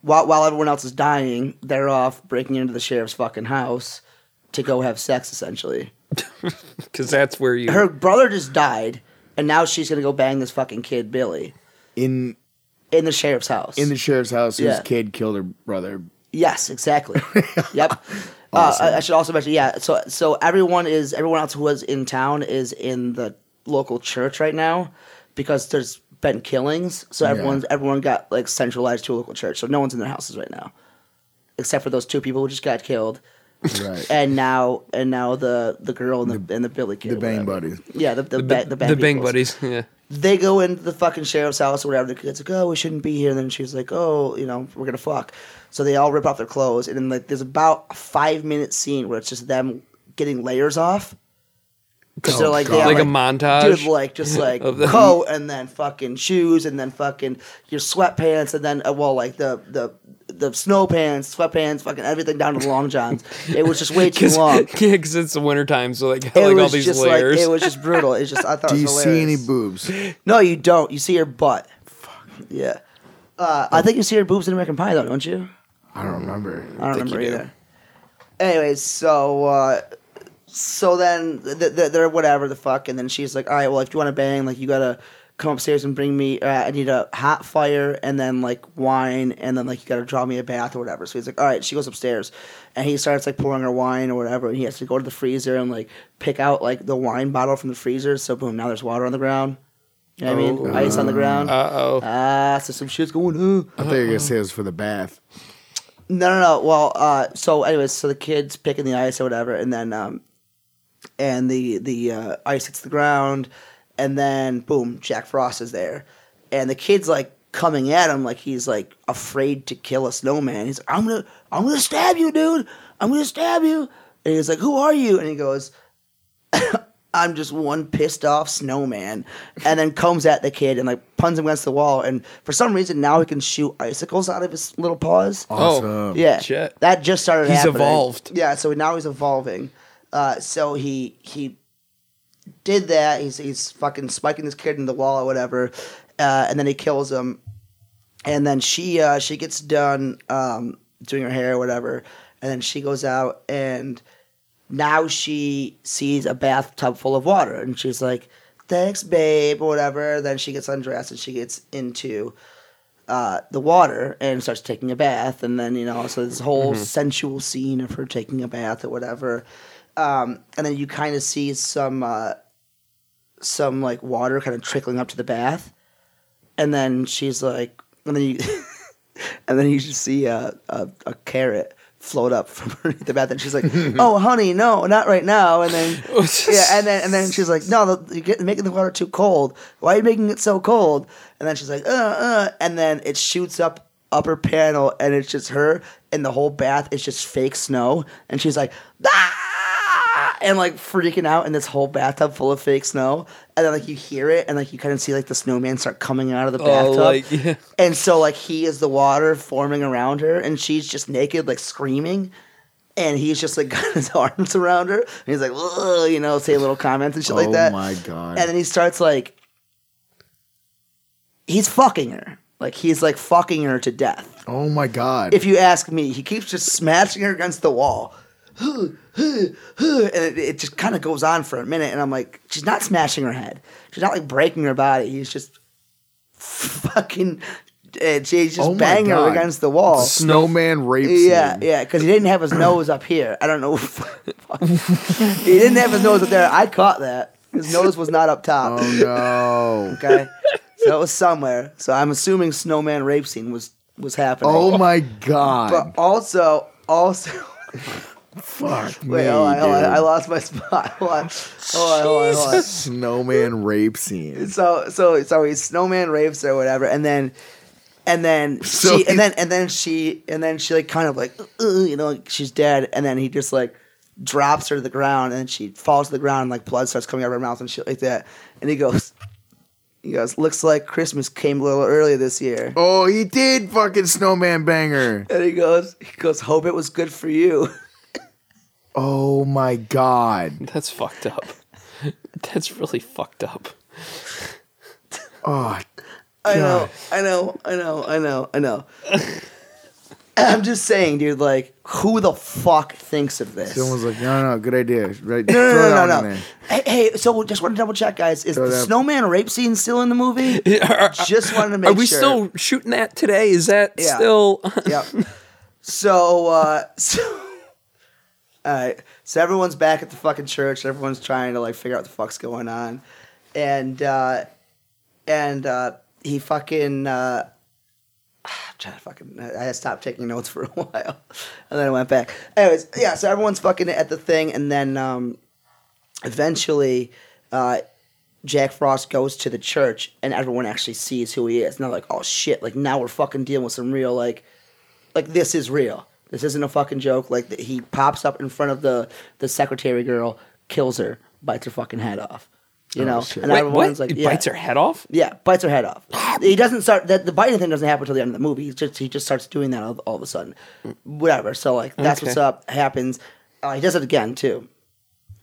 [SPEAKER 2] While while everyone else is dying, they're off breaking into the sheriff's fucking house to go have sex. Essentially,
[SPEAKER 3] Because that's where you.
[SPEAKER 2] her brother just died, and now she's gonna go bang this fucking kid Billy
[SPEAKER 1] In
[SPEAKER 2] in the sheriff's house.
[SPEAKER 1] in the sheriff's house, his
[SPEAKER 2] Yeah.
[SPEAKER 1] kid killed her brother.
[SPEAKER 2] Yes, exactly. yep. Uh, I, I should also mention, yeah. So, so everyone is everyone else who was in town is in the local church right now because there's been killings. So everyone's everyone got like centralized to a local church. So no one's in their houses right now, except for those two people who just got killed,
[SPEAKER 1] Right.
[SPEAKER 2] and now and now the the girl and the, and the Billy kid,
[SPEAKER 1] the
[SPEAKER 2] or
[SPEAKER 1] Bang
[SPEAKER 2] whatever.
[SPEAKER 1] Buddies.
[SPEAKER 2] Yeah, the the,
[SPEAKER 3] the,
[SPEAKER 2] ba- the, bang,
[SPEAKER 3] the bang
[SPEAKER 2] peoples
[SPEAKER 3] buddies. Yeah.
[SPEAKER 2] they go into the fucking sheriff's house or whatever. The kid's like, oh, we shouldn't be here. And then she's like, oh, you know, we're gonna fuck. So they all rip off their clothes, and then like there's about a five minute scene where it's just them getting layers off. Because
[SPEAKER 1] Oh,
[SPEAKER 2] they're like, they have,
[SPEAKER 3] like,
[SPEAKER 2] like
[SPEAKER 3] a montage.
[SPEAKER 2] Dude, like just like
[SPEAKER 3] of them.
[SPEAKER 2] coat and then fucking shoes and then fucking your sweatpants and then uh, well like the the the snow pants, sweatpants, fucking everything down to the long johns. It was just way too
[SPEAKER 3] Because
[SPEAKER 2] long.
[SPEAKER 3] it's the winter time, so like
[SPEAKER 2] It
[SPEAKER 3] like all
[SPEAKER 2] was
[SPEAKER 3] these
[SPEAKER 2] just
[SPEAKER 3] layers.
[SPEAKER 2] like it was just brutal. It's just I thought.
[SPEAKER 1] Do
[SPEAKER 2] it
[SPEAKER 1] you
[SPEAKER 2] was
[SPEAKER 1] see
[SPEAKER 2] hilarious.
[SPEAKER 1] any boobs?
[SPEAKER 2] No, you don't. You see your butt. Yeah. Uh, I think you see her boobs in American Pie, though, don't you?
[SPEAKER 1] I don't remember.
[SPEAKER 2] I don't
[SPEAKER 3] think you
[SPEAKER 2] remember
[SPEAKER 3] do.
[SPEAKER 2] either. Anyways, so uh, so then th- th- they're whatever the fuck, and then she's like, "All right, well, if you want to bang, like, you gotta come upstairs and bring me. Uh, I need a hot fire, and then like wine, and then like you gotta draw me a bath or whatever." So he's like, "All right." She goes upstairs, and he starts like pouring her wine or whatever, and he has to go to the freezer and like pick out like the wine bottle from the freezer. So boom, now there's water on the ground. You know what I mean? Ice on the ground.
[SPEAKER 3] Oh, uh oh.
[SPEAKER 2] Ah, so some shit's going on.
[SPEAKER 1] I thought you were gonna say it was for the bath.
[SPEAKER 2] No, no, no. Well, uh, so anyways, so the kid's picking the ice or whatever, and then um, and the the uh, ice hits the ground, and then boom, Jack Frost is there, and the kid's like coming at him like he's like afraid to kill a snowman. He's like, I'm gonna, I'm gonna stab you, dude. I'm gonna stab you. And he's like, Who are you? And he goes, I'm just one pissed off snowman, and then comes at the kid and like puns him against the wall. And for some reason now he can shoot icicles out of his little paws.
[SPEAKER 3] Oh,
[SPEAKER 1] Awesome.
[SPEAKER 2] Yeah,
[SPEAKER 3] Shit.
[SPEAKER 2] that just started.
[SPEAKER 3] He's
[SPEAKER 2] happening.
[SPEAKER 3] evolved.
[SPEAKER 2] Yeah, so now he's evolving. Uh, so he he did that. He's he's fucking spiking this kid in the wall or whatever, uh, and then he kills him. And then she uh, she gets done um, doing her hair or whatever, and then she goes out and now she sees a bathtub full of water and she's like, "Thanks, babe," or whatever. Then she gets undressed and she gets into uh, the water and starts taking a bath, and then you know, so this whole sensual scene of her taking a bath or whatever, um, and then you kind of see some uh, some like water kind of trickling up to the bath, and then she's like, and then you, and then you just see a, a, a carrot float up from underneath the bath, and she's like, "Oh, honey, no, not right now," and then yeah, and then and then she's like, "No, the- you're getting, making the water too cold. Why are you making it so cold?" And then she's like, "Uh, uh," and then it shoots up upper panel, and it's just her, and the whole bath is just fake snow, and she's like, "Ah!" and like freaking out in this whole bathtub full of fake snow, and then like you hear it, and like you kind of see like the snowman start coming out of the
[SPEAKER 3] Oh,
[SPEAKER 2] bathtub,
[SPEAKER 3] like, yeah.
[SPEAKER 2] and so like he is the water forming around her, and she's just naked, like screaming, and he's just like got his arms around her, and he's like, "Ugh," you know, say little comments and shit like
[SPEAKER 1] Oh
[SPEAKER 2] that.
[SPEAKER 1] my God.
[SPEAKER 2] And then he starts like, he's fucking her, like he's like fucking her to death
[SPEAKER 1] Oh my god.
[SPEAKER 2] if you ask me, he keeps just smashing her against the wall. and it, it just kind of goes on for a minute. And I'm like, she's not smashing her head. She's not like breaking her body. He's just fucking, uh, she's just
[SPEAKER 1] Oh my
[SPEAKER 2] banging her
[SPEAKER 1] God.
[SPEAKER 2] against the wall.
[SPEAKER 1] Snowman rapes
[SPEAKER 2] Yeah,
[SPEAKER 1] him.
[SPEAKER 2] yeah, because he didn't have his nose up here. I don't know. he didn't have his nose up there. I caught that. His nose was not up top.
[SPEAKER 1] Oh no.
[SPEAKER 2] Okay, so it was somewhere. So I'm assuming snowman rape scene was was happening.
[SPEAKER 1] oh my
[SPEAKER 2] But
[SPEAKER 1] god.
[SPEAKER 2] also, also,
[SPEAKER 1] Fuck me,
[SPEAKER 2] wait, hold on, hold on,
[SPEAKER 1] dude.
[SPEAKER 2] I lost my spot. Hold on, hold on, hold on, hold on.
[SPEAKER 1] Snowman rape scene.
[SPEAKER 2] So, so, so he's snowman rapes or whatever, and then, and then
[SPEAKER 1] So
[SPEAKER 2] she,
[SPEAKER 1] he-
[SPEAKER 2] and then, and then she, and then she like kind of like, "Uh, you know, like she's dead, and then he just like drops her to the ground, and she falls to the ground, and like blood starts coming out of her mouth and shit like that, and he goes, he goes, looks like Christmas came a little early this year.
[SPEAKER 1] Oh, he did fucking snowman banger.
[SPEAKER 2] And he goes, he goes, hope it was good for you.
[SPEAKER 1] Oh my god.
[SPEAKER 3] That's fucked up. That's really fucked up.
[SPEAKER 1] Oh,
[SPEAKER 2] I know, I know, I know, I know, I know. I'm just saying, dude. Like, who the fuck thinks of this?
[SPEAKER 1] someone's like, no, no, good idea. Right,
[SPEAKER 2] no,
[SPEAKER 1] throw
[SPEAKER 2] no, no,
[SPEAKER 1] that
[SPEAKER 2] no,
[SPEAKER 1] one in
[SPEAKER 2] no.
[SPEAKER 1] there.
[SPEAKER 2] Hey, hey, so just want to double check, guys. Is
[SPEAKER 1] Throw
[SPEAKER 2] the
[SPEAKER 1] that-
[SPEAKER 2] snowman rape scene still in the movie?
[SPEAKER 3] Are,
[SPEAKER 2] just wanted to make
[SPEAKER 3] are we
[SPEAKER 2] sure.
[SPEAKER 3] still shooting that today? Is that
[SPEAKER 2] Yeah.
[SPEAKER 3] still?
[SPEAKER 2] Yep. So, uh, so, all right. So everyone's back at the fucking church. Everyone's trying to like figure out what the fuck's going on, and uh, and uh, he fucking. Uh, I'm trying to fucking. I had stopped taking notes for a while, and then I went back. Anyways, yeah. So everyone's fucking at the thing, and then um, eventually. Uh, Jack Frost goes to the church and everyone actually sees who he is. And they're like, oh shit, like now we're fucking dealing with some real, like, like this is real. This isn't a fucking joke. Like th- he pops up in front of the the secretary girl, kills her, bites her fucking head off. You know,
[SPEAKER 1] shit.
[SPEAKER 2] and
[SPEAKER 3] Oh, Wait,
[SPEAKER 2] everyone's
[SPEAKER 3] what?
[SPEAKER 2] like,
[SPEAKER 3] He
[SPEAKER 2] yeah.
[SPEAKER 3] bites her head off.
[SPEAKER 2] Yeah, bites her head off. He doesn't start that the biting thing doesn't happen until the end of the movie. He just he just starts doing that all, all of a sudden. Whatever. So like that's
[SPEAKER 3] Okay.
[SPEAKER 2] what's up happens. Uh, he does it again too,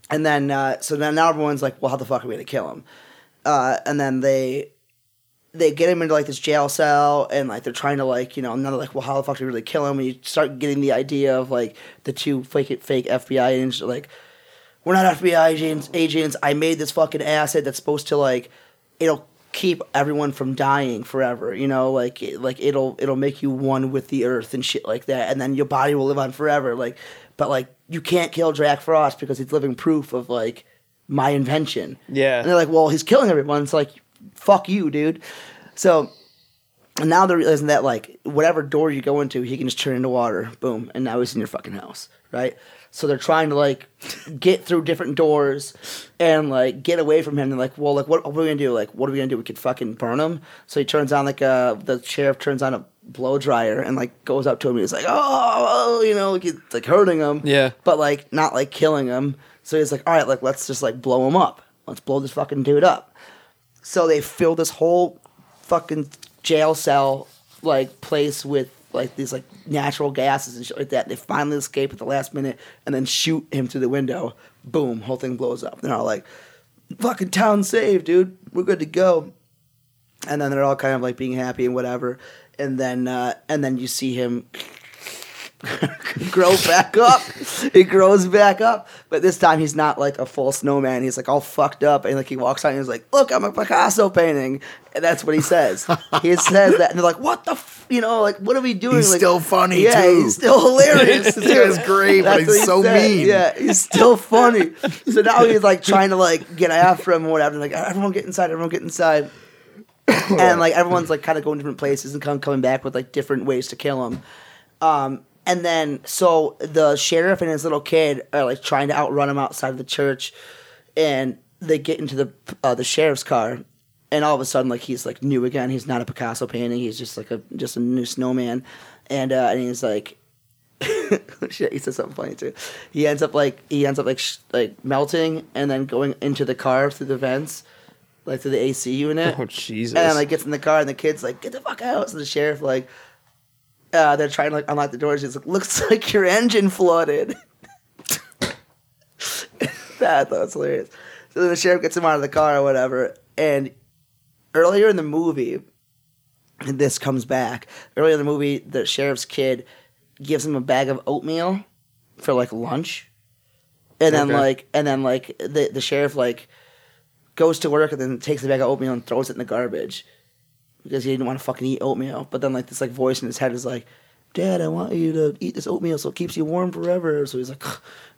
[SPEAKER 2] and then uh, so then now everyone's like, well, how the fuck are we gonna kill him? Uh, and then they they get him into like this jail cell and like they're trying to like you know and then they're like well how the fuck do we really kill him and you start getting the idea of like the two fake fake FBI agents are like we're not FBI agents agents I made this fucking acid that's supposed to like it'll keep everyone from dying forever you know like it, like it'll it'll make you one with the earth and shit like that and then your body will live on forever like but like you can't kill Jack Frost because he's living proof of like my invention
[SPEAKER 3] Yeah.
[SPEAKER 2] and they're like well he's killing everyone it's like fuck you dude so and now they're realizing that like whatever door you go into, he can just turn into water. Boom, and now he's in your fucking house, right? So they're trying to like get through different doors and like get away from him. They're like, well, like what, what are we gonna do? Like what are we gonna do? We could fucking burn him. So he turns on like uh the sheriff turns on a blow dryer and like goes up to him. He's like, oh, oh," you know, like, he's, like hurting him.
[SPEAKER 3] Yeah.
[SPEAKER 2] but like not like killing him. So he's like, all right, like let's just like blow him up. Let's blow this fucking dude up. So they filled this whole fucking jail cell like place with like these like natural gases and shit like that. They finally escape at the last minute and then shoot him through the window. Boom, whole thing blows up. They're all like, fucking town saved, dude. We're good to go and then they're all kind of like being happy and whatever and then uh, and then you see him grow back up it grows back up but this time he's not like a full snowman he's like all fucked up and like he walks out and he's like look i'm a picasso painting and that's what he says he says that and they're like what the f-? you know like what are we doing
[SPEAKER 1] He's
[SPEAKER 2] like,
[SPEAKER 1] still funny,
[SPEAKER 2] yeah
[SPEAKER 1] too.
[SPEAKER 2] he's still hilarious
[SPEAKER 1] This guy's great, but
[SPEAKER 2] That's
[SPEAKER 1] he's
[SPEAKER 2] what he
[SPEAKER 1] so
[SPEAKER 2] said.
[SPEAKER 1] mean.
[SPEAKER 2] yeah he's still funny so now he's like trying to like get after him or whatever like everyone get inside everyone get inside and like everyone's like kind of going different places and come coming back with like different ways to kill him. Um, and then so the sheriff and his little kid are like trying to outrun him outside of the church, and they get into the uh, the sheriff's car, and all of a sudden like he's like new again. He's not a Picasso painting. He's just like a just a new snowman, and uh, and he's like. Shit, he said something funny too. He ends up like he ends up like sh- like melting and then going into the car through the vents, like through the AC unit.
[SPEAKER 3] Oh Jesus!
[SPEAKER 2] And then like gets in the car and the kid's like, get the fuck out. So the sheriff like uh, they're trying to like unlock the doors. He's like, looks like your engine flooded. that that was hilarious. So then the sheriff gets him out of the car or whatever. And earlier in the movie, and this comes back. Earlier in the movie, the sheriff's kid gives him a bag of oatmeal for like lunch. And then
[SPEAKER 3] Okay.
[SPEAKER 2] like and then like the the sheriff like goes to work and then takes the bag of oatmeal and throws it in the garbage because he didn't want to fucking eat oatmeal. But then like this like voice in his head is like, "Dad, I want you to eat this oatmeal so it keeps you warm forever." So he's like,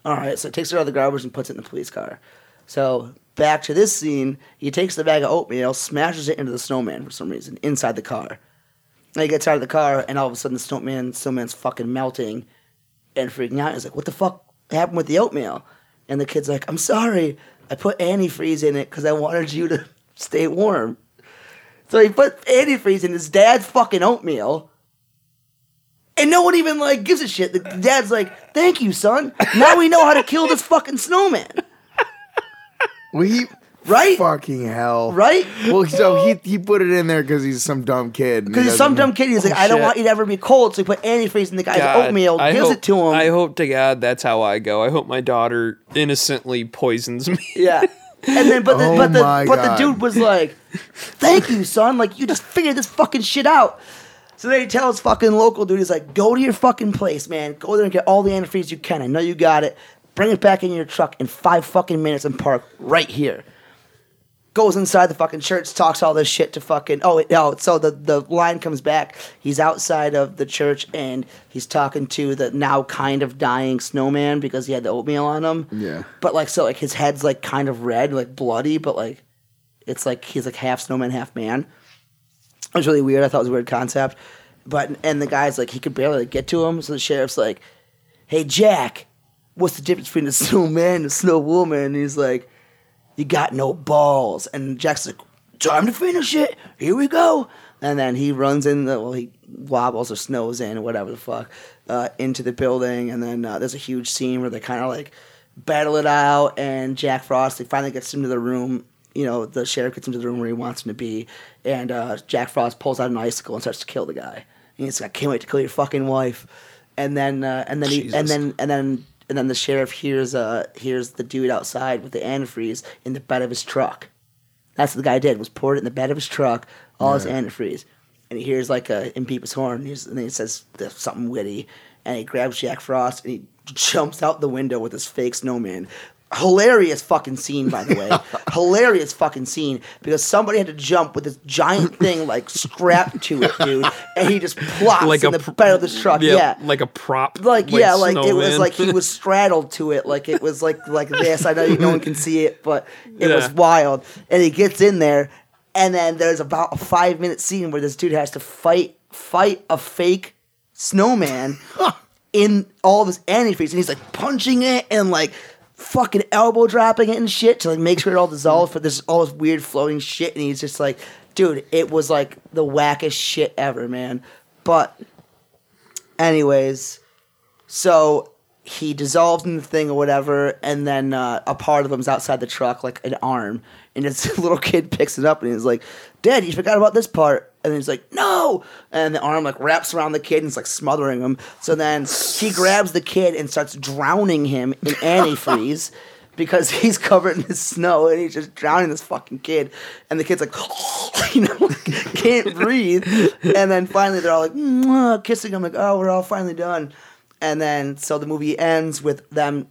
[SPEAKER 2] "All right." So he takes it out of the garbage and puts it in the police car. So back to this scene, he takes the bag of oatmeal, smashes it into the snowman for some reason inside the car. And he gets out of the car, and all of a sudden the snowman snowman's fucking melting and freaking out. He's like, "What the fuck happened with the oatmeal?" And the kid's like, "I'm sorry, I put antifreeze in it because I wanted you to stay warm." So he put antifreeze in his dad's fucking oatmeal. And no one even like gives a shit. The dad's like, "Thank you, son. Now we know how to kill this fucking snowman."
[SPEAKER 1] We
[SPEAKER 2] Right?
[SPEAKER 1] fucking hell.
[SPEAKER 2] Right?
[SPEAKER 1] Well, so he he put it in there because he's some dumb kid.
[SPEAKER 2] Because he's some dumb kid. He's like, "I don't
[SPEAKER 3] Oh, shit.
[SPEAKER 2] want you to ever be cold." So he put antifreeze in the guy's
[SPEAKER 3] God,
[SPEAKER 2] oatmeal,
[SPEAKER 3] I
[SPEAKER 2] gives
[SPEAKER 3] hope-
[SPEAKER 2] it to him.
[SPEAKER 3] I hope to God that's how I go. I hope my daughter innocently poisons me.
[SPEAKER 2] Yeah. And then, but the,
[SPEAKER 1] Oh
[SPEAKER 2] but the
[SPEAKER 1] my
[SPEAKER 2] but the
[SPEAKER 1] God.
[SPEAKER 2] dude was like, "Thank you, son. Like you just figured this fucking shit out." So then he tells fucking local dude, he's like, "Go to your fucking place, man. Go there and get all the antifreeze you can. I know you got it. Bring it back in your truck in five fucking minutes and park right here." goes inside the fucking church, talks all this shit to fucking oh it- no. So the the line comes back. He's outside of the church and he's talking to the now kind of dying snowman because he had the oatmeal on him.
[SPEAKER 1] Yeah.
[SPEAKER 2] But like so, like his head's like kind of red, like bloody, but like it's like he's like half snowman, half man. It was really weird. I thought it was a weird concept. But and the guy's like he could barely like, get to him, so the sheriff's like, "Hey Jack, what's the difference between a snowman and a snow woman?" And he's like, "You got no balls." And Jack's like, "Time to finish it. Here we go." And then he runs in the well, he wobbles or snows in or whatever the fuck uh, into the building, and then uh, there's a huge scene where they kind of like battle it out, and Jack Frost they finally gets into the room you know, the sheriff gets into the room where he wants him to be, and uh, Jack Frost pulls out an icicle and starts to kill the guy. And he's like, "I can't wait to kill your fucking wife." And then, uh, and then, he, and
[SPEAKER 3] Jesus.
[SPEAKER 2] then, and then, and then the sheriff hears uh, hears the dude outside with the antifreeze in the bed of his truck. That's what the guy did was poured it in the bed of his truck, all his antifreeze, and he hears like a and beep his horn, and, he's, and then he says th- something witty, and he grabs Jack Frost and he jumps out the window with his fake snowman. Hilarious fucking scene, by the way. Hilarious fucking scene because somebody had to jump with this giant thing like strapped to it, dude, and he just plops
[SPEAKER 3] Like
[SPEAKER 2] in
[SPEAKER 3] a
[SPEAKER 2] the
[SPEAKER 3] pr-
[SPEAKER 2] bed of this truck. yeah,
[SPEAKER 3] like a prop.
[SPEAKER 2] like, yeah, like it was
[SPEAKER 3] snowman.
[SPEAKER 2] like he was straddled to it, like it was like like this. I know you, no one can see it, but it was
[SPEAKER 3] Yeah.
[SPEAKER 2] wild. And he gets in there, and then there's about a five minute scene where this dude has to fight fight a fake snowman in all of his antifreeze, and he's like punching it and like fucking elbow dropping it and shit to like make sure it all dissolves. But there's all this weird floating shit, and he's just like, dude, it was like the wackest shit ever, man. But anyways, so he dissolved in the thing or whatever, and then uh, a part of him's outside the truck, like an arm, and this little kid picks it up and he's like, "Dad, you forgot about this part." And he's like, "No!" And the arm like wraps around the kid and it's like smothering him. So then he grabs the kid and starts drowning him in antifreeze. Because he's covered in the snow and he's just drowning this fucking kid, and the kid's like, you know, like, can't breathe. And then finally they're all like "Mwah," kissing him, like, oh, we're all finally done. And then so the movie ends with them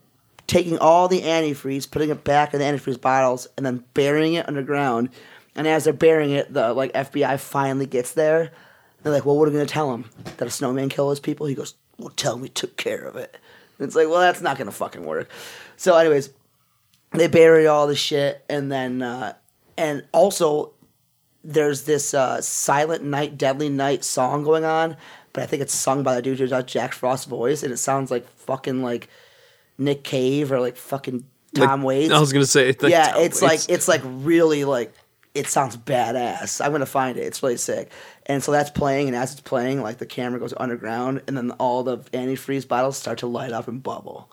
[SPEAKER 2] taking all the antifreeze, putting it back in the antifreeze bottles, and then burying it underground. And as they're burying it, the like FBI finally gets there. They're like, "Well, what are we gonna tell him that a snowman killed his people?" He goes, "Well, tell him we took care of it." And it's like, "Well, that's not gonna fucking work." So, anyways, they bury all the shit, and then uh, and also there's this uh, Silent Night, Deadly Night song going on, but I think it's sung by the dude who does Jack Frost's voice, and it sounds like fucking like Nick Cave or like fucking Tom Waits.
[SPEAKER 3] I was gonna say, like,
[SPEAKER 2] yeah,
[SPEAKER 3] Tom
[SPEAKER 2] it's
[SPEAKER 3] Waits.
[SPEAKER 2] like it's like really like it sounds badass. I'm gonna find it. It's really sick. And so that's playing, and as it's playing, like the camera goes underground, and then all the antifreeze bottles start to light up and bubble.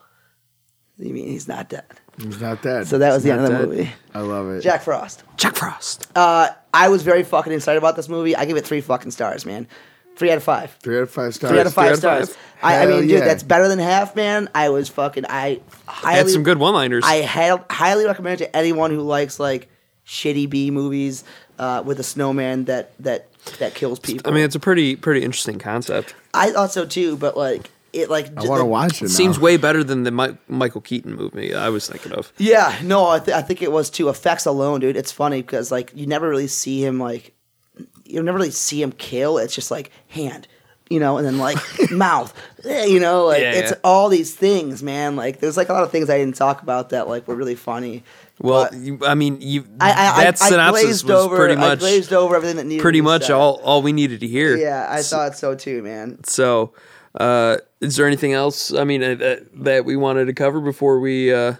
[SPEAKER 2] You mean he's not dead?
[SPEAKER 1] He's not dead.
[SPEAKER 2] So that was the end of the
[SPEAKER 3] dead.
[SPEAKER 2] movie.
[SPEAKER 1] I love it.
[SPEAKER 2] Jack Frost.
[SPEAKER 3] Jack Frost.
[SPEAKER 2] Uh, I was very fucking excited about this movie. I give it three fucking stars, man. Three out of five.
[SPEAKER 1] Three out of five stars.
[SPEAKER 2] Three out of five
[SPEAKER 3] Three out of
[SPEAKER 2] stars. I, I
[SPEAKER 1] Hell
[SPEAKER 2] mean, dude,
[SPEAKER 1] yeah.
[SPEAKER 2] that's better than half, man. I was fucking. I highly.
[SPEAKER 3] Had some good one-liners.
[SPEAKER 2] I had, highly recommend it to anyone who likes like shitty B movies uh, with a snowman that that that kills people.
[SPEAKER 3] I mean, it's a pretty pretty interesting concept.
[SPEAKER 2] I thought so too, but like it like
[SPEAKER 1] I want to watch it. now.
[SPEAKER 3] Seems way better than the Mi- Michael Keaton movie I was thinking of.
[SPEAKER 2] Yeah, no, I, th- I think it was too. Effects alone, dude. It's funny because like you never really see him like you never really see him kill. It's just like hand, you know, and then like mouth, eh, you know, like
[SPEAKER 3] Yeah,
[SPEAKER 2] it's
[SPEAKER 3] yeah.
[SPEAKER 2] all these things, man. Like there's like a lot of things I didn't talk about that like were really funny.
[SPEAKER 3] Well,
[SPEAKER 2] But
[SPEAKER 3] you, I mean, you
[SPEAKER 2] I, I,
[SPEAKER 3] that
[SPEAKER 2] I, I
[SPEAKER 3] synopsis
[SPEAKER 2] glazed
[SPEAKER 3] was
[SPEAKER 2] over,
[SPEAKER 3] pretty
[SPEAKER 2] I
[SPEAKER 3] much
[SPEAKER 2] glazed over everything that needed.
[SPEAKER 3] pretty
[SPEAKER 2] to be
[SPEAKER 3] much
[SPEAKER 2] said.
[SPEAKER 3] all all we needed to hear.
[SPEAKER 2] Yeah, I thought so too, man.
[SPEAKER 3] So, uh, is there anything else? I mean, uh, that, that we wanted to cover before we? Uh,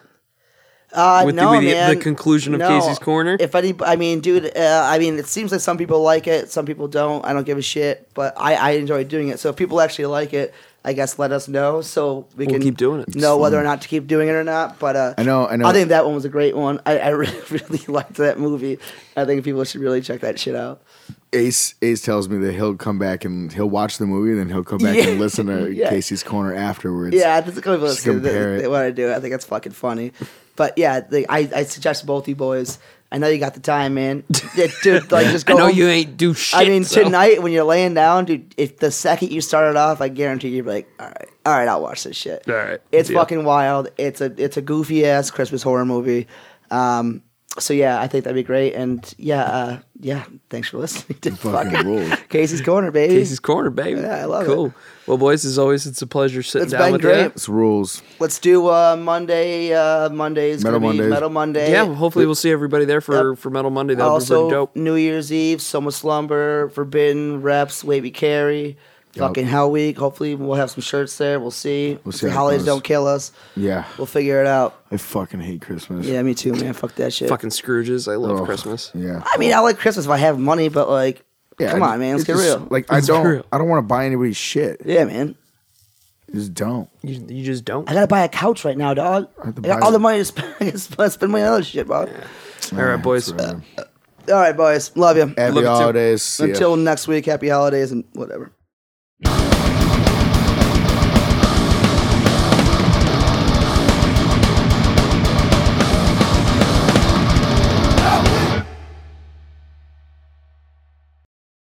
[SPEAKER 2] Uh,
[SPEAKER 3] with the-
[SPEAKER 2] no,
[SPEAKER 3] with the- the
[SPEAKER 2] man.
[SPEAKER 3] conclusion of Casey's Corner?
[SPEAKER 2] If any, I mean, dude, uh, I mean, it seems like some people like it, some people don't. I don't give a shit, but I, I enjoy doing it. So if people actually like it, I guess let us know so we
[SPEAKER 3] We'll
[SPEAKER 2] can
[SPEAKER 3] keep doing it.
[SPEAKER 2] Know whether or not to keep doing it or not. But uh,
[SPEAKER 1] I know- I know.
[SPEAKER 2] I think that one was a great one. I, I really, really liked that movie. I think people should really check that shit out.
[SPEAKER 1] Ace Ace tells me that he'll come back and he'll watch the movie, and then he'll come back
[SPEAKER 2] Yeah.
[SPEAKER 1] and listen to
[SPEAKER 2] Yeah.
[SPEAKER 1] Casey's Corner afterwards.
[SPEAKER 2] Yeah, I think a couple people
[SPEAKER 1] Just
[SPEAKER 2] listen
[SPEAKER 1] compare
[SPEAKER 2] to
[SPEAKER 1] it.
[SPEAKER 2] what I do. I think that's fucking funny. But yeah, the, I, I suggest both you boys. I know you got the time, man. Yeah, dude, like just go.
[SPEAKER 3] um, I know
[SPEAKER 2] home.
[SPEAKER 3] you ain't do shit.
[SPEAKER 2] I mean,
[SPEAKER 3] so-
[SPEAKER 2] tonight when you're laying down, dude, if the second you started off, I guarantee you're like, all right, all right, I'll watch this shit.
[SPEAKER 3] All right,
[SPEAKER 2] it's
[SPEAKER 3] deal.
[SPEAKER 2] fucking wild. It's a it's a goofy ass Christmas horror movie. Um, so yeah, I think that'd be great. And yeah, uh, yeah, thanks for listening to
[SPEAKER 1] Fucking
[SPEAKER 2] fucking
[SPEAKER 1] rules.
[SPEAKER 2] Casey's Corner, baby.
[SPEAKER 3] Casey's Corner, baby.
[SPEAKER 2] Yeah, I love
[SPEAKER 3] cool.
[SPEAKER 2] it.
[SPEAKER 3] Well, boys, as always, it's a pleasure sitting
[SPEAKER 2] It's
[SPEAKER 3] down
[SPEAKER 2] been
[SPEAKER 3] with
[SPEAKER 2] great.
[SPEAKER 3] you.
[SPEAKER 1] It's rules.
[SPEAKER 2] Let's do uh, Monday. Uh, Monday's
[SPEAKER 1] Metal
[SPEAKER 2] gonna be
[SPEAKER 1] Mondays.
[SPEAKER 2] Metal Monday.
[SPEAKER 3] Yeah, hopefully we'll see everybody there for, for Metal Monday. That'll
[SPEAKER 2] also,
[SPEAKER 3] be pretty dope.
[SPEAKER 2] New Year's Eve, Soma Slumber, Forbidden Reps, Wait We Carry, fucking Hell Week. Hopefully, we'll have some shirts there. We'll see. We'll
[SPEAKER 1] see how it
[SPEAKER 2] holidays
[SPEAKER 1] goes.
[SPEAKER 2] don't kill us.
[SPEAKER 1] Yeah,
[SPEAKER 2] We'll figure it out.
[SPEAKER 1] I fucking hate Christmas.
[SPEAKER 2] Yeah, me too, man. Fuck that shit.
[SPEAKER 3] Fucking Scrooges. I love
[SPEAKER 1] Ugh.
[SPEAKER 3] Christmas.
[SPEAKER 1] Yeah.
[SPEAKER 2] I mean, I like Christmas if I have money, but like,
[SPEAKER 1] Yeah,
[SPEAKER 2] come
[SPEAKER 1] I-
[SPEAKER 2] on, man. Let's
[SPEAKER 1] it's
[SPEAKER 2] get
[SPEAKER 1] just-
[SPEAKER 2] real.
[SPEAKER 1] Like I
[SPEAKER 3] Let's
[SPEAKER 1] don't,
[SPEAKER 3] get real.
[SPEAKER 1] I don't want to buy anybody's shit.
[SPEAKER 2] yeah, man.
[SPEAKER 1] Just don't.
[SPEAKER 3] You, you just don't.
[SPEAKER 2] I gotta buy a couch right now, dog. I
[SPEAKER 1] have to
[SPEAKER 2] got
[SPEAKER 1] buy
[SPEAKER 2] all the
[SPEAKER 1] it.
[SPEAKER 2] money to spend. I gotta spend money on other shit, bro.
[SPEAKER 3] All right, boys.
[SPEAKER 1] Right.
[SPEAKER 2] All right, boys. Love you.
[SPEAKER 1] Happy
[SPEAKER 3] Love it too.
[SPEAKER 1] holidays. See ya.
[SPEAKER 2] Until next week, happy holidays and whatever.